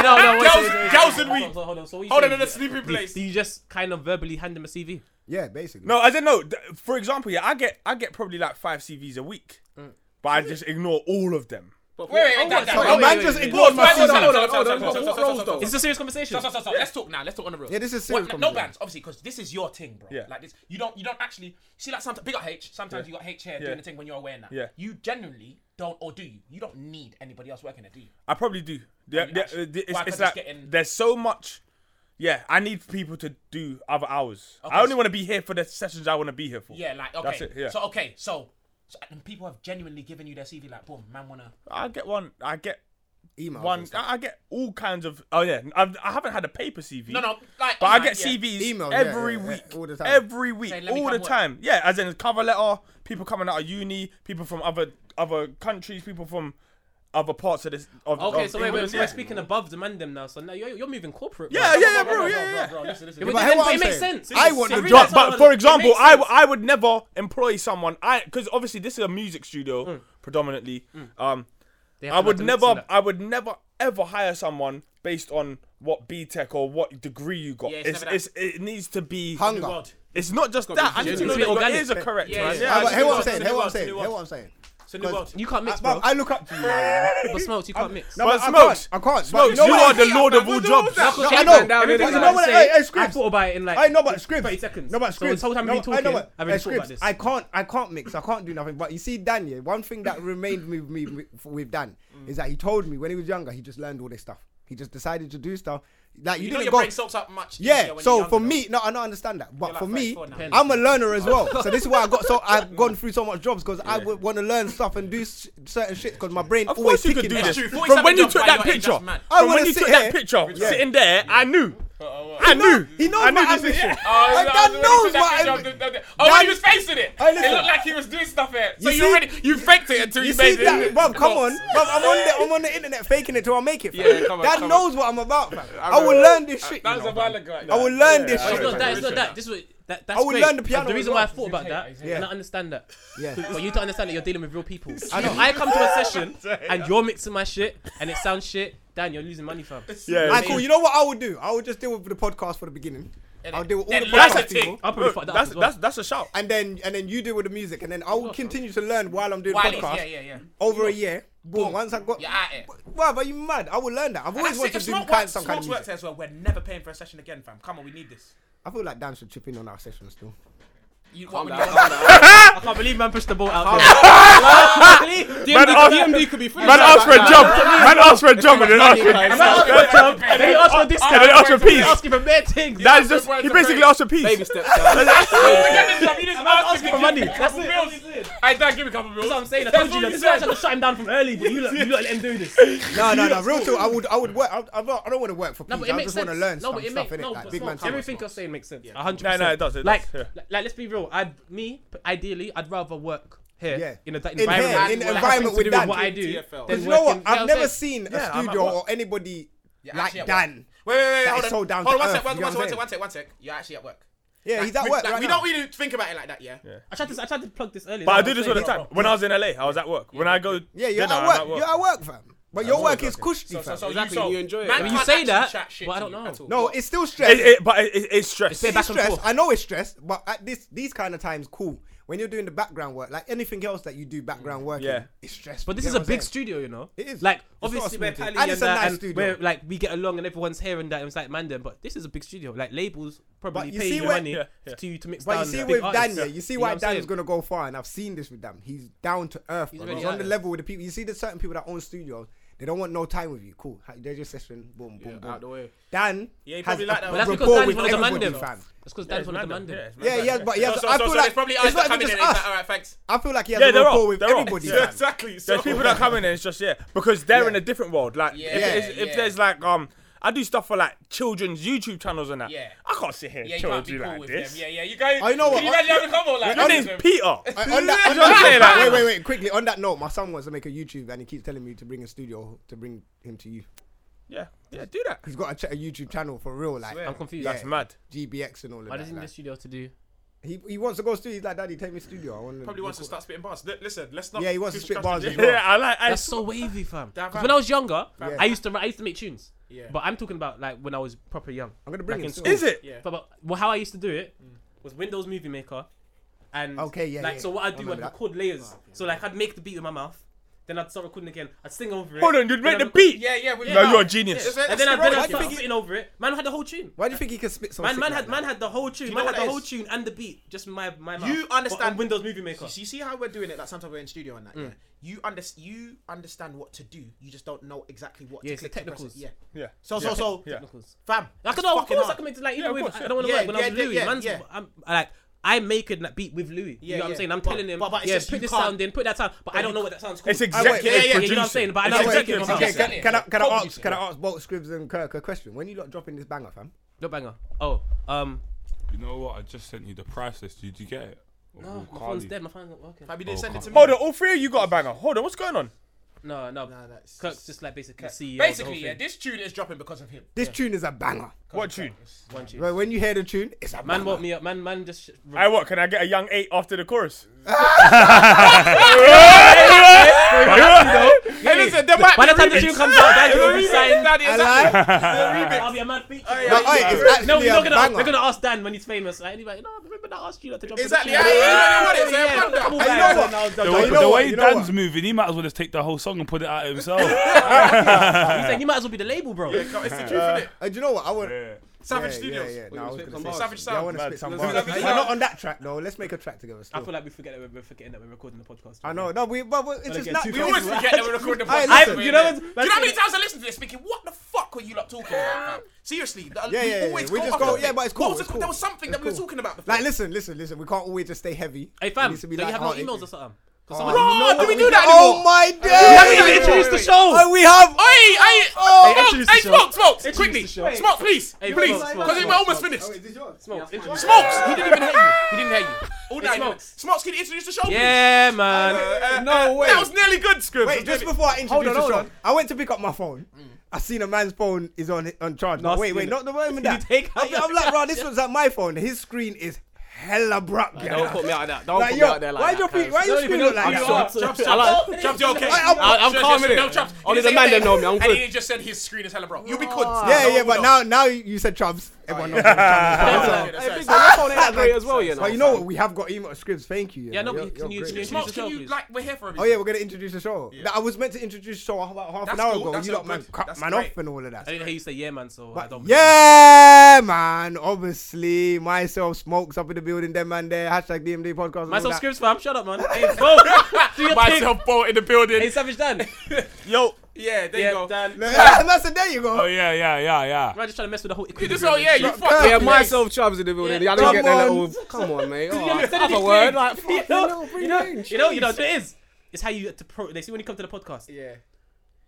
S3: no, no, wait, wait, wait,
S4: Girls-
S3: wait,
S4: girls
S3: wait,
S4: and
S3: wait,
S4: weed.
S3: Hold on, hold on. So what you
S4: Hold on,
S3: saying
S4: in a
S3: is-
S4: sleeping
S3: do you-
S4: place.
S3: Do you just kind of verbally hand him a CV?
S5: Yeah, basically.
S8: No, as in no. th- For example, yeah, I get I get probably like five CVs a week,
S5: Mm.
S8: but I just ignore all of them.
S15: Wait,
S4: wait, Dan, Dan,
S5: Oh,
S4: wait,
S5: man
S4: wait,
S5: just
S4: wait,
S5: ignored my
S4: wait,
S5: season.
S4: wait, wait,
S15: Hold on,
S4: wait,
S15: hold on,
S4: wait,
S15: what
S4: wait,
S15: roles
S4: wait,
S15: though?
S3: It's a serious conversation.
S4: So, so, so, so, let's talk now. Let's talk on the real.
S5: Yeah, this is serious
S4: What, no
S5: conversation.
S4: bands, obviously, because this is your thing, bro.
S8: Yeah.
S4: Like this, you don't, you don't actually see like sometimes big up H. Sometimes you got H here
S8: Yeah.
S4: doing the thing when you're aware now.
S8: Yeah.
S4: You genuinely don't, or do you? You don't need anybody else working there, do you?
S8: I probably do. Yeah,
S4: you
S8: yeah,
S4: actually-
S8: uh, th-
S4: Why
S8: it's,
S4: can't
S8: it's
S4: you just
S8: like
S4: get in-
S8: there's so much. Yeah, I need people to do other hours.
S4: Okay,
S8: I only
S4: so-
S8: want to be here for the sessions I want to be here for.
S4: Yeah, like okay.
S8: That's it, yeah.
S4: So okay, so, so and people have genuinely given you their CV, like boom, man, wanna.
S8: I get one. I get
S5: Emails and
S8: one.
S5: stuff.
S8: I I get all kinds of. Oh yeah, I've, I haven't had a paper CV.
S4: No, no, like.
S8: But I
S4: online,
S8: get
S4: yeah.
S8: CVs
S5: Emails, yeah,
S8: every
S5: yeah, yeah,
S8: week,
S5: all the time.
S8: every week,
S4: Saying, "Let me
S8: all
S4: come
S8: the
S4: work."
S8: time. Yeah, as in cover letter, people coming out of uni, people from other other countries, people from other parts of this. Of,
S3: Okay,
S8: of
S5: Oh,
S3: so wait, wait,
S8: England,
S3: we're
S8: yeah.
S3: speaking above the man them now. So now you're, you're moving corporate.
S8: Yeah,
S3: bro.
S8: yeah, yeah, bro, yeah, yeah.
S3: bro, listen, listen.
S5: But
S3: But
S5: hear
S3: then-
S5: what
S3: but
S5: I'm
S3: it makes
S5: saying.
S3: sense.
S5: I want
S3: I
S5: the
S8: But-
S5: job.
S3: realise
S8: but
S3: what I'm-
S8: for
S3: it
S8: example,
S3: makes
S8: I,
S3: sense.
S8: I would never employ someone. I because obviously this is a music studio
S4: Mm.
S8: predominantly. Um,
S3: They have
S8: I
S3: to
S8: would
S3: learn to mix and
S8: never,
S3: that.
S8: I would never ever hire someone based on what B Tech or what degree you got.
S4: Yeah, it's
S8: it's,
S4: never
S8: it's, it needs to be.
S5: Hunger.
S4: God.
S8: It's not just that. I need to know
S3: genuine.
S8: that your
S3: Organic.
S8: ears are correct,
S4: Yeah,
S8: man.
S4: yeah,
S8: Yeah,
S5: I,
S8: I
S5: but
S8: just
S5: hear what
S8: need
S5: I'm
S8: to-
S5: saying. Hear what I'm saying. Hear what I'm saying.
S4: It's a new world.
S3: You can't mix,
S5: I,
S3: bro.
S5: I look up to you. man.
S3: But smokes, you can't mix.
S5: No,
S8: But
S5: I
S8: Smokes-
S5: can't. I can't.
S8: Smokes,
S5: but you know
S8: you
S5: what?
S8: are the lord of all jobs.
S5: No,
S3: Shut
S5: I
S3: down,
S5: know.
S3: down,
S5: But
S3: down,
S5: you know
S3: down,
S5: what?
S3: down.
S5: Hey, hey,
S3: I
S5: Scribs.
S3: thought about it in like
S5: I know,
S3: 30
S5: but scripts.
S3: seconds.
S5: No, but
S3: So this
S5: scripts.
S3: whole time
S5: no,
S3: we've been
S5: I know,
S3: talking,
S5: but-
S3: I've been
S5: hey,
S3: talking about
S5: Scribs,
S3: this.
S5: I can't. I can't mix. I can't do nothing. But you see, Dan. Yeah, one thing that remained with me with- with Dan is that he told me when he was younger, he just learned all this stuff. He just decided to do stuff. Like you,
S4: You know
S5: didn't
S4: your
S5: go.
S4: brain soaks up much. easier
S5: Yeah,
S4: when
S5: so
S4: you're
S5: for
S4: younger,
S5: me, no, I don't understand that. But
S4: You're like
S5: for me,
S4: 34 now.
S5: I'm a learner as well. So this is why I got so I've gone through so much jobs because I would want to learn stuff and do s- certain shit because my brain
S8: Of
S5: always
S8: course you could
S5: ticking
S8: do
S5: back.
S8: this.
S4: true.
S8: From when
S4: 47
S8: you took
S4: jobs
S8: that
S4: by your age,
S8: picture,
S4: that's mad.
S5: I
S8: from when
S5: wanna
S8: you
S5: sit
S8: took that
S5: here.
S8: picture,
S5: Yeah.
S8: sitting there, I knew. I knew.
S5: He knows
S8: I knew
S5: my
S8: this is-
S5: ambition.
S4: Oh,
S5: Like,
S4: no,
S5: Dan
S4: no, no,
S5: knows
S4: no,
S5: my
S4: no,
S5: ambition.
S4: no, no, no. Oh,
S5: Dan-
S4: he was facing it.
S5: Hey,
S4: it
S5: listen.
S4: looked like he was doing stuff here. So
S5: You
S4: you,
S5: see-
S4: already you faked it until
S5: You
S4: you
S5: see
S4: made
S5: that,
S4: it.
S5: bruv? Come on, bruv. I'm on the I'm on the internet faking it till I make it. Fam.
S4: Yeah, come on,
S5: Dad
S4: come on. Uh,
S5: knows what I'm about, fam. I, will learn this shit.
S4: That
S5: you
S4: was a
S5: know,
S4: while
S5: fam.
S4: ago.
S5: I will learn this
S3: Oh,
S5: shit.
S3: it's not
S5: fam.
S3: that. It's not that. This was that. That's
S5: I will
S3: great.
S5: learn the piano
S3: The
S5: as
S3: reason
S5: well.
S3: why I thought about that,
S5: Yeah.
S3: and I understand that.
S5: Yeah.
S3: But you need to understand that you're dealing with real people. I know. I come to a session and you're mixing my shit and it sounds shit. Dan, you're losing money, fam.
S8: Yeah.
S5: Alright, cool. You know what I would do? I would just deal with the podcast for the beginning. I'll deal with all
S4: Then
S5: the
S4: learn the
S5: podcast
S4: thing.
S5: people.
S3: I'll probably
S8: Look,
S3: fuck that
S8: That's
S3: up as well.
S8: that's that's a shout.
S5: and then and then you deal with the music, and then I will continue to learn while I'm doing
S4: While
S5: podcast.
S4: he's- yeah, yeah, yeah.
S5: Over a year, boom. Once I got,
S4: You're at it.
S5: Bruv, are you mad? I will learn that. I've always
S4: That's it.
S5: wanted
S4: If
S5: to do
S4: Smoke
S5: kind,
S4: works,
S5: some kind of
S4: Smoke's works
S5: music.
S4: as well. We're never paying for a session again, fam. Come on, we need this.
S5: I feel like Dan should chip in on our session still.
S4: You,
S15: Calm
S4: what,
S15: down,
S4: when
S15: calm
S4: you-
S15: down.
S3: I can't believe man pushed the ball out there.
S8: Man asked-
S3: DMD could be free.
S8: Man asked for a job. Man asked for a job and then asked
S3: Man asked for a
S8: for.
S3: job and then he asked for this
S8: And then he asked for peace.
S3: asking for bare things.
S8: That's just. He basically asked for
S15: Baby
S8: peace.
S15: steps. son.
S4: You just
S3: I'm
S4: asked
S3: asking
S4: me
S3: for
S4: to give
S3: money.
S4: you a
S3: That's
S4: couple
S3: it.
S4: bills. Hey, Dan, give me a couple bills.
S3: That's what I'm saying. I
S4: That's
S3: told you,
S4: what
S3: that's
S4: you
S3: why I
S4: said.
S3: tried to shut him down from early, but you lot, you lot let him do this.
S5: No, no, no. Real talk. I would, I would work. I, I don't, I don't want to work for
S3: No,
S5: people.
S3: but it
S5: I
S3: makes
S5: just
S3: sense.
S5: want to learn
S3: no,
S5: some
S3: but it
S5: stuff
S3: makes
S5: in it.
S3: no,
S5: Like
S3: but
S5: big man.
S3: smart. Everything you're saying makes sense. A hundred
S8: No,
S3: percent.
S8: no, it does, it
S3: like,
S8: does, yeah.
S3: like, like, let's be real. I'd me p- ideally, I'd rather work here
S5: Yeah.
S3: in a that
S5: In here,
S3: environment,
S5: in
S3: that
S5: an
S3: has
S5: environment
S3: nothing
S5: with
S3: to do
S5: that.
S3: what I do.
S4: TFL.
S3: than
S5: Because you know
S3: working-
S5: what? I've
S3: you know
S5: never
S3: I'm saying?
S5: seen
S8: Yeah,
S5: a
S8: I'm at
S5: studio
S8: work.
S5: or anybody
S4: You're
S5: like
S4: actually at
S5: Dan.
S4: Wait, wait, wait,
S5: That
S4: hold
S5: is
S4: on.
S5: so down
S4: hold on,
S5: to
S4: one
S5: earth,
S4: sec, one
S5: you
S4: sec,
S5: know
S4: one
S5: what I'm
S4: sec, one sec, one sec. You're actually at work.
S5: Yeah,
S4: Like,
S5: he's at
S4: we-
S5: work
S4: like,
S5: right
S4: We
S5: now.
S4: don't really think about it like that, yeah.
S3: I tried to, I tried to plug this earlier.
S8: But I
S3: that's
S8: do
S3: what
S8: this
S3: I'm
S8: all the
S3: saying.
S8: time. When I was in LA, I was at work. When I go.
S5: Yeah, you're
S8: dinner, I'm
S5: at work. You're at work, fam. But your work is cushy,
S4: So,
S5: fam.
S4: so
S15: Exactly,
S4: so-
S15: you enjoy it.
S4: Man
S15: But
S3: you
S4: can't
S3: say
S4: actually
S3: that,
S4: chat shit
S3: but I
S4: to
S3: don't
S4: you
S3: know.
S4: at all.
S5: No, it's still
S8: It,
S5: stress.
S8: it, but it, it, it's
S3: It's
S8: stress.
S3: back
S5: It's
S3: and
S5: stress.
S3: forth.
S5: I know it's stress, but at this these kind of times, cool. When you're doing the background work, like anything else that you do background work,
S8: Yeah.
S5: in, it's stressful.
S3: But this
S5: You
S3: is
S5: know
S3: a
S5: what I'm
S3: big
S5: saying?
S3: studio, you know.
S5: It is.
S3: Like
S5: It's not a
S3: obviously
S5: small
S3: we're
S5: thing.
S3: Pally
S5: And
S3: and,
S5: it's a
S3: that,
S5: nice
S3: and
S5: studio.
S3: we're like we get along and everyone's here and that and it's like man them. But this is a big studio. Like labels probably
S5: you
S3: pay
S5: see
S3: you
S5: where-
S3: money
S8: Yeah, yeah.
S3: to to mix
S5: But
S3: down.
S5: you see
S3: big
S5: with Dan,
S3: artists.
S5: yeah, you see
S3: You know
S5: why
S3: what I'm
S5: Dan is
S3: saying?
S5: gonna go far, and I've seen this with Dan. He's down to earth. He's,
S3: really
S5: He's on
S3: out
S5: the
S3: there.
S5: level with the people. You see the certain people that own studios. They don't want no time with you. Cool. Ha- There's your session. Boom, boom, boom.
S15: Out the way.
S5: Dan
S4: Yeah, he
S5: has
S4: probably like that
S5: a
S4: one.
S3: But that's because
S5: rapport
S3: Dan's
S5: with
S3: one of the man
S5: everybody,
S3: them.
S5: fam.
S3: That's because Dan's one of the man them.
S5: Yeah, yeah, but yeah.
S4: So, so,
S5: I
S4: so,
S5: feel
S4: so
S5: like
S4: it's probably
S5: it's
S4: us that
S5: not even
S4: come in and
S5: just
S4: it's like,
S5: us.
S4: all right, thanks.
S5: I feel like he has
S8: Yeah,
S5: a
S8: they're
S5: rapport
S8: all.
S5: with
S8: They're all.
S5: everybody.
S8: Yeah.
S5: fam.
S4: Exactly.
S8: There's people that come in and it's just yeah because they're in a different world. Like
S4: Yeah.
S8: if, it is-
S4: Yeah,
S8: if
S4: yeah.
S8: there's like um I do stuff for like children's YouTube channels and that.
S4: Yeah.
S8: I can't sit here
S4: Yeah,
S8: and
S4: you
S8: chill
S4: can't
S8: and
S4: be
S8: do
S4: cool
S8: like
S4: with
S8: this.
S4: them. Yeah, yeah. You guys.
S5: I know
S4: Can
S5: what-
S4: you imagine having a combo like
S8: Your
S4: that?
S8: name's Peter.
S5: I- on that, on
S8: You know what I'm saying?
S5: that,
S8: Like-
S5: wait, wait, wait, quickly. On that note, my son wants to make a YouTube, and he keeps telling me to bring a studio to bring him to you.
S8: Yeah, yeah, do that.
S5: He's got a, ch- a YouTube channel for real, like
S3: Swear. I'm confused.
S8: That's mad.
S5: GBX and all of
S3: Why
S5: that.
S3: does he need
S5: like.
S3: a studio to do?
S5: He, he wants to go studio. He's like, Daddy, take me studio. I want to
S4: Probably wants to start spitting bars. Li- Listen, let's not.
S5: Yeah, he wants to
S4: give
S5: spit
S4: trust
S5: bars
S4: the
S5: as
S4: Jay.
S5: well.
S8: Yeah, I like. I
S3: That's
S8: sw-
S3: so wavy, fam.
S4: That
S3: 'Cause when I was younger,
S5: Yeah.
S3: I used to I used to make tunes.
S4: Yeah.
S3: But I'm talking about like when I was proper young.
S5: I'm gonna bring
S3: like
S5: him
S3: in
S5: soon.
S3: school.
S8: Is it?
S4: Yeah.
S3: But, but well, how I used to do it was Windows Movie Maker, and
S5: Okay, yeah,
S3: like
S5: yeah,
S3: so
S5: yeah.
S3: what
S5: I
S3: I'd do I'd
S5: remember that.
S3: record
S4: Oh,
S3: layers. So like I'd make the beat with my mouth, then I'd start recording again. I'd sing over it.
S8: Hold on, you'd
S3: then
S8: make
S3: I'd
S8: the
S3: record-
S8: beat.
S4: Yeah, yeah. with
S8: No,
S4: your
S8: you're a
S4: mouth.
S8: genius.
S4: Yeah,
S3: And then I'd, then
S5: Why
S3: I'd
S5: do you
S3: start
S5: think he-
S3: spitting over it. Man had the whole tune.
S5: Why do you think he can spit so
S3: Man,
S5: sick
S3: man
S5: like
S3: had
S5: that?
S3: man had the whole tune.
S4: you
S3: Man
S4: know
S3: had
S4: what
S3: the
S4: it
S3: whole
S4: is?
S3: tune and the beat, just my my mouth.
S4: You
S3: But on
S4: understand-
S3: Windows Movie Maker.
S4: So you see how we're doing it? Like sometimes we're in studio and that. Yeah. You under you understand what to do. You just don't know exactly what.
S3: Yeah,
S4: to
S3: it's the
S4: click to press it.
S3: technicals.
S4: Yeah.
S8: Yeah.
S4: So so so.
S8: Yeah.
S3: Technicals.
S4: Fam.
S3: I
S4: it's
S3: could, no, of
S4: fucking
S3: course I
S4: hard.
S3: can make like even
S8: Yeah, of
S3: with,
S8: course,
S3: I don't want to
S4: yeah.
S3: work when I
S4: Yeah,
S3: was
S4: yeah,
S3: Louis.
S4: yeah,
S3: Man's,
S4: yeah.
S3: I'm, I like I'm making that beat with Louis. you
S4: Yeah,
S3: know what
S4: yeah.
S3: I'm saying? I'm
S4: But-
S3: telling him,
S4: but- but it's
S3: yeah,
S4: just
S3: put
S4: you
S3: this
S4: can't-
S3: sound in, put that sound. But I don't know what that sounds called.
S8: It's executive
S5: yeah, yeah,
S3: yeah,
S8: producing.
S3: you know what I'm saying, but I
S8: It's
S3: know
S5: Wait,
S3: exactly
S8: executive
S3: what I'm
S5: okay,
S8: producing.
S3: saying.
S5: can, can I, can I
S8: Co-producer.
S5: ask, can I ask Bolt Scribs and Kirk a question? When you lot dropping this banger, fam?
S3: No banger. Oh, um,
S10: You know what? I just sent you the price list. Did you get it? Of
S3: no, my
S10: Carly.
S3: phone's dead. My phone's not working.
S4: Fam, you didn't
S10: Oh,
S4: send it to
S10: come
S4: me.
S8: Hold on, all three of you got a banger. Hold on, what's going on?
S3: No, no.
S4: Nah, that's-
S3: Kirk's just like basically CEO.
S4: Basically,
S3: of the
S4: yeah.
S3: whole thing.
S4: This tune is dropping because of him.
S5: This tune is a banger.
S8: What tune?
S3: One tune.
S5: Right, when you hear the tune, it's a
S3: Man
S5: banger.
S3: woke me up. Man, man just.
S8: I what? Can I get a young eight after the chorus?
S4: Hey, listen, there might
S3: By the
S4: be
S3: time the tune comes out, Daddy will be signed.
S4: That is
S5: Alive?
S3: I'll be a mad feature.
S5: No, oi, it's actually
S3: No, we're
S5: a
S3: not gonna.
S5: banger.
S3: We're gonna ask Dan when he's famous. Like, anybody, no, remember that I asked you not to jump. on the
S4: Exactly,
S3: tune?"
S4: yeah, yeah, yeah, yeah, yeah, yeah.
S3: Come on,
S4: And you
S3: guys,
S4: know what?
S3: and I was
S10: The,
S3: done.
S5: No,
S10: way-
S5: you know
S10: the
S5: what,
S10: way
S5: you know
S10: Dan's
S5: what?
S10: moving, he might as well just take the whole song and put it out himself.
S3: He's like, you might as well be the label, bro.
S4: It's the truth, innit?
S5: Uh, do you know what? I want.
S10: Yeah.
S4: Savage
S5: yeah,
S4: Studios.
S5: Yeah, yeah. No, I was gonna
S4: some
S5: say,
S4: Savage
S5: Yeah, I
S4: Sound.
S5: want to spit some
S4: Mad.
S5: bars.
S4: Savage
S5: Nah,
S4: Sound.
S5: Not on that track, no. Let's make a track together.
S3: I
S5: Still.
S3: feel like we forget that we're forgetting that we're recording the podcast.
S5: I know. No, we but we- it's just
S3: get
S5: not.
S3: too
S5: We
S4: We
S3: crazy.
S5: always
S4: always forget that we're recording the
S5: Aye,
S4: podcast.
S5: listen.
S4: we're
S5: I-
S3: you
S4: in
S3: know
S4: it.
S3: what's-
S4: Do you know how many
S3: that's-
S4: times I listened to this thinking, what the fuck were you lot talking about? fam? Seriously, the-
S5: Yeah, yeah,
S4: we
S5: yeah,
S4: always
S5: we
S4: go
S5: just
S4: off
S5: go-
S4: topic.
S5: yeah, but it's
S4: What
S5: cool,
S4: was it-
S5: it's cool.
S4: There was something that
S5: It's
S4: we were
S5: cool.
S4: talking about before.
S5: Like, listen, listen, listen. We can't always just stay heavy.
S3: Hey
S5: It
S3: fam,
S5: needs to
S3: do
S5: be
S3: you have no
S5: light-hearted.
S3: emails or something? 'Cause
S5: Oh,
S3: someone-
S5: no,
S4: Oh, do we do that anymore?
S5: Oh my
S3: We haven't
S5: god!
S3: even introduced the
S5: Oh,
S3: show.
S5: we have.
S4: Hey, hey,
S5: Oh.
S4: oh, smokes, hey, smokes, smokes,
S3: Introduce
S4: quickly,
S3: the show.
S4: smokes, please,
S3: Hey,
S4: please,
S3: Smokes,
S4: because
S3: Smokes,
S4: we're almost
S3: Smokes.
S4: finished.
S3: Smokes, introduce-
S4: Smokes, he didn't even hear you. He didn't hear you. All
S3: Hey,
S4: night, smokes.
S3: Smokes.
S4: Smokes, can you introduce the show, please?
S3: Yeah, man.
S4: no way. That was nearly good, Scribs.
S5: Wait, just before I introduce the show, I went to pick up my phone. I seen a man's phone is on on charge. No,
S3: Last
S5: wait, wait,
S3: minute.
S5: not the moment that.
S3: take out
S5: I'm, I'm like, bro, this was at my phone. His screen is hella broke. yeah.
S15: Don't put me out of that. Don't
S5: Like,
S15: put
S5: yo,
S15: me out there like
S5: why
S15: that.
S5: your feet-
S15: cuz.
S5: why your
S15: Don't even
S5: screen
S15: know
S5: look like
S15: you
S5: that?
S15: are.
S4: Chops, chops, chops, chops, you okay? I'm
S15: calm with it. Only the man them know me, I'm
S4: And
S15: good.
S4: he just said his screen is hella broke. You'll be good.
S5: Yeah, yeah, but now now you said Chubbs. Everyone knows. what Chubbs is.
S15: Hey, big man, your phone ain't that great as well, you know.
S5: But you know what? We have got email scripts. Thank you. you
S3: Yeah, no,
S5: know,
S3: but
S5: you're-
S3: can
S5: you're
S3: you
S5: great.
S3: introduce
S4: Smokes,
S3: the show,
S4: can you
S3: please?
S4: like? We're here for a
S5: Oh
S4: reason.
S5: yeah, we're gonna introduce the show. I was meant to introduce the show about half
S4: That's
S5: an hour
S4: cool,
S5: ago.
S4: that's
S5: You
S4: all
S5: lot man
S4: good,
S5: cut
S4: that's
S5: man
S4: great.
S5: off and all of that.
S3: I didn't hear you say yeah, man. So I don't.
S5: Yeah, man. Obviously, myself smokes up in the building. Them man there. Hashtag DMD podcast. and all
S3: Myself
S5: that.
S3: scripts, fam. Shut up, man. Hey, Bo, do your thing.
S8: Myself, Bolt in the building.
S3: Hey, Savage Dan.
S8: Yo,
S4: Yeah, there you
S3: Yeah,
S4: go.
S3: Dan. Man,
S5: Yeah, that's the- there you go.
S10: Oh, yeah, yeah, yeah, yeah.
S3: just trying to mess with the whole.
S4: You just oh yeah, you fuck.
S15: Yeah,
S5: Please.
S15: myself Chubbs in the building.
S3: Yeah.
S15: I don't get that
S5: Come on.
S15: little. Come on, mate.
S3: You haven't
S15: Alright.
S3: said
S15: Have a
S3: anything.
S15: word. Like, fuck.
S3: you know,
S5: No, bring
S3: you know,
S5: it in,
S3: you know, you know what it is. It's how you get to pro. They see when you come to the podcast.
S4: Yeah,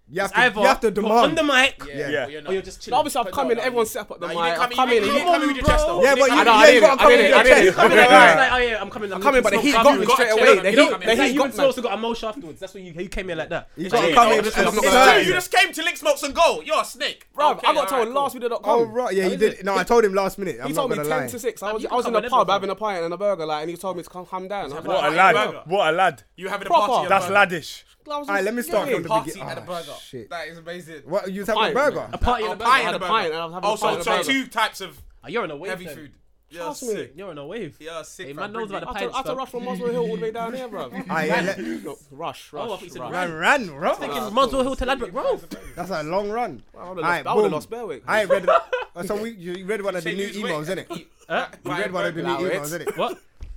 S5: You have to,
S3: Either
S5: you have to
S3: you're on
S5: demand.
S3: the mic,
S4: yeah.
S8: Yeah.
S4: Well, you're
S3: or
S4: not.
S3: you're just chilling.
S15: Obviously, I've come in. Everyone set up at the
S4: Nah,
S15: mic.
S4: you didn't
S15: I've
S4: come
S15: come
S4: in.
S15: in.
S4: You
S15: and
S4: didn't come in with your chest though.
S5: yeah, but you,
S15: I know,
S5: yeah,
S15: I
S5: you
S15: did it,
S5: gotta
S15: I
S5: come in
S15: did it,
S5: with your
S15: I did it.
S5: chest.
S15: I
S3: I'm
S15: did it.
S3: coming,
S15: Alright.
S3: like, oh yeah, I'm coming. I'm
S15: come in, but the heat got me straight away. The heat, the heat got
S3: He's
S15: me.
S3: also got emotion afterwards. That's when you you came in like that.
S5: You
S4: Yeah,
S5: gotta come
S4: yeah, yeah,
S5: in. with
S4: yeah.
S5: your
S15: not
S4: So
S15: gonna
S5: chest.
S4: you just came to Link Smokes and go. You're a snake,
S15: Bro,
S4: Okay,
S15: I got told
S4: alright,
S15: last we did not
S5: Oh
S15: come.
S5: right, yeah, he did. No, I told him last minute. I'm
S15: He
S5: not
S15: told me
S5: gonna lie.
S15: ten to six. I was
S3: you
S15: I was
S3: can
S15: in
S3: come
S15: the pub
S3: whenever,
S15: having a pint and a burger, like, and he told me to come come down. I was
S8: what a
S15: like,
S8: lad. What a lad.
S4: You having a
S15: Proper.
S4: party? at
S8: That's
S4: Burger.
S8: laddish.
S15: I was
S5: All right, let me
S15: just-
S5: start
S15: yeah.
S5: from the
S4: Party
S5: beginning.
S4: at a
S5: Oh,
S4: burger.
S5: shit.
S4: That is amazing.
S5: What you was having a
S15: pint,
S5: burger?
S3: A party in
S4: A
S3: the
S4: pie
S3: back.
S4: and
S15: had
S4: a
S15: a
S4: burger.
S15: pint and I was having a
S4: Oh, so
S15: pint and a
S4: so
S15: burger.
S4: two types of
S3: You're on a wave.
S4: heavy
S3: then.
S4: food. Yeah,
S15: Trust me.
S4: sick.
S3: You're on a wave.
S4: Yeah, sick.
S3: Hey,
S4: fam.
S3: man knows about the
S15: I had, to, I
S3: pints.
S15: had to
S3: fam.
S15: rush from Muswell Hill all the way down here, bro.
S5: Aye, yeah, let-
S15: No, rush, rush,
S3: Oh, I thought you said
S15: rush.
S5: Man ran, bro.
S3: It's Monsville Hill to Ladbroke, bro.
S5: That's a long run.
S15: I
S5: All
S15: would've
S5: right,
S15: lost- I would've
S5: boom.
S15: lost Berwick.
S5: I ain't read. uh, So we, you read one of the
S4: Say
S5: new
S4: lose weight.
S5: emails, innit? You
S3: Huh?
S5: read one of the new
S15: Allow it.
S5: emails, innit?
S3: What?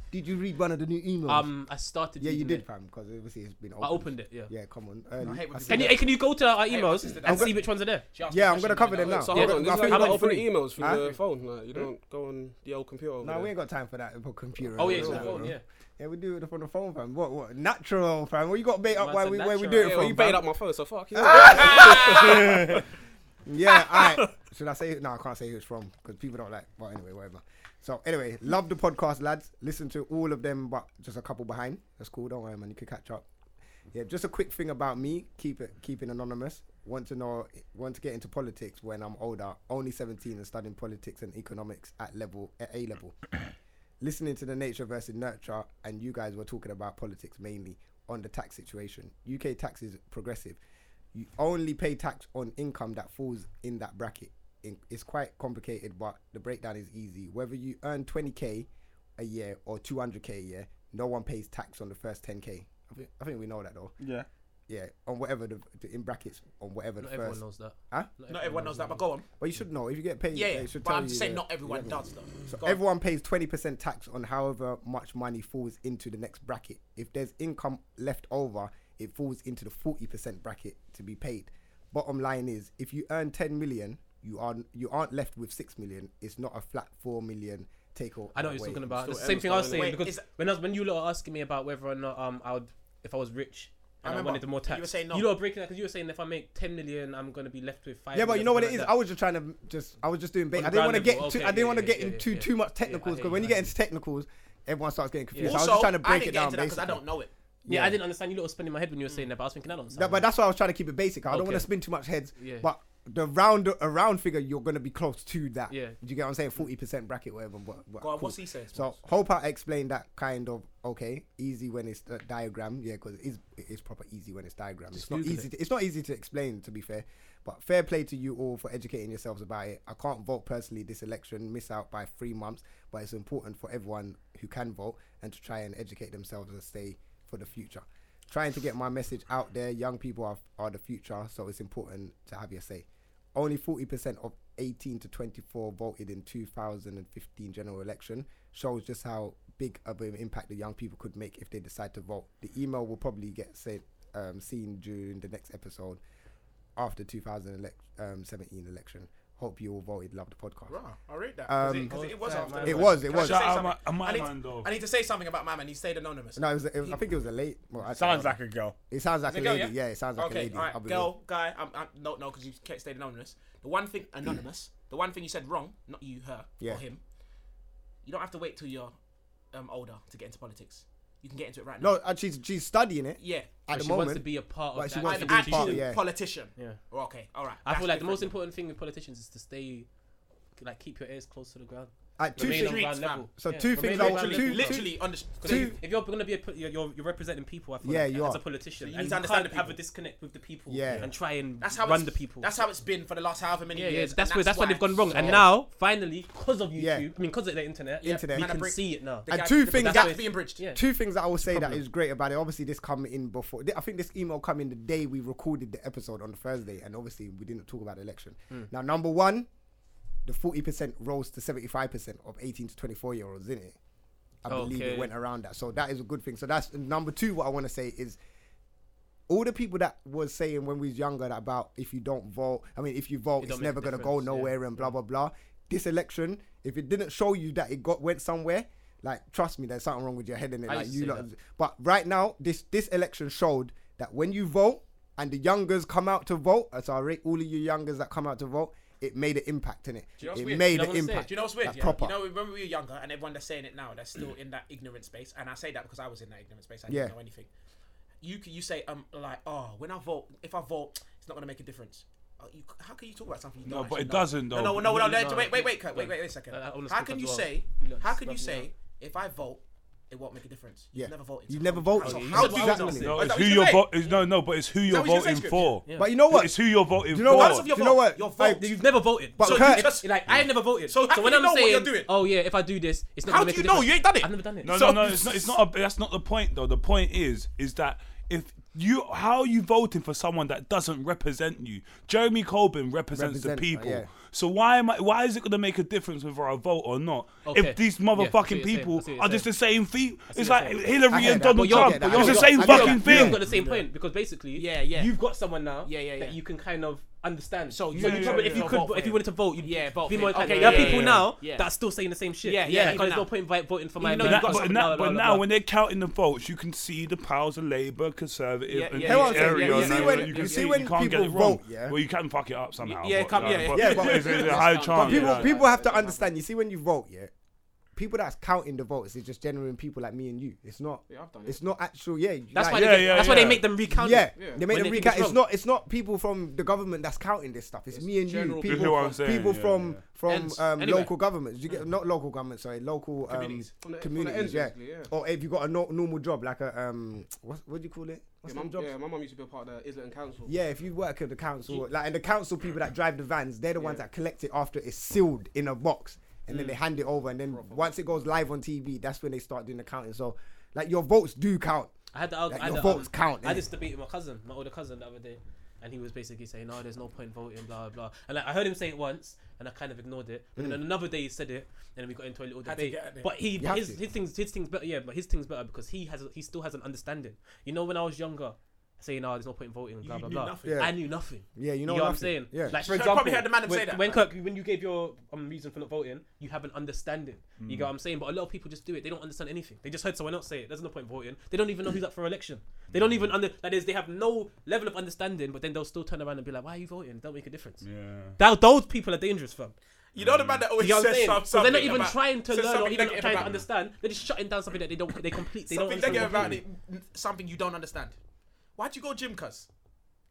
S5: Did you read one of the new emails?
S3: Um, I started.
S5: yeah, you
S3: reading
S5: did,
S3: it.
S5: fam, because obviously it's been.
S3: I opened it. Yeah.
S5: Yeah, come on. early.
S4: hate when
S5: I
S4: people
S5: see
S3: Can you
S5: that.
S3: hey, can you go to our
S4: my
S3: emails
S4: sister
S3: and
S4: does.
S3: see which ones are there?
S4: She asked
S5: Yeah,
S4: a
S5: I'm gonna
S4: question,
S5: cover
S4: you know.
S5: them now.
S15: So
S5: Yeah,
S15: hold on,
S5: I
S15: this is
S5: think
S15: like how
S5: we've
S15: to
S5: got
S15: open
S5: three.
S15: emails from
S5: Huh?
S15: the phone. Like, you don't go on the old computer. over
S5: No,
S15: there.
S5: we ain't got time for that for computer.
S3: Oh yeah, it's
S5: and all
S3: on the
S5: that,
S3: phone.
S5: bro.
S3: Yeah.
S5: Yeah, we do it from the phone, fam. What, what? Natural, fam. What you got bait up
S3: Man
S5: where
S3: said
S5: we where we do
S3: natural.
S5: it
S15: Yeah,
S5: from?
S15: well, you paid
S5: fam?
S15: up my phone, so fuck you.
S5: Yeah, alright. Should I say it? No, I can't say who it's from because people don't like. Well, anyway, whatever. So anyway, love the podcast, lads. Listen to all of them, but just a couple behind. That's cool. Don't worry, man. You can catch up. Yeah, just a quick thing about me. Keep it, keeping anonymous. Want to know? Want to get into politics when I'm older? Only 17 and studying politics and economics at level at A level. Listening to the nature versus nurture, and you guys were talking about politics mainly on the tax situation. UK tax is progressive you only pay tax on income that falls in that bracket. In- It's quite complicated, but the breakdown is easy. Whether you earn 20k a year or 200k a year, no one pays tax on the first 10k. I think, I think we know that though.
S8: Yeah.
S5: Yeah, on whatever the the- in brackets on whatever
S4: Not
S5: the
S4: everyone
S5: first.
S4: knows that.
S5: Huh?
S4: Not Not everyone knows knows that, that. but go on.
S5: Well, you should know if you get paid.
S4: Yeah,
S5: Yeah,
S4: yeah,
S5: It should
S4: but
S5: tell
S4: I'm
S5: you
S4: just saying
S5: the-
S4: not everyone
S5: the-
S4: does, though.
S5: So
S4: Go on.
S5: everyone pays 20% tax on however much money falls into the next bracket. If there's income left over, it falls into the 40% bracket to be paid. Bottom line is, if you earn 10 million, you are you aren't left with 6 million. It's not a flat 4 million take or
S18: I know what
S5: away.
S18: you're talking about. It's the same thing I was saying because when I was, when you lot were asking me about whether or not um I would if I was rich.
S4: I
S18: And I,
S4: remember.
S18: wanted more
S4: You
S18: tax.
S4: were saying no.
S18: You lot were breaking that because you were saying if I make 10 million, I'm going to be left with 5
S5: yeah, but you know what it is.
S18: million,
S5: I was just trying to just I was just doing. Bait.
S18: the
S5: I didn't
S18: ground
S5: want to get
S18: level,
S5: too,
S18: okay,
S5: I didn't
S18: yeah,
S5: want to
S18: yeah,
S5: get
S18: yeah,
S5: into too
S18: yeah.
S5: too much technicals
S18: hear
S5: because
S18: you,
S5: when you
S18: I
S5: get into technicals, everyone starts getting confused. I was just
S18: Also,
S5: trying to
S18: I
S5: break
S18: didn't
S5: it
S18: get
S5: down.
S18: into that 'cause I
S5: basically.
S18: don't know it. Yeah, I didn't understand. You lot were spending my head when you were saying that, but I was thinking, I don't understand.
S5: That- but that's why I was trying to keep it basic. I don't want
S18: Okay.
S5: to spin too much heads.
S18: Yeah.
S5: But the round a round figure, you're gonna be close to that.
S18: Yeah.
S5: Do you get what I'm saying? Forty percent bracket, whatever. But, but
S4: Go on, what's he saying,
S5: So hope I explained that kind of okay, easy when it's a diagram. Yeah, because it is it is proper easy when it's diagram.
S18: Just
S5: it's not
S18: Google
S5: easy.
S18: it.
S5: To, it's not easy to explain, to be fair. But fair play to you all for educating yourselves about it. I can't vote personally this election, miss out by three months, but it's important for everyone who can vote and to try and educate themselves and stay for the future trying to get my message out there. Young people are, are the future, so it's important to have your say. Only 40% of 18 to 24 voted in 2015 general election shows just how big of an impact the young people could make if they decide to vote. The email will probably get sent, um, seen during the next episode after 2017 um, election. Hope you all voted. Love the podcast.
S4: Rah, I read that. 'Cause it- 'cause it, was
S5: Um,
S4: after the
S5: it
S4: vote.
S5: was, it
S4: Can
S5: was.
S4: I, just say
S5: Shout out
S4: something?
S5: my- my
S4: I need,
S5: man, though.
S4: I need to say something about my man. He stayed anonymous.
S5: No, it was. It was I think it was a late. Well, actually,
S4: Sounds
S5: I
S4: like
S5: don't
S4: a
S5: know.
S4: girl.
S5: It sounds like
S4: Is
S5: a
S4: girl,
S5: lady.
S4: yeah?
S5: Yeah, it sounds like
S4: okay,
S5: a lady.
S4: All right,
S5: I believe.
S4: girl, guy. I'm, I'm, no, no, because you kept staying anonymous. The one thing anonymous. the one thing you said wrong. Not you, her
S5: Yeah.
S4: or him. You don't have to wait till you're um, older to get into politics. You can get into it right now.
S5: No, uh, she's she's studying it.
S4: Yeah.
S5: at
S4: But
S5: the
S4: she
S5: moment,
S4: wants to be a part of
S5: but she
S4: that
S5: wants to be a
S4: institution.
S5: part.
S4: Actually,
S5: Yeah,
S4: politician.
S18: Yeah.
S4: Oh, okay, all right,
S18: I
S4: that's
S18: feel like the
S4: different.
S18: most important thing with politicians is to stay, like, keep your ears close to the ground.
S5: Like, two
S18: Remain on
S5: things-
S18: ground
S5: fam.
S18: level.
S5: So two
S18: Remain
S5: things
S18: on
S5: I-
S18: ground
S5: two-
S18: level.
S5: two- Literally
S4: on the-
S18: 'Cause
S5: two-
S18: If you're gonna be a, po- you're, you're you're representing people, I feel
S5: Yeah,
S18: like,
S5: you
S18: as
S5: are.
S18: a politician,
S5: So you
S18: and
S5: need
S18: you
S5: to
S18: can't
S5: understand the
S18: have a disconnect with the people,
S5: Yeah.
S18: and try and
S4: That's how
S18: run
S4: it's-
S18: the people.
S4: That's how it's been for the last however many
S18: yeah, yeah,
S4: years.
S18: that's
S4: and
S18: where that's why they've gone wrong, and
S4: so-
S18: now finally, because of YouTube,
S5: Yeah.
S18: I mean, because of the internet,
S5: Internet.
S18: we
S5: And I
S18: can
S5: bring-
S18: see it now.
S5: And two things that
S18: Yeah.
S5: two things that I will say that
S18: Problem.
S5: is great about it. Obviously, this come in before. I think this email come in the day we recorded the episode on Thursday, and obviously we didn't talk about the election.
S18: Mm.
S5: Now, number one, the forty percent rose to seventy five percent of eighteen to twenty four year olds, didn't it? I believe
S18: Okay.
S5: it went around that. So that is a good thing. So that's number two. What I want to say is all the people that was saying when we was younger that about if you don't vote, I mean, if you vote,
S18: don't
S5: it's
S18: make
S5: never
S18: a
S5: gonna go
S18: difference, yeah,
S5: nowhere and blah blah blah. This election, if it didn't show you that it got went somewhere, like trust me, there's something wrong with your head in it.
S18: I
S5: Like
S18: used to
S5: you
S18: say
S5: lot, but right now, this this election showed that when you vote and the youngers come out to vote, as I rate all of you youngers that come out to vote, it made an impact in it.
S4: Do you know what's
S5: it
S4: weird?
S5: made
S4: Do you know
S5: an
S4: what's weird?
S5: impact.
S4: Do you know what's weird?
S5: Like,
S4: yeah?
S5: proper.
S4: You know, when we were younger, and everyone that's saying it now, they're still in that ignorant space. And I say that because I was in that ignorant space. I didn't
S5: Yeah.
S4: know anything. You c- you say um like oh when I vote if I vote it's not gonna make a difference. Oh, you, c- how can you talk about something? You
S10: No,
S4: don't
S10: but
S4: actually
S10: it
S4: know?
S10: doesn't,
S4: No,
S10: though.
S4: no, no, no,
S10: No,
S4: no, Wait, wait, wait, Kurt, wait,
S10: no.
S4: wait, wait a second.
S10: Uh, I wanna
S4: How
S10: speak
S4: can
S10: as
S4: you
S10: well.
S4: say?
S10: You lot
S4: How
S10: just
S4: can you
S10: rub me
S4: say if I vote it won't make a difference?
S5: Yeah.
S4: You've never voted.
S5: You've never voted.
S4: So
S5: Yeah,
S4: how do you
S5: exactly.
S4: know?
S10: No,
S4: Oh, is
S10: it's
S4: that
S10: who
S4: what
S10: you're
S4: saying?
S10: vo- it's, no, no, but it's who you're
S4: that what you're saying,
S10: voting
S4: Script?
S10: for.
S4: Yeah.
S5: But you know Oh, what?
S10: It's who you're voting
S5: Do you know
S10: for.
S5: what?
S4: Because of your
S5: Do you know
S4: vote.
S5: what?
S4: Your vote.
S5: Like,
S18: You've never voted.
S5: But
S18: so
S5: Kurt-
S18: you just, like I ain't never voted. So,
S4: how
S18: when
S4: do you
S18: I'm
S4: know what
S18: saying,
S4: you're doing?
S18: oh yeah, if I do this, it's not
S4: How
S18: gonna make
S4: do you
S18: a
S4: know?
S18: difference.
S4: You ain't done it.
S18: I've never done it.
S10: No,
S18: So-
S10: no, no. It's not. It's not. A, that's not the point, though. The point is, is that if you how you voting for someone that doesn't represent you? Jeremy Corbyn represents
S5: Represent, uh,
S10: the people.
S5: yeah.
S10: So why am I? Why is it going to make a difference whether I vote or not?
S18: Okay.
S10: If these
S18: Yeah, I see what
S10: motherfucking
S18: you're saying, I
S10: people
S18: see what you're
S10: are just the same thing.
S18: I see
S10: It's
S18: what you're
S10: like
S18: saying.
S5: I
S10: Hillary
S5: hear
S10: and
S5: that,
S10: Donald
S5: but you're-
S10: Trump.
S5: but you're-
S10: It's the
S5: I
S10: same
S5: get that,
S10: fucking
S5: yeah.
S10: thing.
S18: You've got the same point because basically,
S4: Yeah, yeah.
S18: you've got someone now
S4: Yeah, yeah,
S18: that
S4: yeah.
S18: you can kind of
S3: understand.
S4: So
S3: you,
S4: you-
S3: probably, if you
S4: you'll
S3: could,
S4: vote for
S3: if you
S4: him.
S3: wanted to vote, you'd
S4: Yeah, vote
S3: Be
S4: for
S3: more
S4: him.
S3: inclined.
S4: Okay,
S3: there
S4: yeah,
S3: are people
S4: yeah,
S3: now
S4: yeah.
S3: that are still saying the same shit.
S4: Yeah, yeah,
S3: yeah.
S4: you
S3: so There's
S4: know.
S3: no point in vi- voting for my.
S4: know
S3: man.
S4: you've got
S10: but
S4: something
S10: now,
S4: now,
S10: but
S4: blah, blah,
S10: now
S4: blah.
S10: when they're counting the votes, you can see the powers of Labour, Conservative,
S4: Yeah,
S10: and
S4: yeah,
S10: each
S4: yeah, yeah,
S10: area.
S4: yeah,
S10: and
S4: yeah,
S10: all
S4: yeah,
S10: that.
S4: yeah,
S10: you
S4: yeah,
S10: can see,
S4: yeah.
S10: you can't get it
S5: people
S10: wrong.
S5: vote, yeah?
S10: Well, you can fuck it up somehow.
S4: Yeah,
S10: but,
S4: come-
S10: uh,
S4: yeah,
S10: but
S5: yeah, but-
S10: there's, there's a high chance.
S5: But people,
S10: yeah.
S5: people have to understand. You see, when you vote, yeah, people that's counting the votes is just genuine people like me and you. It's not. It's not actual. Yeah,
S3: That's
S5: like-
S3: why. they get, that's why they make them recount. it
S5: Yeah,
S3: when
S5: they make them
S3: think
S5: recount. It's
S3: wrong.
S5: not. It's not people from the government that's counting this stuff. It's, me and you.
S3: general
S5: People,
S10: people. This is what I'm
S5: from-
S10: saying,
S5: people
S10: yeah,
S5: from
S10: yeah.
S5: from
S3: Ends,
S5: um,
S3: anyway.
S5: local governments. You get not local government. Sorry, local um, communities.
S15: From the- from the ends,
S5: yeah.
S15: basically, yeah.
S5: Or if you got a no, normal job like a um, what what do you call it? What's
S15: Yeah,
S5: them
S15: mum-
S5: jobs?
S15: yeah, my mum used to be a part of the Islington Council.
S5: Yeah, if you work at the council, like and the council people that drive the vans, they're the ones that collect it after it's sealed in a box, and then they hand it over, and then once it goes live on TV, that's when they start doing the counting. So, like your votes do count.
S3: I had the arg-
S5: Like,
S3: I had
S5: your
S3: the,
S5: votes
S3: I
S5: count. innit?
S3: had this debate with my cousin, my older cousin, the other day, and he was basically saying, "No, there's no point voting, blah blah." And like, I heard him say it once, and I kind of ignored it. But then another day he said it, and then we got into a little
S4: Had to
S3: debate.
S4: get at it.
S3: But he
S5: Mm. have
S3: his,
S5: to.
S3: his things his things better, yeah. But his things better because he has a- he still has an understanding. You know, when I was younger. Saying, "No, there's no point in voting." Blah
S4: You
S3: blah
S4: knew
S3: blah.
S4: nothing.
S5: Yeah.
S3: I knew nothing.
S5: Yeah, you know
S3: what I'm
S5: nothing.
S3: saying.
S5: Yeah.
S3: Like for
S4: Should I probably
S3: example,
S4: heard the man them
S3: when,
S4: say that,
S3: when
S4: like-
S3: Kirk, when you gave your um, reason for not voting, you have an understanding. You get what I'm saying? But a lot of people just do it. They don't understand anything. They just heard someone else say it. There's no point voting. They don't even know who's up for election. They don't even under that is they have no level of understanding. But then they'll still turn around and be like, "Why are you voting? Don't make a difference."
S10: Yeah.
S3: Now those people are dangerous, fam.
S4: You know the man that always
S3: You know what I'm
S4: says
S3: saying?
S4: some-
S3: So
S4: something.
S3: they're not even
S4: about-
S3: trying to
S4: says
S3: learn or
S4: something
S3: even
S4: negative
S3: trying to
S4: about me.
S3: understand. They're just shutting down something that they don't. They complete. They
S4: something
S3: don't.
S4: negative
S3: understand
S4: about
S3: completely.
S4: it, n- something you don't understand. Why'd you go gym, cuz?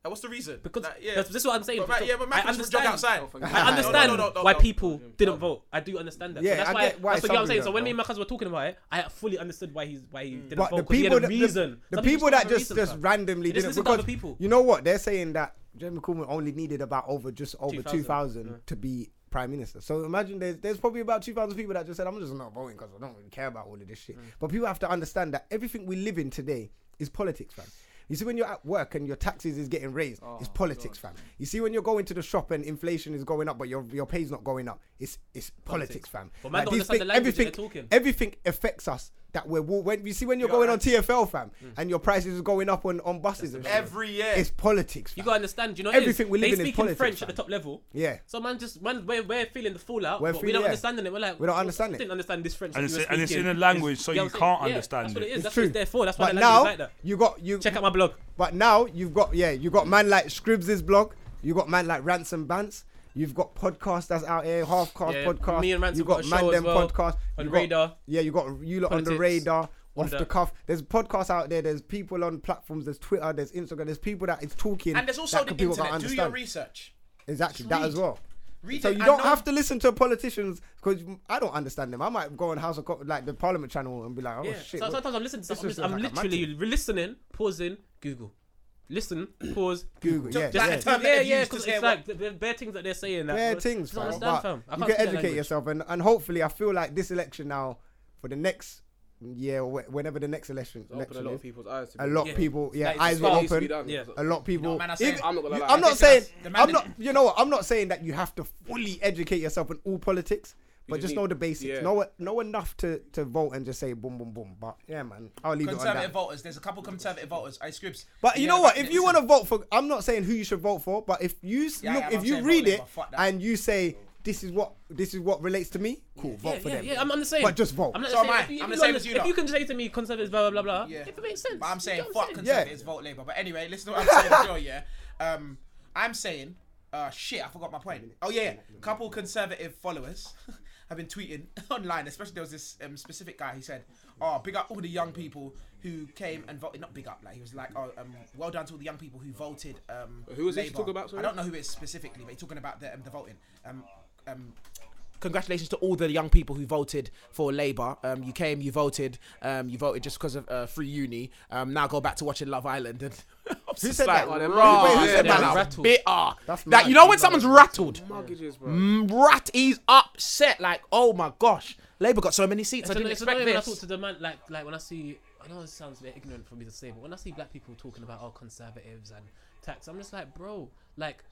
S4: Like, what's the reason?
S3: Because
S4: Like, yeah.
S3: that's, this is what I'm saying.
S4: But, right,
S3: So
S4: yeah, but
S3: I
S4: Mac just jog
S3: understand.
S4: outside.
S3: I understand
S4: No, no, no, no,
S3: why
S4: no.
S3: people didn't vote. I do understand that.
S5: Yeah,
S3: so that's
S5: I
S3: why.
S5: get why
S3: that's what you know what I'm
S5: some
S3: saying. So
S5: people
S3: when me
S5: don't
S3: and my cousin were talking about it, I fully understood why he why he didn't
S5: But
S3: vote
S5: the
S3: because he had
S5: people
S3: a
S5: that
S3: reason.
S5: the, the
S3: Some just
S5: people that
S3: have a
S5: just
S3: reason,
S5: just
S3: fam.
S5: randomly
S3: You just
S5: didn't
S3: listen to other
S5: because
S3: people.
S5: you know what they're saying that Jeremy Corbyn only needed about over just over
S3: 2,000,
S5: two thousand to be prime minister. So imagine there's there's probably about two thousand people that just said I'm just not voting because I don't really care about all of this
S3: Mm.
S5: shit. But people have to understand that everything we live in today is politics, fam. You see, when you're at work and your taxes is getting raised,
S3: Oh,
S5: it's politics, fam. You see, when you're going to the shop and inflation is going up, but your your pay's not going up, it's it's politics, fam.
S3: But man don't
S5: these
S3: understand the
S5: thing-
S3: language that
S5: everything,
S3: they're talking.
S5: everything affects us that we're wa- when you see when you're going on TFL fam
S3: Mm.
S5: and your prices are going up on, on buses and shit,
S4: Every year.
S5: it's politics.
S3: You
S5: Fam.
S3: gotta understand, you know, what it is?
S5: Everything we live in
S3: they
S5: is
S3: speak in
S5: politics,
S3: French
S5: fam.
S3: at the top level.
S5: Yeah.
S3: So man, just man, we're, we're feeling the fallout,
S5: We're
S3: but we
S5: feeling-
S3: don't
S5: yeah.
S3: understand it. We're like,
S5: We don't understand it.
S3: Didn't understand this French.
S10: And
S3: that you
S10: it's-
S3: were
S10: and it's
S3: speaking.
S10: in a language, so
S3: Yeah,
S10: you
S3: I'm saying-
S10: can't
S3: yeah,
S10: understand
S3: That's what
S10: it.
S3: it
S5: It's
S3: is. That's
S5: true.
S3: what it's there for. That's why
S5: but
S3: the
S5: now
S3: language is like that.
S5: you got you.
S3: Check out my blog.
S5: But now you've got yeah, you got man like Scribbs' blog. You got man like Ransom Bants. You've got podcasts that's out here, half cast
S3: Yeah,
S5: podcast.
S3: me and Ransom
S5: you
S3: got a show as well
S5: podcast.
S3: on
S5: You got-
S3: Radar.
S5: Yeah, you got you lot on the
S3: Politics.
S5: radar. Off
S3: the-
S5: the cuff, there's podcasts out there. There's people on platforms. There's Twitter. There's Instagram. There's people that is talking.
S4: And there's also
S5: that
S4: the
S5: people can't
S4: internet. Do your
S5: understand.
S4: research.
S5: Exactly,
S4: Just
S5: that
S4: read.
S5: as well.
S4: Read
S5: so
S4: it
S5: you
S4: and
S5: don't
S4: know-
S5: have to listen to politicians because I don't understand them. I might go on House of Co- like the Parliament channel and be like, oh
S3: Yeah.
S5: shit.
S3: so
S5: what-
S3: sometimes I'm listening to
S5: this
S3: something.
S5: is
S3: I'm,
S5: like a
S3: literally listening, pausing, Google. Listen, pause,
S5: Google, yeah,
S3: Just
S5: yeah.
S3: it's like-
S4: Term that
S3: yeah,
S4: they've
S3: yeah,
S4: used
S3: because
S4: to
S3: it's
S4: say
S3: like the the bare things that they're saying. That
S5: Fair
S3: I
S5: things,
S3: don't
S5: fam,
S3: understand,
S5: but
S3: fam. I can't
S5: you can
S3: speak that
S5: educate
S3: language.
S5: yourself, and, and hopefully, I feel like this election now, for the next year, or wh- whenever the next election,
S15: Open
S5: election
S15: a lot of
S5: is,
S15: people's eyes. To
S5: a
S15: be
S5: lot
S15: honest.
S5: of people, yeah,
S15: Like,
S5: eyes
S15: it's
S5: were
S15: what needs to be
S5: open.
S15: done.
S3: Yeah.
S5: A lot of people.
S4: man are saying-
S5: Even-
S15: I'm not gonna
S5: you-
S15: lie,
S5: I'm
S15: they're
S4: taking
S5: not saying.
S4: us- the man
S5: I'm
S4: in-
S5: not. You know what? I'm not saying that you have to fully educate yourself in all politics, but
S15: just
S5: just
S15: need-
S5: know the basics.
S15: yeah.
S5: Know know enough to to vote and just say boom, boom, boom. But yeah, man, I'll leave it on
S4: Conservative
S5: that.
S4: voters. There's a couple conservative voters. Ice Scribs.
S5: But you
S4: Yeah,
S5: know what?
S4: back
S5: If
S4: in
S5: you
S4: the-
S5: want to vote for, I'm not saying who you should vote for, but if you s
S4: Yeah,
S5: look,
S4: yeah,
S5: if
S4: I'm
S5: you
S4: saying
S5: read
S4: vote
S5: it
S4: Labour, fuck that.
S5: and you say this is what this is what relates to me, cool, vote
S3: yeah,
S5: for
S3: yeah,
S5: them.
S3: Yeah, I'm, I'm the same.
S5: But just vote.
S3: I'm not
S4: So
S3: the
S4: am
S3: same.
S4: I.
S3: If you-
S4: I'm
S3: if
S4: the
S3: you
S4: same as you
S3: under- If
S4: lot.
S3: you can say to me, conservatives, blah blah blah blah,
S4: Yeah.
S3: if it makes sense.
S4: But I'm saying
S3: you know what
S4: fuck
S3: I'm
S4: conservatives, vote Labour. But anyway, listen to what I'm saying as well, yeah. Um, I'm saying, uh, shit, I forgot my point. Oh yeah, yeah. couple conservative followers have been tweeting online, especially there was this um, specific guy. He said, "Oh, big up all the young people who came and voted." Not big up, like he was like, "Oh, um, well done to all the young people who voted." Um,
S15: Who was he
S4: Labour."
S15: talking about, sorry?
S4: I don't know who it is specifically, but he's talking about the um, the voting. Um, um, congratulations to all the young people who voted for Labour. Um, you came, you voted, um, you voted just because of uh, free uni. Um, now go back to watching Love Island. And
S5: Who said that?
S15: oh,
S5: Wait, wait,
S15: them
S5: who
S15: rats,
S5: said
S15: yeah,
S5: that?
S15: them
S3: rattled.
S4: Bitter. Like,
S5: That's mad.
S4: you know when someone's rattled,
S15: Mortgages, bro.
S4: Mm, rat he's upset. Like, oh my gosh, Labour got so many seats. I
S3: It's
S4: didn't
S3: annoying- it's
S4: expect
S3: annoying when I talk
S4: this.
S3: to the man, like, like when I see, I know it sounds a bit ignorant for me to say, but when I see black people talking about our conservatives and tax, I'm just like, bro, like,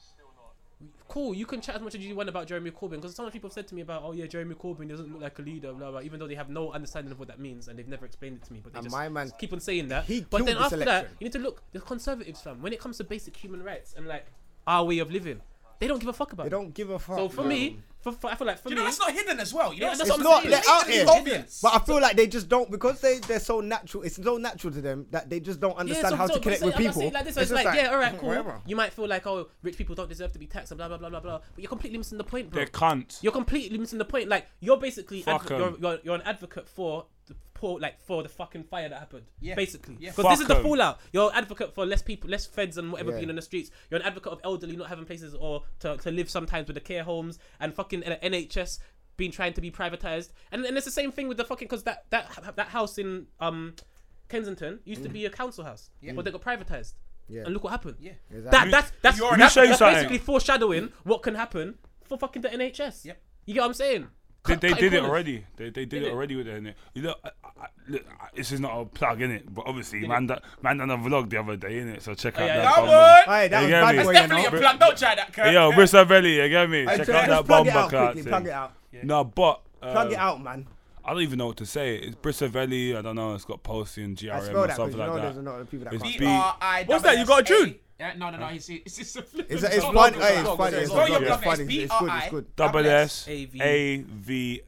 S3: cool, you can chat as much as you want about Jeremy Corbyn, because so many people have said to me about, oh yeah, Jeremy Corbyn doesn't look like a leader, blah blah, even though they have no understanding of what that means and they've never explained it to me, but they
S5: And
S3: just
S5: my man-
S3: keep on saying that.
S5: he
S3: but
S5: killed
S3: then
S5: this
S3: after that,
S5: election.
S3: you need to look, the conservatives, fam, when it comes to basic human rights and like our way of living. They don't give a fuck about. They
S5: don't give a fuck.
S3: So for
S5: no.
S3: me, for, for I feel like for
S4: You
S3: me,
S4: know, that's not hidden as well. You know,
S3: Yeah,
S4: that's
S5: it's
S4: what I'm
S5: not
S4: saying.
S5: let out
S4: It's
S5: here.
S4: obvious.
S5: But I feel like they just don't because they they're so natural. It's so natural to them that they just don't understand
S3: so-
S5: how
S3: so-
S5: to connect
S3: so
S5: with
S3: I'm
S5: people.
S3: saying Like this, so it's,
S5: just
S3: like, yeah, all right, cool.
S5: whatever.
S3: You might feel like, oh, rich people don't deserve to be taxed and blah blah blah blah blah. But you're completely missing the point, bro.
S10: They can't.
S3: You're completely missing the point. Like you're basically
S10: Fuck
S3: advo-
S10: 'em.
S3: you're, you're, you're an advocate for the poor, like for the fucking fire that happened.
S18: Yeah.
S3: Basically,
S18: Yeah.
S3: because this is
S10: Fuck
S3: the
S10: 'em.
S3: fallout. You're an advocate for less people, less feds and whatever
S10: Yeah.
S3: being in the streets. You're an advocate of elderly not having places or to, to live sometimes with the care homes and fucking uh, N- NHS being trying to be privatized. And and it's the same thing with the fucking because that that that house in um Kensington used to
S18: Mm.
S3: be a council house,
S18: Yeah.
S3: but they got privatized.
S18: Yeah.
S3: And look what happened.
S18: Yeah.
S3: That,
S18: Exactly.
S3: that's that's,
S18: You're an
S3: that's,
S18: advocate.
S3: that's
S18: Let me show you
S3: basically foreshadowing what can happen for fucking the NHS. Yep. You get what I'm saying?
S10: They,
S3: Cut-
S10: they
S3: cutting
S10: did it
S3: corners.
S10: already. They, they did,
S3: Did
S10: it,
S3: it?
S10: already with it. You know, I, I, I- look, I- this is not a plug in it, but obviously, man, done- man done a vlog the other day in it. So check
S4: Oh,
S10: out
S4: yeah,
S10: that.
S4: yeah.
S10: bum
S4: Come
S10: buck.
S4: on! Aye, that
S10: You
S4: was
S10: get
S4: bad.
S10: me?
S4: That's definitely a
S10: Bri-
S4: plug. Don't try that,
S10: Hey,
S4: Kurt.
S10: Yo, Brisavelli, you get me?
S5: Hey,
S10: Check
S5: Kurt,
S10: out that
S5: just plug
S10: bomb
S5: it out
S10: back out.
S5: quickly, plug it out.
S10: No, but
S5: Plug it
S10: uh,
S5: out, man.
S10: I don't even know what to say. It's Brisavelli. I don't know. It's got Posey and GRM
S5: spell
S10: or
S5: that 'cause
S10: something
S5: you know
S10: like
S5: there's
S10: that.
S5: a lot of people that
S10: It's
S5: can't.
S10: B-
S4: B-R-I-S-A.
S10: What's that? You got a tune?
S4: Yeah, no, no, no. It's, it's just a flip.
S5: It's- it's
S4: No,
S5: fun-
S4: no,
S5: hey,
S4: no,
S5: it's
S4: no,
S5: funny,
S4: no,
S5: it's
S4: no, no,
S5: funny,
S4: no,
S5: it's
S4: no, no,
S5: funny, it's good, it's
S4: B-R-I.
S5: good.
S10: Double S
S3: A V
S10: A V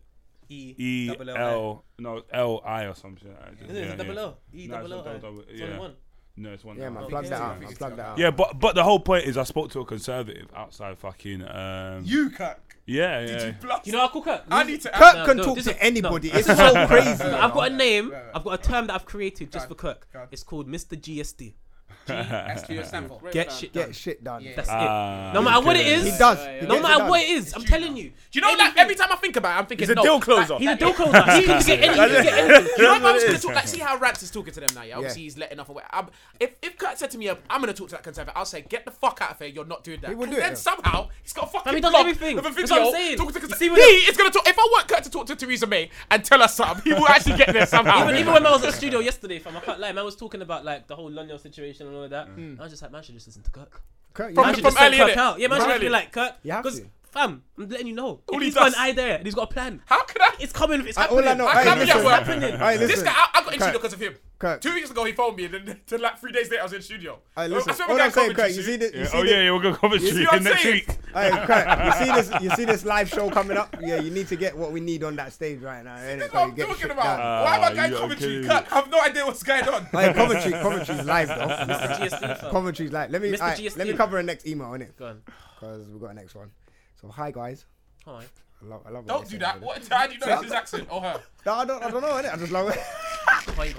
S3: E
S10: E
S3: double L I.
S10: L no L I or something.
S3: Is it a double O? E double O I? It's only one?
S10: No, it's one.
S5: Yeah,
S10: L.
S5: man, plug that out, man, plug that out.
S10: Yeah, but but the whole point is, I spoke to a conservative outside fucking. Um,
S5: You,
S10: Kirk. Yeah, yeah.
S3: You know, I cook Kirk.
S5: I need to- Kirk can talk to anybody. It's so crazy, you
S3: I've got a
S5: know.
S3: name. I've got a term that I've created just for Kirk. It's called Mr. GSD.
S10: GSD stand for?
S3: Get shit done.
S5: Get shit done. Yeah.
S3: That's
S10: Ah,
S3: it. No matter what it
S10: okay.
S3: is,
S10: He does. He
S3: No
S10: gets it
S3: matter
S10: done.
S3: what it is, I'm telling you.
S4: Do you know that every time I think about it, I'm thinking
S3: He's a
S4: no,
S3: deal
S4: like,
S3: closer. He's a deal closer.
S4: Like,
S3: He can get anything,
S4: That's
S3: he can
S4: it.
S3: get anything.
S4: You know if I was
S3: That's
S4: gonna
S3: it.
S4: talk like see how Rance is talking to them now. Yeah, obviously he's letting off away. I'm, if if Kurt said to me, I'm gonna talk to that conservative, I'll say get the fuck out of here. You're not doing that.
S3: He will
S4: And
S3: do it,
S4: then
S3: yeah.
S4: somehow he's got a fucking.
S3: he does
S4: blog
S3: everything.
S4: of a
S3: That's what I'm
S4: video
S3: saying.
S4: talking to
S3: You
S4: conser-
S3: see what-
S4: he is gonna talk. If I want Kurt to talk to Theresa May and tell her something, he will actually get there somehow.
S3: Even, even when I was at the studio yesterday, fam, I can't lie, man was talking about like the whole Lonyo situation and all of that. I was just like, man should just listen to Kirk.
S5: Kirk,
S3: Man
S5: yeah.
S3: should
S5: From-
S3: just
S5: from
S3: send
S5: early,
S3: Kirk
S5: innit?
S3: out. Yeah, man
S5: From
S3: should just be
S5: early.
S3: like Kirk.
S5: You have
S3: Because
S5: to.
S3: fam, I'm letting you know.
S5: All
S3: If
S5: he
S3: he's got
S5: does-
S3: an idea. He's got a plan.
S4: How could I?
S3: It's coming. It's
S5: I-
S3: happening.
S5: all I know-
S4: I
S5: Hey,
S4: can't be at
S5: listen.
S4: work.
S5: Hey,
S4: This
S5: listen.
S4: guy, I, I got into
S5: Kirk.
S4: studio because of him.
S5: Kirk.
S4: Two weeks ago, he phoned me, and then to like three days later, I was in studio.
S5: Hey,
S4: I
S5: listen,
S4: swear
S5: all
S4: we're
S5: I'm
S4: going
S5: saying,
S4: Coventry
S5: Kirk, you
S4: soon.
S5: see this?
S10: Yeah, oh, yeah, yeah, we'll go Coventry
S5: You see what I'm
S10: next
S5: saying?
S10: week.
S5: Hey, Kirk, you see this? You see this live show coming up? Yeah, you need to get what we need on that stage right now. innit?
S4: That's
S5: So
S4: what
S5: you
S4: I'm
S5: get
S4: talking
S5: shit
S4: about.
S5: done.
S4: Why am I going Coventry? Kirk, I have no idea what's going on.
S5: Hey, Coventry, Coventry's live
S4: Mr.
S5: though.
S4: GSD, fam.
S5: Coventry's live. Let me,
S4: Mr.
S5: alright, let me
S4: GSD.
S5: cover a next email, innit?
S3: Go on.
S5: Because we've got a next one. So, hi guys.
S3: Hi.
S5: I love, I love when
S4: Don't
S5: they
S4: do
S5: say
S4: that.
S5: innit?
S4: What? How do you know it's his accent Oh, or her?
S5: No, I don't, I don't know, innit? I just love it.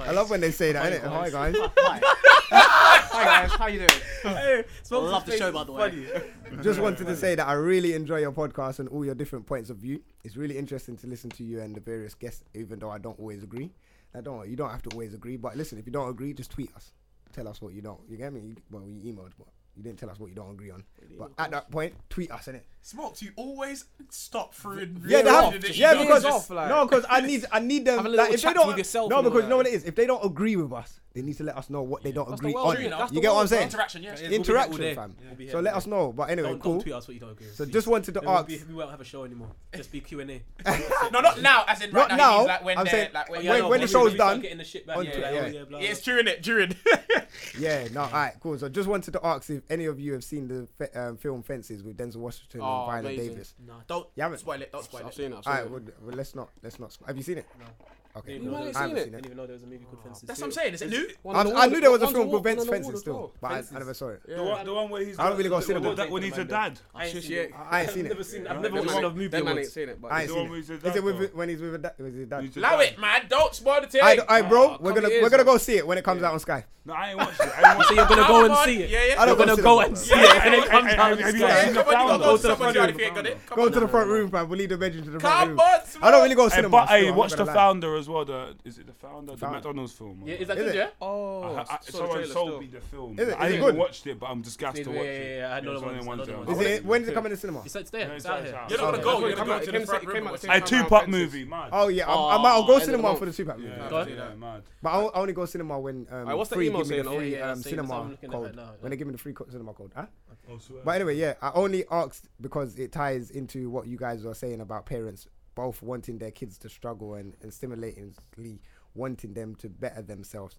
S5: I love when they say that, innit? Hi guys.
S15: Hi guys, how you doing?
S3: Smokes'
S15: love the
S3: face
S15: show,
S3: is
S15: by the way.
S3: funny.
S5: Just wanted to say that I really enjoy your podcast and all your different points of view. It's really interesting to listen to you and the various guests, even though I don't always agree. I don't. You don't have to always agree, but listen, if you don't agree, just tweet us. Tell us what you don't. You get me? You- Well, you emailed, but you didn't tell us what you don't agree on. But at that point, tweet us, innit?
S4: Smokes, you always stop through. and
S5: Yeah, they
S4: veer
S5: have,
S4: off. You
S5: yeah,
S4: don't
S5: because
S4: just-
S5: no, because I need, I need them.
S4: Have a little
S5: like, if they
S4: chat
S5: don't,
S4: with yourself
S5: no,
S4: and all
S5: because you
S4: that.
S5: know what it is. If they don't agree with us, they need to let us know what they don't
S3: That's the
S5: agree
S3: world,
S5: on.
S3: you know. That's
S5: you
S3: the
S5: get what I'm
S3: world,
S5: saying?
S3: Interaction, yeah. We'll be here all
S5: interaction,
S3: day.
S5: fam.
S3: We'll be here
S5: so
S3: all
S5: let
S3: day.
S5: us know. But anyway,
S3: don't,
S5: cool.
S3: Don't tweet us what you don't agree with.
S5: So
S3: please.
S5: just wanted to
S3: Then we'll
S5: ask-
S3: be- we won't have a show anymore. Just be Q and A.
S4: No, not now. As in right
S5: Not
S4: now. he means
S5: now,
S4: Like when
S5: I'm
S4: they're-
S5: saying-
S4: like
S5: when-
S4: yeah,
S5: when
S4: no,
S5: the show's
S4: we
S5: done,
S4: start getting the shit back,
S5: on
S4: yeah,
S5: Twitter,
S4: like,
S5: yeah.
S4: oh, blah, Yeah, it's during it. During.
S5: Yeah, no, all right, cool. So just wanted to ask if any of you have seen the fe- um, film Fences with Denzel Washington
S4: Oh,
S5: and Viola
S4: amazing.
S5: Davis.
S4: No, don't
S5: You haven't?
S4: spoil it, don't spoil I've it. seen it, I've
S5: All
S4: seen
S5: right,
S4: it.
S5: well, well, let's not. Let's not. Have you seen it? No. Okay.
S3: Didn't even know
S5: I
S3: there was-
S5: haven't seen
S3: Didn't
S5: it.
S3: even know there was a movie called Fences.
S4: That's what I'm saying. Is it new?
S5: I, I knew there was a film called Fence, Fences still, but I, I never saw it.
S10: The, one, the one where he's
S5: I don't really go
S10: the-
S5: to cinema.
S10: That when he's a dad.
S3: I ain't seen it.
S5: I ain't seen it.
S3: I've never seen. I've never watched a movie.
S5: I
S3: awards.
S5: ain't seen it. I ain't seen it. Is it with, when he's with a da- with his dad?
S4: Allow it, man. Don't spoil the thing.
S5: I, I, bro, we're gonna we're gonna go see it when it comes out on Sky.
S10: No, I ain't watched it. I ain't watched
S3: So you're gonna
S10: it.
S3: go and see it.
S4: Yeah, yeah.
S5: I
S3: You're
S5: don't
S3: gonna
S5: go
S3: go
S5: cinema,
S3: and
S5: bro.
S3: see it, and it
S10: Yeah,
S3: comes
S10: yeah,
S3: out.
S10: yeah,
S3: on
S10: yeah,
S3: Sky.
S10: yeah. Come on, you gotta
S3: Go
S10: go
S3: to the front
S4: Somebody
S3: room.
S4: if you ain't got it. Come
S5: Go
S4: on
S5: to the
S4: now.
S5: front room, fam. We'll leave the bedroom to
S4: Come
S5: the front room.
S4: on,
S5: I don't really go to
S10: Hey,
S5: cinema.
S10: but
S5: still,
S10: hey,
S5: I'm not
S10: watch the
S5: gonna lie.
S10: founder as well. The is it the founder? The
S5: Founder.
S10: McDonald's film.
S3: Yeah, is that
S5: Is
S3: good?
S5: it?
S3: Yeah.
S10: I,
S3: Oh,
S10: I, someone sold me the film.
S5: Is it-
S10: I
S5: is it
S10: even
S5: good?
S10: watched it, but I'm just gassed
S3: Yeah,
S10: to
S3: yeah,
S10: watch
S3: yeah,
S10: it.
S3: yeah, I know
S10: It's
S3: the
S10: only
S3: ones,
S10: one
S3: I know the
S10: film.
S5: Is it? When does it come in the cinema?
S3: It's it's there.
S10: No,
S3: It's
S10: it's
S3: out
S10: out,
S3: here.
S10: it's out.
S4: You're not gonna
S5: Okay.
S4: go.
S5: It
S4: You're
S5: came
S4: gonna go
S5: out- it
S4: to the front room.
S10: A two part movie, man.
S5: Oh yeah, I'm, I'm,
S15: Oh,
S5: I'll go
S15: end of the
S5: cinema
S15: month.
S5: for the super.
S10: yeah,
S3: Go on.
S10: yeah, mad.
S5: But I o- I only go cinema when um,
S15: Aye, what's the
S5: free
S15: email
S5: give me the
S15: saying? Oh,
S5: free
S15: yeah, yeah,
S5: um,
S15: same as I'm
S5: cinema
S15: looking at
S5: code.
S15: it now, yeah.
S5: When they give me the free co- cinema code, huh?
S10: Oh, swear.
S5: But anyway, yeah, I only asked because it ties into what you guys are saying about parents both wanting their kids to struggle and, and stimulatingly wanting them to better themselves.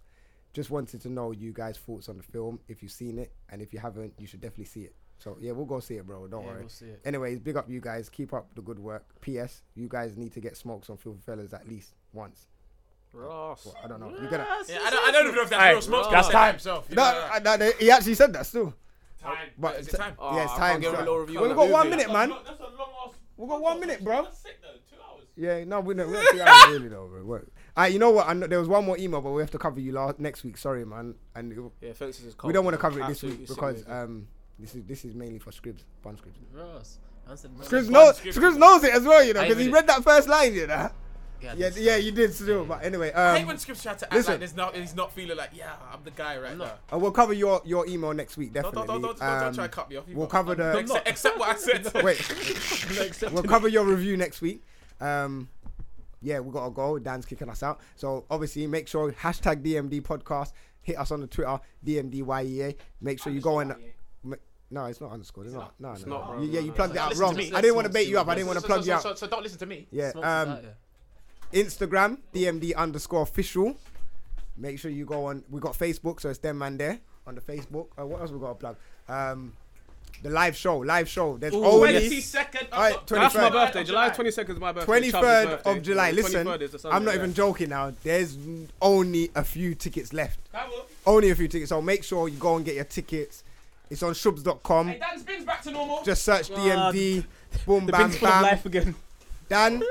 S5: Just wanted to know you guys' thoughts on the film, if you've seen it, and if you haven't, you should definitely see it. So yeah, we'll go see it, bro. Don't
S18: Yeah,
S5: worry.
S18: we'll see it.
S5: Anyways, big up you guys. Keep up the good work. P.S. You guys need to get smokes on Filthy Fellas at least once.
S4: Ross.
S5: Well, I don't know. You gonna?
S4: Yeah, I don't- I don't even know if that's
S5: Hey,
S4: real smokes,
S5: That's
S4: but
S5: time.
S4: himself, you
S5: No,
S4: know.
S5: I- no, they- he actually said that still.
S7: Time.
S5: But
S4: Is it time?
S5: Yeah, it's
S4: Oh, I
S5: time.
S4: can't give him a little
S5: We've
S4: review on
S5: got
S4: that
S5: one
S4: movie.
S5: minute, man.
S7: That's a long ass.
S5: We've got one minute, bro.
S7: Two hours.
S5: Yeah, no, we don't. We're not two hours really though, bro. We're- Alright, you know what? I know, there was one more email, but we have to cover you last next week. Sorry, man. And it-
S4: Yeah, Felix is
S5: we
S4: cold,
S5: don't want to
S4: bro.
S5: cover it this
S4: Absolutely
S5: week
S4: sick
S5: because
S4: with it.
S5: um, this is this is mainly for Scribs, fun Scribs.
S18: Ross. Answered my-
S5: Scribs knows
S18: Scribs.
S5: Scribs knows it as well, you know,
S18: I
S5: because he
S18: read it.
S5: read that first line, you know.
S18: Yeah, I
S5: Yeah,
S18: did
S5: yeah,
S18: still.
S5: you did still. But anyway, um,
S4: I hate when scripts try to act like there's not, he's not feeling like, yeah, I'm the guy right now.
S5: And Uh, we'll cover your, your email next week,
S4: don't-
S5: definitely.
S4: don't- don't- don't- don't
S5: Um,
S4: try to cut me off, you
S5: We'll
S4: know.
S5: cover the.
S4: I'm not. Accept what I said. No,
S5: Wait.
S4: accept
S5: we'll
S4: it.
S5: cover your review next week. Um, yeah, we got to go. Dan's kicking us out. So obviously, make sure hashtag DMD podcast. Hit us on the Twitter, DMDYEA. E Make sure you go and. ma- No, it's not underscore. It's, not. No, no.
S4: E not, bro.
S5: You- yeah,
S4: No,
S5: you
S4: no,
S5: plugged
S4: no.
S5: it out
S4: Listen to
S5: wrong.
S4: me.
S5: I didn't want
S4: Listen
S5: to bait
S4: to
S5: you up.
S4: me.
S5: I didn't want to
S4: So-
S5: plug
S4: so-
S5: you
S4: so-
S5: out.
S4: so don't listen to me.
S5: Yeah.
S4: Smoke us
S5: Um,
S4: out,
S5: Instagram, DMD underscore official. Make sure you go on. We got Facebook, so it's them man there on the Facebook. Uh, what else we got to plug? Um, the live show, live show. There's
S15: Ooh,
S5: always
S15: 22nd of
S5: All right,
S15: October. That's my
S5: 23rd.
S15: birthday. July 22nd is my birthday.
S5: Twenty
S15: Chubb's
S5: third
S15: birthday.
S5: of July.
S15: Yeah,
S5: Listen,
S15: 23rd is a Sunday,
S5: I'm not
S15: yeah.
S5: even joking now. There's n- only a few tickets left. Only a few tickets. So make sure you go and get your tickets. It's on shubs.com.
S7: Hey, Dan's bin's back to normal.
S5: Just search DMD. Boom,
S7: the
S5: bam,
S7: bin's full of
S5: bam.
S7: life
S15: again.
S5: Dan,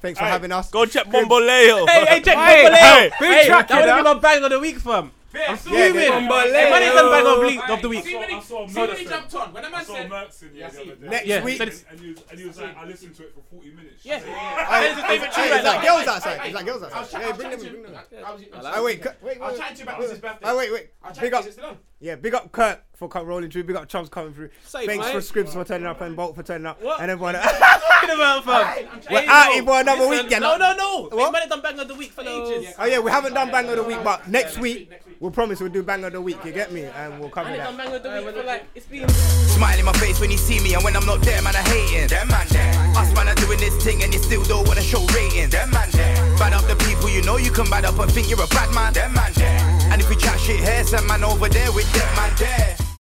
S5: thanks for
S7: Hey,
S5: having us.
S8: Go check Bomboleo.
S3: Hey, hey, check
S8: Hey,
S3: Bomboleo.
S8: hey,
S3: Big
S8: hey,
S3: track,
S8: that
S3: you
S8: would've
S3: know?
S8: been
S3: on bang of the week, fam.
S8: I'm
S3: fuming. Hey, money's on bang of the week- of the week.
S7: See when he-
S3: I saw
S7: see when he
S3: Merson.
S7: jumped on. When a man
S9: I saw
S7: said.
S9: Merck's in
S7: Yeah,
S9: here
S7: I
S9: the
S7: see.
S9: other day.
S3: Next Yeah, week-
S9: And,
S3: said-
S9: and he was, and he was like, I listened to it for 40 minutes.
S4: Yeah.
S9: I said,
S4: That is his favourite tune right
S5: Hey, it's like
S4: now.
S5: girls
S4: Hey,
S5: outside.
S4: hey,
S5: It's like girls
S4: hey,
S5: outside.
S4: I was chat-
S5: Hey,
S4: I was
S5: bring them-
S4: chatting
S5: bring
S4: to-
S5: them.
S4: I- I was- I was-
S5: Oh, wait, Kurt- wait,
S4: I was
S5: wait.
S4: chatting to you about his birthday.
S5: Oh, wait, wait.
S4: I was chatting
S5: Big
S4: to
S5: up.
S4: you, is it on?
S5: Yeah, big up Kirk for co- rolling through. Big up Chubbs coming through.
S4: Safe,
S5: Thanks
S4: mate.
S5: for Scribs for turning up and Bolt for turning up. And everyone. Oh,
S3: talking about, fam?
S5: We're
S3: Hey,
S5: out
S3: no.
S5: here for another
S3: Listen,
S5: weekend.
S3: No, no, no.
S5: What?
S3: We might have done bang of the week for ages.
S5: Oh yeah, we haven't done bang of the week, but next week we'll promise we'll do bang of the week. You get me? And we'll cover
S3: I haven't done
S5: that.
S3: bang of the week for like it's been.
S1: Smile in my face when you see me, and when I'm not there, man, I hating. Them man there. Us man are doing this thing, and you still don't wanna show ratings. Them man there. Bad up the people you know you can bad up and think you're a bad man. Them man there. And if we chat shit here, some man over there with them man there.